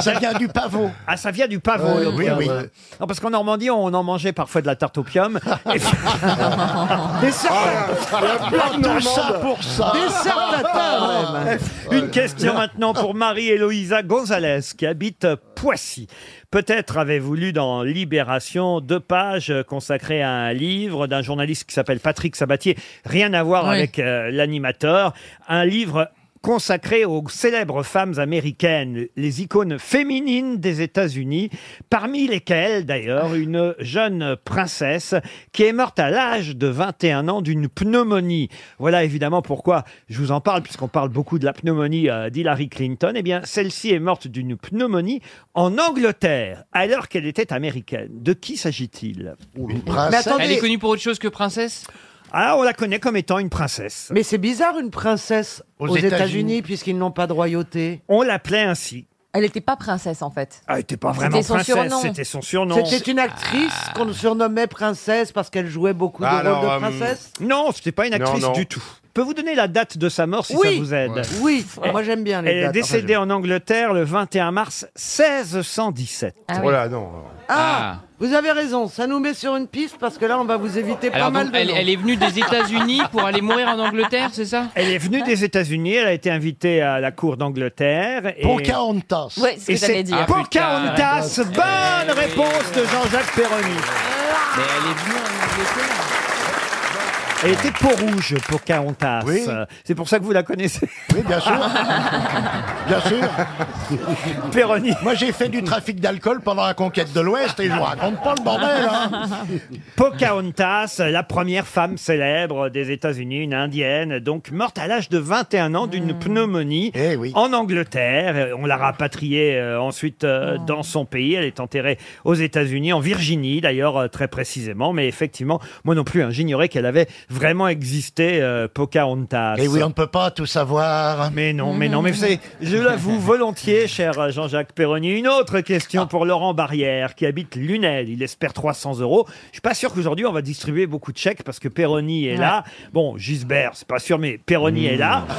Ça vient du pavot.
Ah, ça vient du pavot,
Ouais,
l'opium.
oui, oui.
Non, parce qu'en Normandie, on en mangeait parfois de la tarte opium. Et-
Des Tout ça pour ça. Ah, Des
Ah,
serpentins, même.
Une question maintenant pour Marie-Héloïsa Gonzalez qui habite Poissy. Peut-être avez-vous lu dans Libération deux pages consacrées à un livre d'un journaliste qui s'appelle Patrick Sabatier, rien à voir
Oui.
avec euh, l'animateur, un livre consacré aux célèbres femmes américaines, les icônes féminines des États-Unis, parmi lesquelles d'ailleurs une jeune princesse qui est morte à l'âge de 21 ans d'une pneumonie. Voilà évidemment pourquoi je vous en parle, puisqu'on parle beaucoup de la pneumonie euh, d'Hillary Clinton. Eh bien, celle-ci est morte d'une pneumonie en Angleterre, alors qu'elle était américaine. De qui s'agit-il Une
Elle est connue pour autre chose que princesse
Ah, on la connaît comme étant une princesse.
Mais c'est bizarre une princesse
Aux
aux,
États-Unis.
États-Unis puisqu'ils n'ont pas de royauté.
On l'appelait ainsi. Ah,
Elle n'était pas princesse en fait.
Elle n'était pas vraiment
C'était son
princesse,
surnom.
c'était son surnom.
C'était une actrice qu'on surnommait princesse parce qu'elle jouait beaucoup de
Alors,
rôles
euh,
de princesse.
Non, c'était pas une
Ah, Non,
actrice
non.
du tout. Je peux vous donner la date de sa mort si
Oui.
ça vous aide
Oui, moi j'aime bien les
Elle est
dates. Enfin,
décédée en Angleterre le 21 mars 1617.
Ah oui. Oh là,
non.
Ah, vous avez raison, ça nous met sur une piste parce que là on va vous éviter
Alors
pas mal
donc,
de
elle,
noms.
elle est venue des États-Unis pour aller mourir en Angleterre, c'est ça
Elle est venue des États-Unis, elle a été invitée à la cour d'Angleterre. Et...
Pocahontas.
Ouais, c'est ce que j'allais dire.
Ah,
Pocahontas, bonne réponse de Jean-Jacques Perroni.
Mais elle est venue en Angleterre.
Elle était peau rouge, Pocahontas.
Oui.
Euh, C'est pour ça que vous la connaissez.
Oui, bien sûr. Bien sûr.
Péroni.
Moi, j'ai fait du trafic d'alcool pendant la conquête de l'Ouest et je vous raconte pas le bordel. Hein.
Pocahontas, la première femme célèbre des États-Unis, une indienne, donc morte à l'âge de 21 ans d'une
Hmm.
pneumonie
Eh
en Angleterre. Euh, On l'a rapatriée euh, ensuite euh,
Hmm.
dans son pays. Elle est enterrée aux États-Unis, en Virginie d'ailleurs, euh, très précisément. Mais effectivement, moi non plus, hein, j'ignorais qu'elle avait vraiment existé, euh,
Ah,
Pocahontas.
Et Eh oui, on ne peut pas tout savoir.
Mais non, mais
Mhm.
non, mais vous savez, je l'avoue volontiers, cher Jean-Jacques Perroni. Une autre question pour Laurent Barrière, qui habite Lunel. Il espère 300 euros. Je suis pas sûr qu'aujourd'hui, on va distribuer beaucoup de chèques parce que Perroni est là. Bon, Gisbert, c'est pas sûr, mais Perroni est là.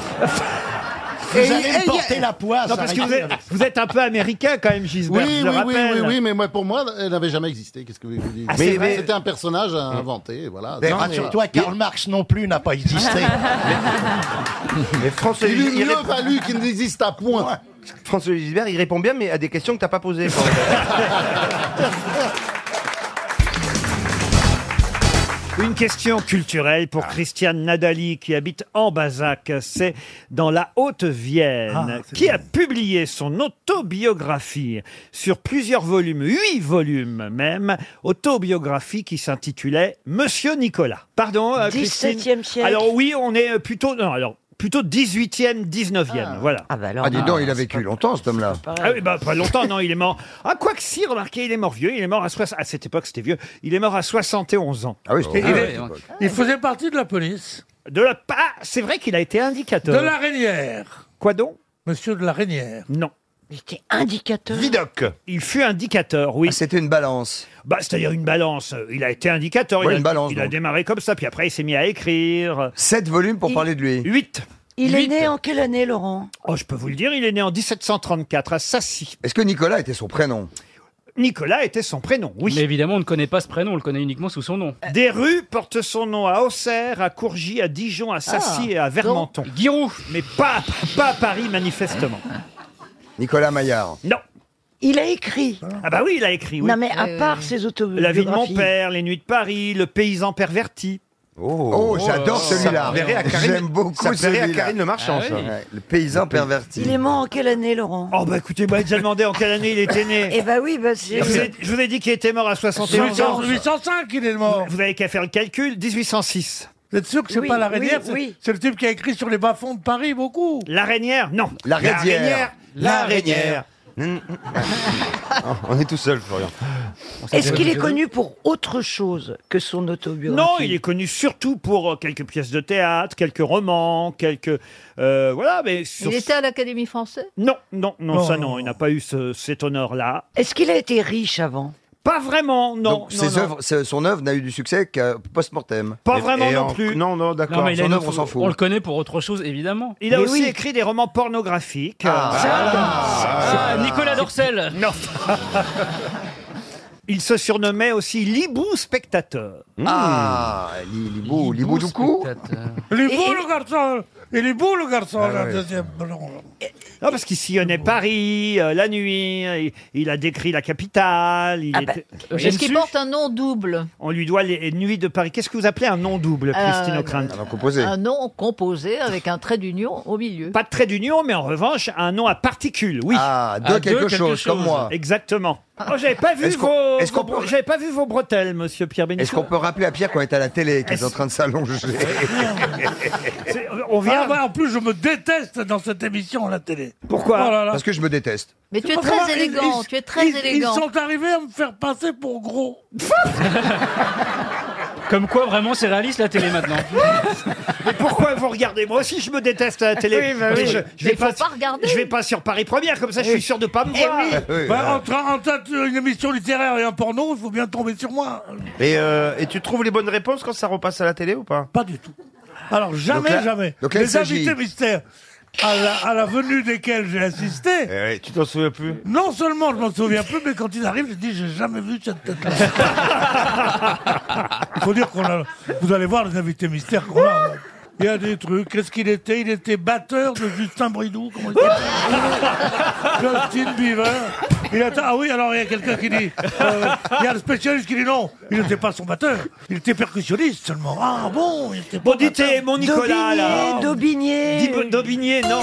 Vous allez me porter la poisse.
Non, parce que vous
arrêtez
êtes,
avec
vous êtes un peu américain quand même, Gisbert,
Oui,
je
oui,
le
oui,
rappelle.
oui, oui, mais moi, pour moi, elle n'avait jamais existé. Qu'est-ce que vous voulez
Ah, c'est
mais,
vrai.
C'était un personnage à inventer, voilà.
Mais
Non,
rassure-
mais-
toi, Karl
Marx non plus n'a pas existé.
Mais François
Il est mieux
pas lui qui n'existe à point. François Gisbert, il répond bien, mais à des questions que t'as pas posées.
Une question culturelle
Ah.
pour Christiane Nadali qui habite en Bazac, c'est dans la
Ah,
Haute-Vienne, qui a publié son autobiographie sur plusieurs volumes, huit volumes même, autobiographie qui s'intitulait Monsieur Nicolas. Pardon, euh, Christine
17e siècle.
Alors oui, on est euh, plutôt non, alors plutôt 18e, 19e, voilà. Ah
Ah, dis donc, il a vécu longtemps, cet homme-là.
Ah oui, bah, pas longtemps, non, il est mort. Ah, quoi que si, remarquez, il est mort vieux, il est mort à, soix- à cette époque, c'était vieux, il est mort à 71 ans.
Ah oui, c'était-
il,
Ah ouais, donc.
faisait partie de la police. De la, ah, c'est vrai qu'il a été indicateur.
De la Reynière.
Quoi donc
Monsieur de la Reynière.
Non.
Il était indicateur. Vidoc.
Il fut indicateur, oui.
Ah, C'était une balance.
Bah, c'est-à-dire une balance. euh, Il a été indicateur.
Ouais,
il a,
une balance,
il a
donc.
démarré comme ça, puis après il s'est mis à écrire.
Sept volumes pour
Il-
parler de lui.
Huit.
Il est
Huit.
né en quelle année, Laurent
Oh, je peux vous le dire, il est né en 1734 à Sassy.
Est-ce que Nicolas était son prénom
Nicolas était son prénom, oui. Euh,
Mais évidemment, on ne connaît pas ce prénom, on le connaît uniquement sous son nom.
Des rues portent son nom à Auxerre, à Courgy, à Dijon, à Sassy
Ah,
et à Vermenton. Giroud Mais pas, pas à Paris, manifestement.
Nicolas Maillard.
Non.
Il a écrit.
Ah bah oui, il a écrit, oui.
Non, mais à
Oui,
part
oui.
ses
La vie
autobiographies.
de mon père, Les nuits de Paris, Le paysan perverti.
Oh, j'adore celui-là. J'aime beaucoup celui-là. Ah
ça.
Ouais, Le paysan perverti. Il est mort en quelle année, Laurent
Oh bah écoutez, bah, j'ai demandé en quelle année il était né.
Eh bah oui, bah
Je vous, ai, je vous ai dit qu'il était mort à 71 ans.
805, il est mort.
Vous avez qu'à faire le calcul, 1806.
Vous êtes sûr que
c'est Oui, pas la Reynière, oui, c'est- oui.
le type qui a écrit sur les bas-fonds de Paris beaucoup.
La Reynière, non.
La
Reynière. La Reynière.
On est tout seul, Florian.
Est-ce qu'il est connu
pour autre chose que son autobiographie Non, il est connu surtout pour euh, quelques pièces de théâtre, quelques romans, quelques... euh, voilà, mais... sur-
Il était à l'Académie française
Non, non, non,
Oh.
ça non, il n'a pas eu ce- cet honneur-là.
Est-ce qu'il a été riche avant
Pas vraiment, non.
Donc,
non,
ses
non.
œuvres-
C'est- Son œuvre n'a eu du succès qu'à post-mortem.
Pas
Et-
vraiment
et
non
en-
plus.
Non, non,
Non,
d'accord.
mais il a
Son
une
œuvre, on
autre-
s'en fout.
On le connaît pour autre chose, évidemment.
Il a aussi écrit des romans pornographiques.
Ah,
Euh,
Ah, Nicolas Dorcel.
Non. Il se surnommait aussi Libou Spectateur.
Ah,
Libou,
Libou
du
coup
Hmm.
Il est beau le garçon Il est beau le garçon,
Ah
la oui.
Oh, deuxième.
Non, parce qu'il sillonnait Paris euh, la nuit, il, il a décrit la capitale.
Ah
il
bah,
était-
Est-ce qu'il euh, porte un nom double
On lui doit les nuits de Paris. Qu'est-ce que vous appelez un nom double, Christine
Euh,
Ah,
O'Krent
bah,
Un nom composé avec un trait d'union au milieu.
Pas de trait d'union, mais en revanche, un nom à particules, oui. Ah,
de Ah, de quelque quelque chose, chose. comme moi.
Exactement. Oh, j'avais pas vu
Est-ce qu'on-
vos,
est-ce qu'on
vos- j'avais pas vu vos bretelles, monsieur Pierre Bénichou.
Est-ce qu'on peut rappeler à Pierre qu'on est à la télé, qu'il est en train de s'allonger
On vient...
Ah, en plus, je me déteste dans cette émission à la télé. Oh,
Pourquoi
Parce que je me déteste.
Mais tu es
pas
très
grave, ils-
élégant,
ils-
tu es très
ils- ils
élégant.
sont
arrivés à me faire passer pour gros.
Comme quoi, vraiment, c'est réaliste la télé maintenant.
Mais pourquoi vous regardez Moi aussi, je me déteste à la télé.
Oui, bah
Mais
oui.
Je, je vais
Mais faut
pas,
pas regarder.
Je vais pas sur Paris Première, comme ça, je suis sûr de pas me
Eh
voir.
oui. Oui, Bah, voilà.
entre
une émission littéraire et un porno, il faut bien tomber sur moi.
Et, euh, et tu trouves les bonnes réponses quand ça repasse à la télé ou pas Pas du tout.
Alors
jamais, jamais. Les invités
mystères à la, venue desquels j'ai assisté.
Eh
tu t'en souviens plus
Non seulement je m'en souviens plus, mais quand ils arrivent, je dis j'ai jamais vu cette tête-là. Il faut dire qu'on a. Vous allez voir les invités mystères qu'on a.
hein. Il y a des trucs. Qu'est-ce qu'il était Il était batteur de Justin Bridou. Comment il s'appelle Justin Bieber. Il était- Ah oui, alors il y a quelqu'un qui dit. euh, il y a le spécialiste qui dit non. Il n'était pas son batteur. Il était percussionniste seulement. Ah bon il était pas
Bon, dites,
batteur.
mon Nicolas, là.
Daubigné.
Dis- Daubigné, non.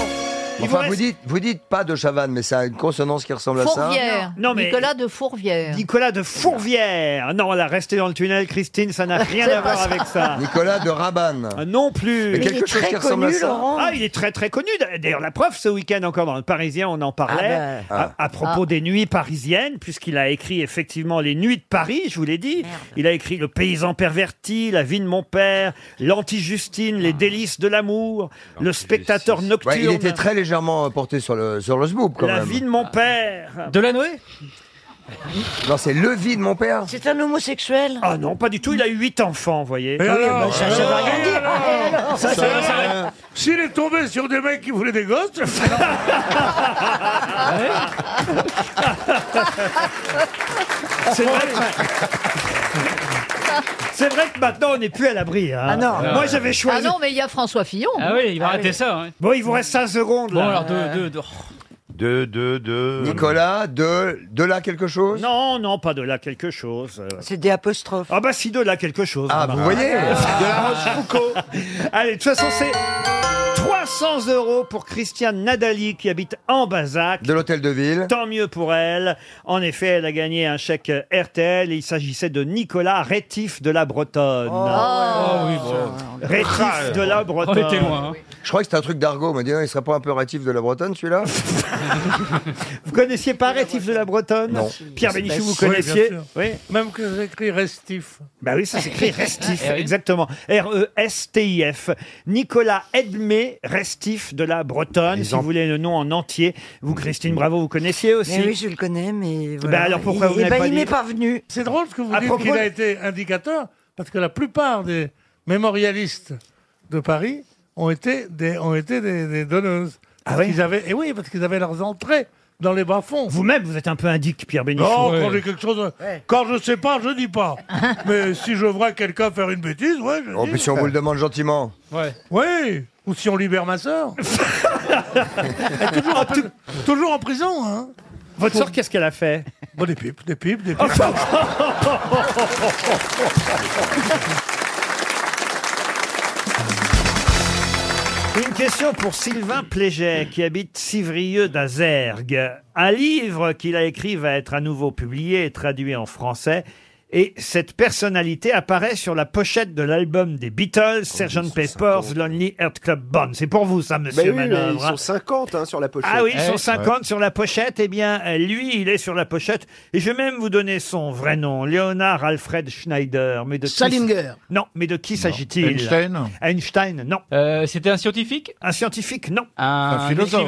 Il vous
Enfin, vous
reste-
dites, vous dites pas de Chavannes, mais ça a une consonance qui ressemble à ça.
Fourvière.
Non, mais-
Nicolas de Fourvière.
Nicolas de Fourvière. Non, là, restez dans le tunnel, Christine, ça n'a rien
Ah, C'est
à
pas
voir
ça.
avec ça. Ah,
Nicolas de Rabanne.
Non plus.
Mais quelque chose qui ressemble à ça.
Ah, il est très très connu. D'ailleurs, la preuve, ce week-end encore dans le Parisien, on en parlait
Ah ben.
à- à, propos
Ah.
des nuits parisiennes, puisqu'il a écrit effectivement les nuits de Paris. Je vous l'ai dit. Il a écrit Le paysan perverti, La vie de mon père, L'anti-Justine, Les délices de l'amour, Le spectateur nocturne.
Ah. Ouais, il était très légèrement euh, porté sur le, sur le sboob, quand
La
même.
vie de mon père.
Delanoë
Non, c'est le vie de mon père.
C'est un homosexuel
Ah non, pas du tout. Il a eu huit enfants, vous
Eh
voyez.
Et alors
bah, ça, ça veut rien dire.
Ah,
Ça, ça veut rien dire.
S'il est tombé sur des mecs qui voulaient des gosses.
Ah, C'est vrai que- C'est vrai que maintenant, on n'est plus à l'abri.
Ah
Ah
hein. Moi, j'avais choisi.
Ah non, mais il y a François Fillon.
Ah oui, il va arrêter ça. hein.
Bon, il vous reste 5 secondes.
Bon,
là.
alors, deux, deux, deux.
De, de, de. Nicolas, de, de là quelque chose
Non, non, pas de là quelque chose. euh.
C'est des apostrophes.
Ah bah si, de là quelque chose.
Ah,
Remarque.
vous voyez De la
Rochefoucauld. Allez, de toute façon, c'est 300 euros pour Christiane Nadali qui habite en Bazac.
De l'hôtel de ville.
Tant mieux pour elle. En effet, elle a gagné un chèque RTL. Il s'agissait de Nicolas Rétif de la Bretonne.
Oh.
Ah
Ah
Oh,
Oh, Rétif de la Bretonne.
Je crois que c'est un truc d'argot. On m'a dit, ah, il serait pas un peu rétif de la Bretonne, celui-là
Vous connaissiez pas Rétif de la Bretonne
Non.
Pierre Bénichou, vous
Bah, Oui, bien
connaissiez
sûr.
Oui.
Même que j'écris restif.
Bah oui, ça s'écrit Restif,
Eh oui.
exactement. E R-E-S-T-I-F. Nicolas Edmé Restif de la Bretonne, si vous voulez le nom en entier. Vous, Christine Bravo, vous connaissiez
Mais
aussi
Mm. Eh oui, je le connais, mais.
Bah alors pourquoi
il,
vous
eh
n'avez
ben,
pas
il
dit
m'est pas venu.
C'est drôle ce que vous
À
dites
propos
qu'il a
de-
été indicateur, parce que la plupart des mémorialistes de Paris ont été des, ont été des, des donneuses.
Ah
Parce qu'ils avaient, et oui, parce qu'ils avaient leurs entrées dans les bas-fonds.
Vous-même, vous êtes un peu indique, Pierre Bénichou.
Non,
Ouais.
quand j'ai quelque chose. Quand je sais pas, je dis pas. Mais si je vois quelqu'un faire une bêtise, ouais, je
Oh,
dis.
puis si on vous le demande gentiment.
Oui, ou si on libère ma sœur. Elle est toujours, en pri- toujours en prison, hein.
Votre sœur, qu'est-ce qu'elle a fait
Bon, des pipes, des pipes, des pipes.
Une question pour Sylvain Pléget, qui habite Civrieux d'Azergue. Un livre qu'il a écrit va être à nouveau publié et traduit en français. Et cette personnalité apparaît sur la pochette de l'album des Beatles, Sgt. Pepper's Lonely Heart Club Band. C'est pour vous, ça, monsieur
Mais Ben oui, mais
Manœuvre.
ils sont 50 hein, sur la pochette.
Ah oui, ils sont
Eh,
50 sur la pochette. Eh bien, euh, lui, il est sur la pochette. Et je vais même vous donner son vrai nom, Leonard Alfred Schneider. Mais de qui-
Salinger.
Non, mais de qui s'agit-il
Einstein
Einstein, non.
Euh, C'était un scientifique
Un scientifique, non.
Un, écrivain
Un, philosophe,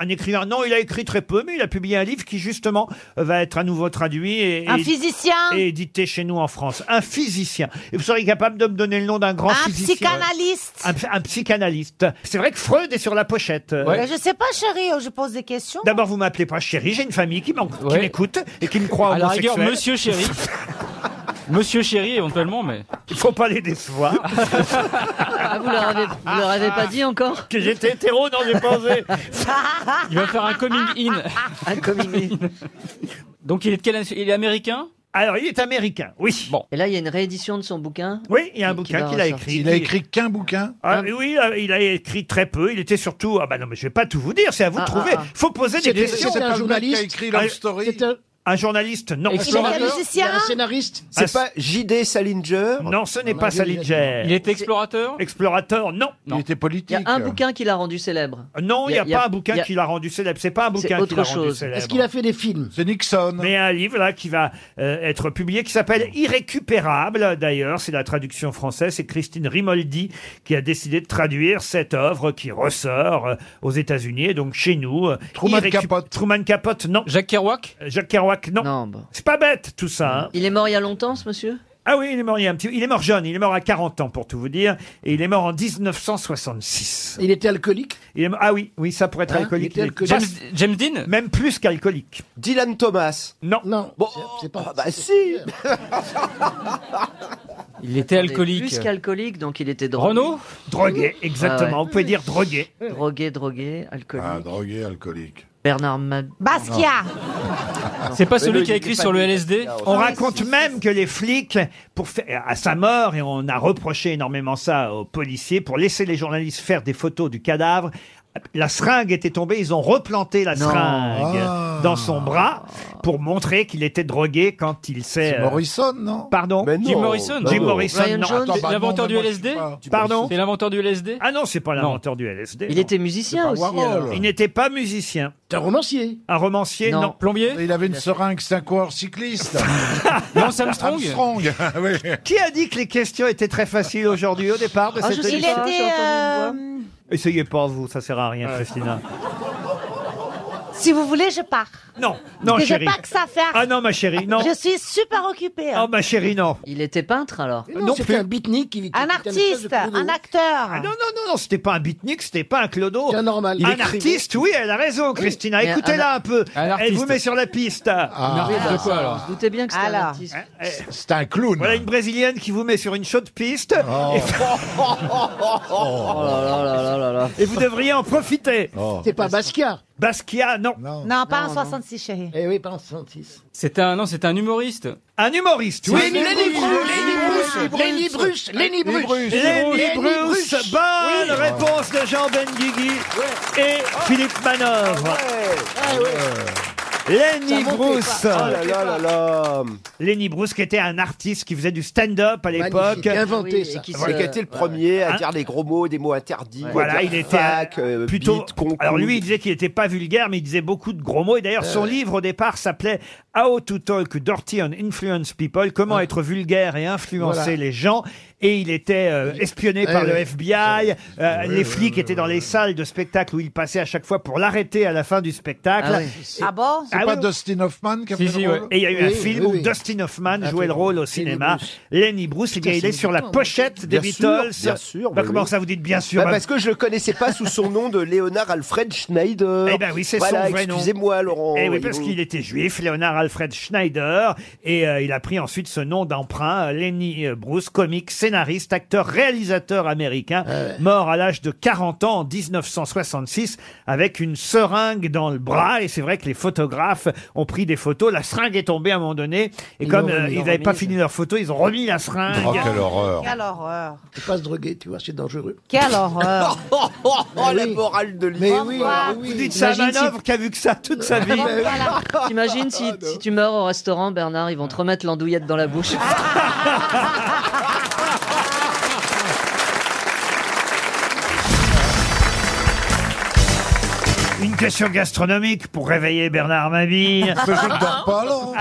un écrivain. Non, il a écrit très peu, mais il a publié un livre qui, justement, euh, va être à nouveau traduit. Et,
Un
et-
physicien
Et édité chez nous en France. Un physicien. Et vous serez capable de me donner le nom d'un grand
Un
physicien
psychanalyste
un, p- un psychanalyste. C'est vrai que Freud est sur la pochette. Euh,
Mais Eh ben, Je sais pas, chérie, oh, je pose des questions.
D'abord, vous m'appelez pas chérie, j'ai une famille qui m'en- qui m'écoute et qui me croit
À la
homosexuel.
rigueur, monsieur chéri. monsieur chéri, éventuellement, mais.
Il faut pas les décevoir.
Ah, vous leur avez, vous leur avez pas dit encore
Que j'étais hétéro, non, j'ai pensé.
Ah,
Il va faire un coming in.
Un coming in.
Donc, il est, de quelle nation- il est américain
Alors, il est américain, oui.
Bon.
Et là, il y a une réédition de son bouquin.
Oui, il y a un
Qui- qui
bouquin
va
qu'il a
ressortir. Ah.
écrit.
Il a écrit
qu'un bouquin Oui, euh, il a écrit très peu. Il était surtout. Ah bah non, mais je vais pas tout vous dire, c'est à vous de
Ah,
trouver.
ah, ah.
faut poser des
C'était-
questions.
c'était un
Ah,
journaliste
un, un journaliste, non.
musicien
Un scénariste
Ah,
C'est pas J.D. Salinger
Non, ce n'est
On
pas
a déjà
Salinger.
Il était explorateur
Explorateur, non.
Il était
Il y
politique.
a un bouquin qui l'a rendu célèbre.
Euh, Non, il n'y a, pas un bouquin
il y a-
qui l'a rendu célèbre. C'est pas un
C'est
bouquin qui
autre
l'a rendu
chose.
célèbre.
Est-ce
qu'il a fait des films
C'est Nixon. Mais un livre là qui va euh, être publié qui s'appelle Irrécupérable. D'ailleurs, c'est la traduction française. C'est Christine Rimoldi qui a décidé de traduire cette œuvre qui ressort euh, aux États-Unis et donc chez nous. euh,
Truman
Capote. Truman Capote, non. Euh,
Jacques Kerouac.
Jacques Kerouac, non. C'est pas bête tout ça. hein.
Il est mort il y a longtemps, ce monsieur
Ah oui, il est mort il y a un petit. Il est mort jeune. Il est mort à 40 ans pour tout vous dire et il est mort en 1966.
Il était alcoolique
Il est- Ah oui, oui, ça pourrait être
Hein
alcoolique.
Il était alcoolique.
James,
Dean
Même plus qu'alcoolique.
Dylan Thomas.
Non.
Non.
Bon,
C'est pas.
bah si
Il était
Attendez,
alcoolique.
Plus qu'alcoolique, donc il était drogué.
Renaud Drogué, exactement.
Ah
On peut dire drogué.
Drogué, drogué, alcoolique.
Ah, drogué, alcoolique.
Bernard Mad...
Ah.
Basquiat
Ah.
C'est pas celui qui a écrit sur le LSD
On raconte même que les flics, pour faire, à sa mort, et on a reproché énormément ça aux policiers, pour laisser les journalistes faire des photos du cadavre, la seringue était tombée, ils ont replanté la
Non.
seringue
Ah.
dans son bras pour montrer qu'il était drogué quand il s'est...
C'est
euh,
Morrison, non
Pardon
Jim Morrison
Jim Morrison, non.
C'est L'inventeur du LSD
Pardon
C'est l'inventeur du LSD
Ah non, c'est pas l'inventeur du LSD.
Il
non.
était musicien aussi. alors.
Il n'était pas musicien.
T'es un romancier
Un romancier, non.
Plombier
Il avait une seringue 5 heures cycliste.
Lance Armstrong
Armstrong, Ah oui.
Qui a dit que les questions étaient très faciles aujourd'hui au départ de
Ah, je
cette
sais
émission
pas, j'ai entendu
euh,
une
Essayez pas vous, ça sert à rien, Christina.
Si vous voulez, je pars.
Non, non,
Parce que j'ai
chérie.
pas que ça à faire.
Ah non, ma chérie, non.
Je suis super occupée.
hein.
Oh, ma chérie, non.
Il était peintre alors.
non
c'était
plus.
un
beatnik. qui- qui
Un
était espèce
artiste,
de trou de
un
ouf.
acteur.
Ah non, non, non, non, c'était pas un beatnik, c'était pas un clodo.
C'est normal.
Un
Il écrivait.
artiste, oui, elle a raison, Christina.
Mais un-
Écoutez-la un peu.
un
Elle
artiste.
vous met sur la piste.
Oui, bah, Je doutais bien que c'était
Ah.
Alors.
un artiste.
Ah.
Hein?
C'est un clown.
Voilà une brésilienne qui vous met sur une chaude piste. Et,
Oh là là là là là là.
et vous devriez en profiter.
Oh.
C'est pas Basquiat.
Basquiat, non.
Non, pas en 66, chérie.
Eh oui, pas en 66.
C'est un, non, c'est un humoriste.
Un humoriste, oui.
Lenny Bruce, Lenny Bruce, Lenny Bruce,
Lenny Bruce, bonne réponse de Jean Benguigui et Philippe Manœuvre. Lenny Bruce. Lenny Bruce qui était un artiste qui faisait du stand-up à l'époque.
Inventé
Oui, et
ça.
qui
Voilà,
se-
qui a été le premier à
Hein
dire les gros mots, des mots interdits.
Voilà,
dire
il était
fac, euh,
plutôt.
bite, concouille.
alors lui, il disait qu'il n'était pas vulgaire, mais il disait beaucoup de gros mots. Et d'ailleurs,
Euh.
son livre au départ s'appelait How to Talk Dirty and Influence People Comment être vulgaire et influencer
Voilà.
les gens. Et il était euh, espionné
Eh
par le
oui.
FBI. euh,
Oui,
les
oui,
flics étaient dans les salles de spectacle où il passait à chaque fois pour l'arrêter à la fin du spectacle.
Ah oui.
Ah bon
C'est
Ah
pas
oui.
Dustin Hoffman qui a
Si,
fait
si,
le
ouais.
rôle
Et il y a eu un
Oui,
film
oui,
où
oui.
Dustin Hoffman
Ah,
jouait le
film.
rôle au
Lenny
cinéma.
Bruce.
Lenny Bruce, eh bien,
Putain,
il est
c'est
sur la
longtemps,
pochette des
Bien sûr,
Beatles.
bien sûr, bah
Bah, comment
oui.
ça vous dites bien sûr
Bah,
bah,
parce que je le connaissais pas sous son nom de Léonard Alfred Schneider.
Eh ben oui, c'est
Voilà,
son vrai nom.
Excusez-moi, Laurent.
Eh oui, parce qu'il était juif, Léonard Alfred Schneider, et euh, il a pris ensuite ce nom d'emprunt, euh, Lenny euh, Bruce, comique, scénariste, acteur, réalisateur américain,
Ah
mort à l'âge de 40 ans en 1966, avec une seringue dans le bras, et c'est vrai que les photographes ont pris des photos, la seringue est tombée à un moment donné, et
Ils
comme
l'ont
euh,
remis, ils
ils
l'ont
n'avaient pas
remise.
fini leur photo, ils ont remis la seringue.
Oh, quelle horreur.
Quelle horreur.
Faut pas se droguer, tu vois, c'est dangereux.
Quelle horreur.
Oh, oh, oh,
Mais
la
oui.
morale de
Mais
l'histoire.
oui,
Pourquoi
mais
Vous
oui.
dites ça à
Imagine si-
Manœuvre qui a vu que ça toute sa vie. Ah,
Voilà.
T'imagines si, si tu meurs au restaurant, Bernard, ils vont te remettre l'andouillette dans la bouche.
Une question gastronomique pour réveiller Bernard Mabille. Ah,
Parce que je ne dors pas, alors.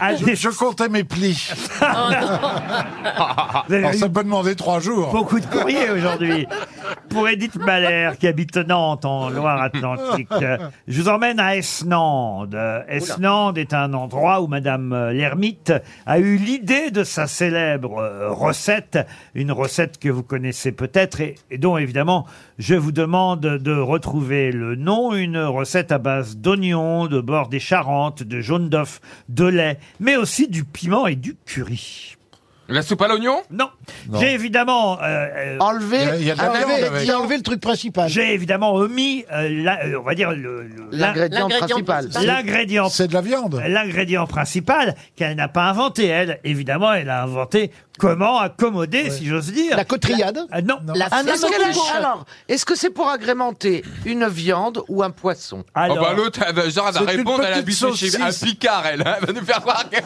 À- à
Je,
des-
je comptais mes plis.
Vous avez
Alors,
eu
ça peut demander trois jours.
beaucoup de courriers aujourd'hui. Pour Edith Malher, qui habite Nantes, en Loire-Atlantique. Euh, Je vous emmène à Esnande. Euh, Esnande est un endroit où Madame euh, l'ermite a eu l'idée de sa célèbre euh, recette. Une recette que vous connaissez peut-être et, et dont, évidemment, je vous demande de retrouver le nom. Une recette à base d'oignons, de bord des Charentes, de jaune d'œuf, de lait, mais aussi du piment et du curry.
La soupe à l'oignon
Non. J'ai évidemment euh, euh,
Il y a- il y
Enlever,
a de la viande avec.
enlever, enlever le truc principal.
J'ai évidemment omis, euh, la- euh, on va dire, le- le- la-
L'ingrédient principal.
l'ingrédient
C'est de la viande.
l'ingrédient principal qu'elle n'a pas inventé. Elle, évidemment, elle a inventé comment accommoder, si j'ose dire.
La cotriade.
Ah, non.
Ah, mais est-ce qu'elle est pour- alors, est-ce que c'est pour agrémenter une viande ou un poisson
Alors,
Oh bah l'autre, elle va- genre, elle va
C'est une
répondre, elle a
petite
habité chez un
saucisse.
picard, elle. Elle va nous faire croire qu'elle...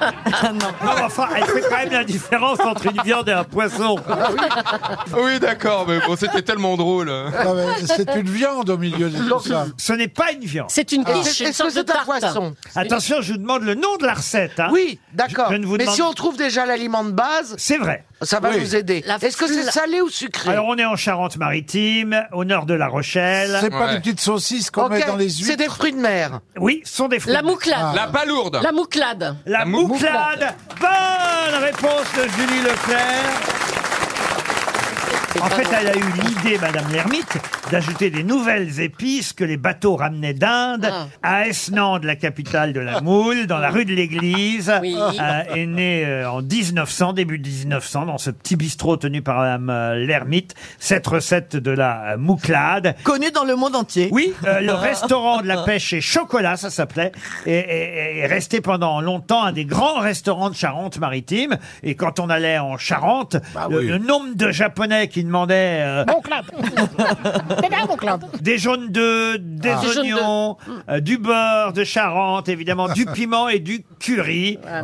Ah,
non, mais enfin, elle fait quand même la différence entre une viande et un poisson.
Oui, d'accord, mais bon, c'était tellement drôle.
Non, mais C'est une viande au milieu de tout ça. Ah.
Ce n'est pas une viande.
C'est une
Est-ce
quiche, une
est-ce que
sorte de
c'est
tarte.
un poisson
Attention, je vous demande le nom de la recette. hein.
Oui, d'accord.
je ne vous
Mais
demande-
si on trouve déjà l'aliment de base,
C'est vrai.
ça va
Oui.
nous aider.
La
Est-ce que c'est
fla-
salé ou sucré
Alors, on est en Charente-Maritime, au nord de La Rochelle.
C'est pas
Ouais.
des petites saucisses qu'on
Ok,
met dans les huîtres.
C'est des fruits de mer.
Oui, ce sont des fruits.
La mouclade.
La palourde
La mouclade.
La,
La mou-
mouclade. Bonne réponse de Julie Leclerc. En fait, elle a eu l'idée, Madame l'ermite, d'ajouter des nouvelles épices que les bateaux ramenaient d'Inde.
Ah.
À Esnande, la capitale de la moule, dans la rue de l'église, euh, est née euh, en 1900, début 1900, dans ce petit bistrot tenu par Madame euh, l'ermite, cette recette de la euh, mouclade.
Connue dans le monde entier.
Oui, euh, le restaurant de la pêche et chocolat, ça s'appelait, et, et- et est resté pendant longtemps un des grands restaurants de Charente-Maritime. Et quand on allait en Charente, le, le nombre de Japonais qui demandaient euh,
Mon club. C'est bien, mon club.
des jaunes d'œufs, des
Ah. Des jaunes
oignons, euh, du beurre de Charente, évidemment, du piment et du curry. Euh,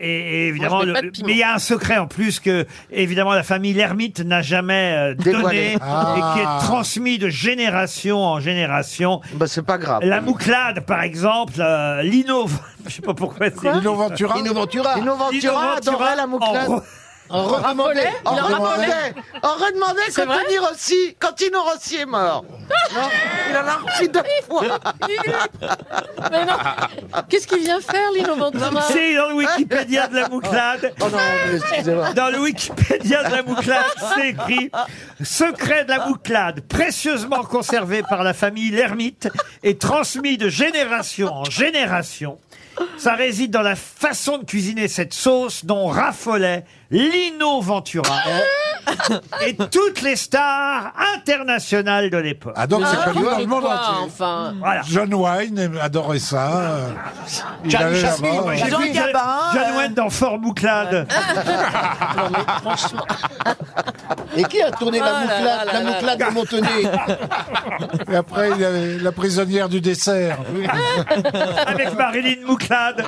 et, et évidemment,
Moi, je mets
le-
pas de piment.
mais il y a un secret en plus que, évidemment, la famille Lermite n'a jamais euh,
Dévoilé.
donné
Ah.
et qui est transmis de génération en génération.
Bah, c'est pas grave.
La mouclade, par exemple, euh, Lino, je sais pas pourquoi c'est.
Lino Ventura
Lino Ventura.
Lino Ventura adorait la mouclade.
en re-
On redemandait, on
En
redemandait,
redemandait.
on redemandait
C'est
quand
vrai
Tony Rossi, quand Tino Rossi est mort. Non, il en a reçu deux fois.
Mais non. Qu'est-ce qu'il vient faire, Lino Ventura
C'est dans le Wikipédia de la mouclade.
Oh
Dans le Wikipédia de la mouclade, c'est écrit Secret de la mouclade, précieusement conservé par la famille Lermite et transmis de génération en génération. Ça réside dans la façon de cuisiner cette sauce dont raffolait Lino Ventura et toutes les stars internationales de l'époque. Ah
donc, c'est Ah, connu dans le monde
quoi,
entier.
enfin
Voilà.
John Wayne adorait ça. euh, Il
Jean-
allait
Jasmine,
là-bas.
moi, j'ai vu Jean- Jean Wayne dans Fort Mouclade.
Franchement. Et qui a tourné la
Ah là là
mouclade, la
là là
mouclade
là.
de Montenay
Et après, il y avait la prisonnière du dessert.
Avec Marilyn Mouclade.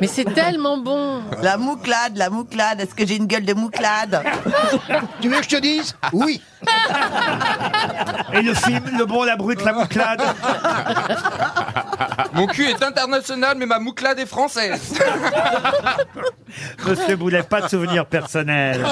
Mais c'est tellement bon. La mouclade, la mouclade. Est-ce que j'ai une gueule de mouclade Tu veux que je te dise Oui.
Et le film Le bon, la brute, la mouclade.
Mon cul est international, mais ma mouclade est française.
Monsieur Boulet, pas de souvenirs personnels.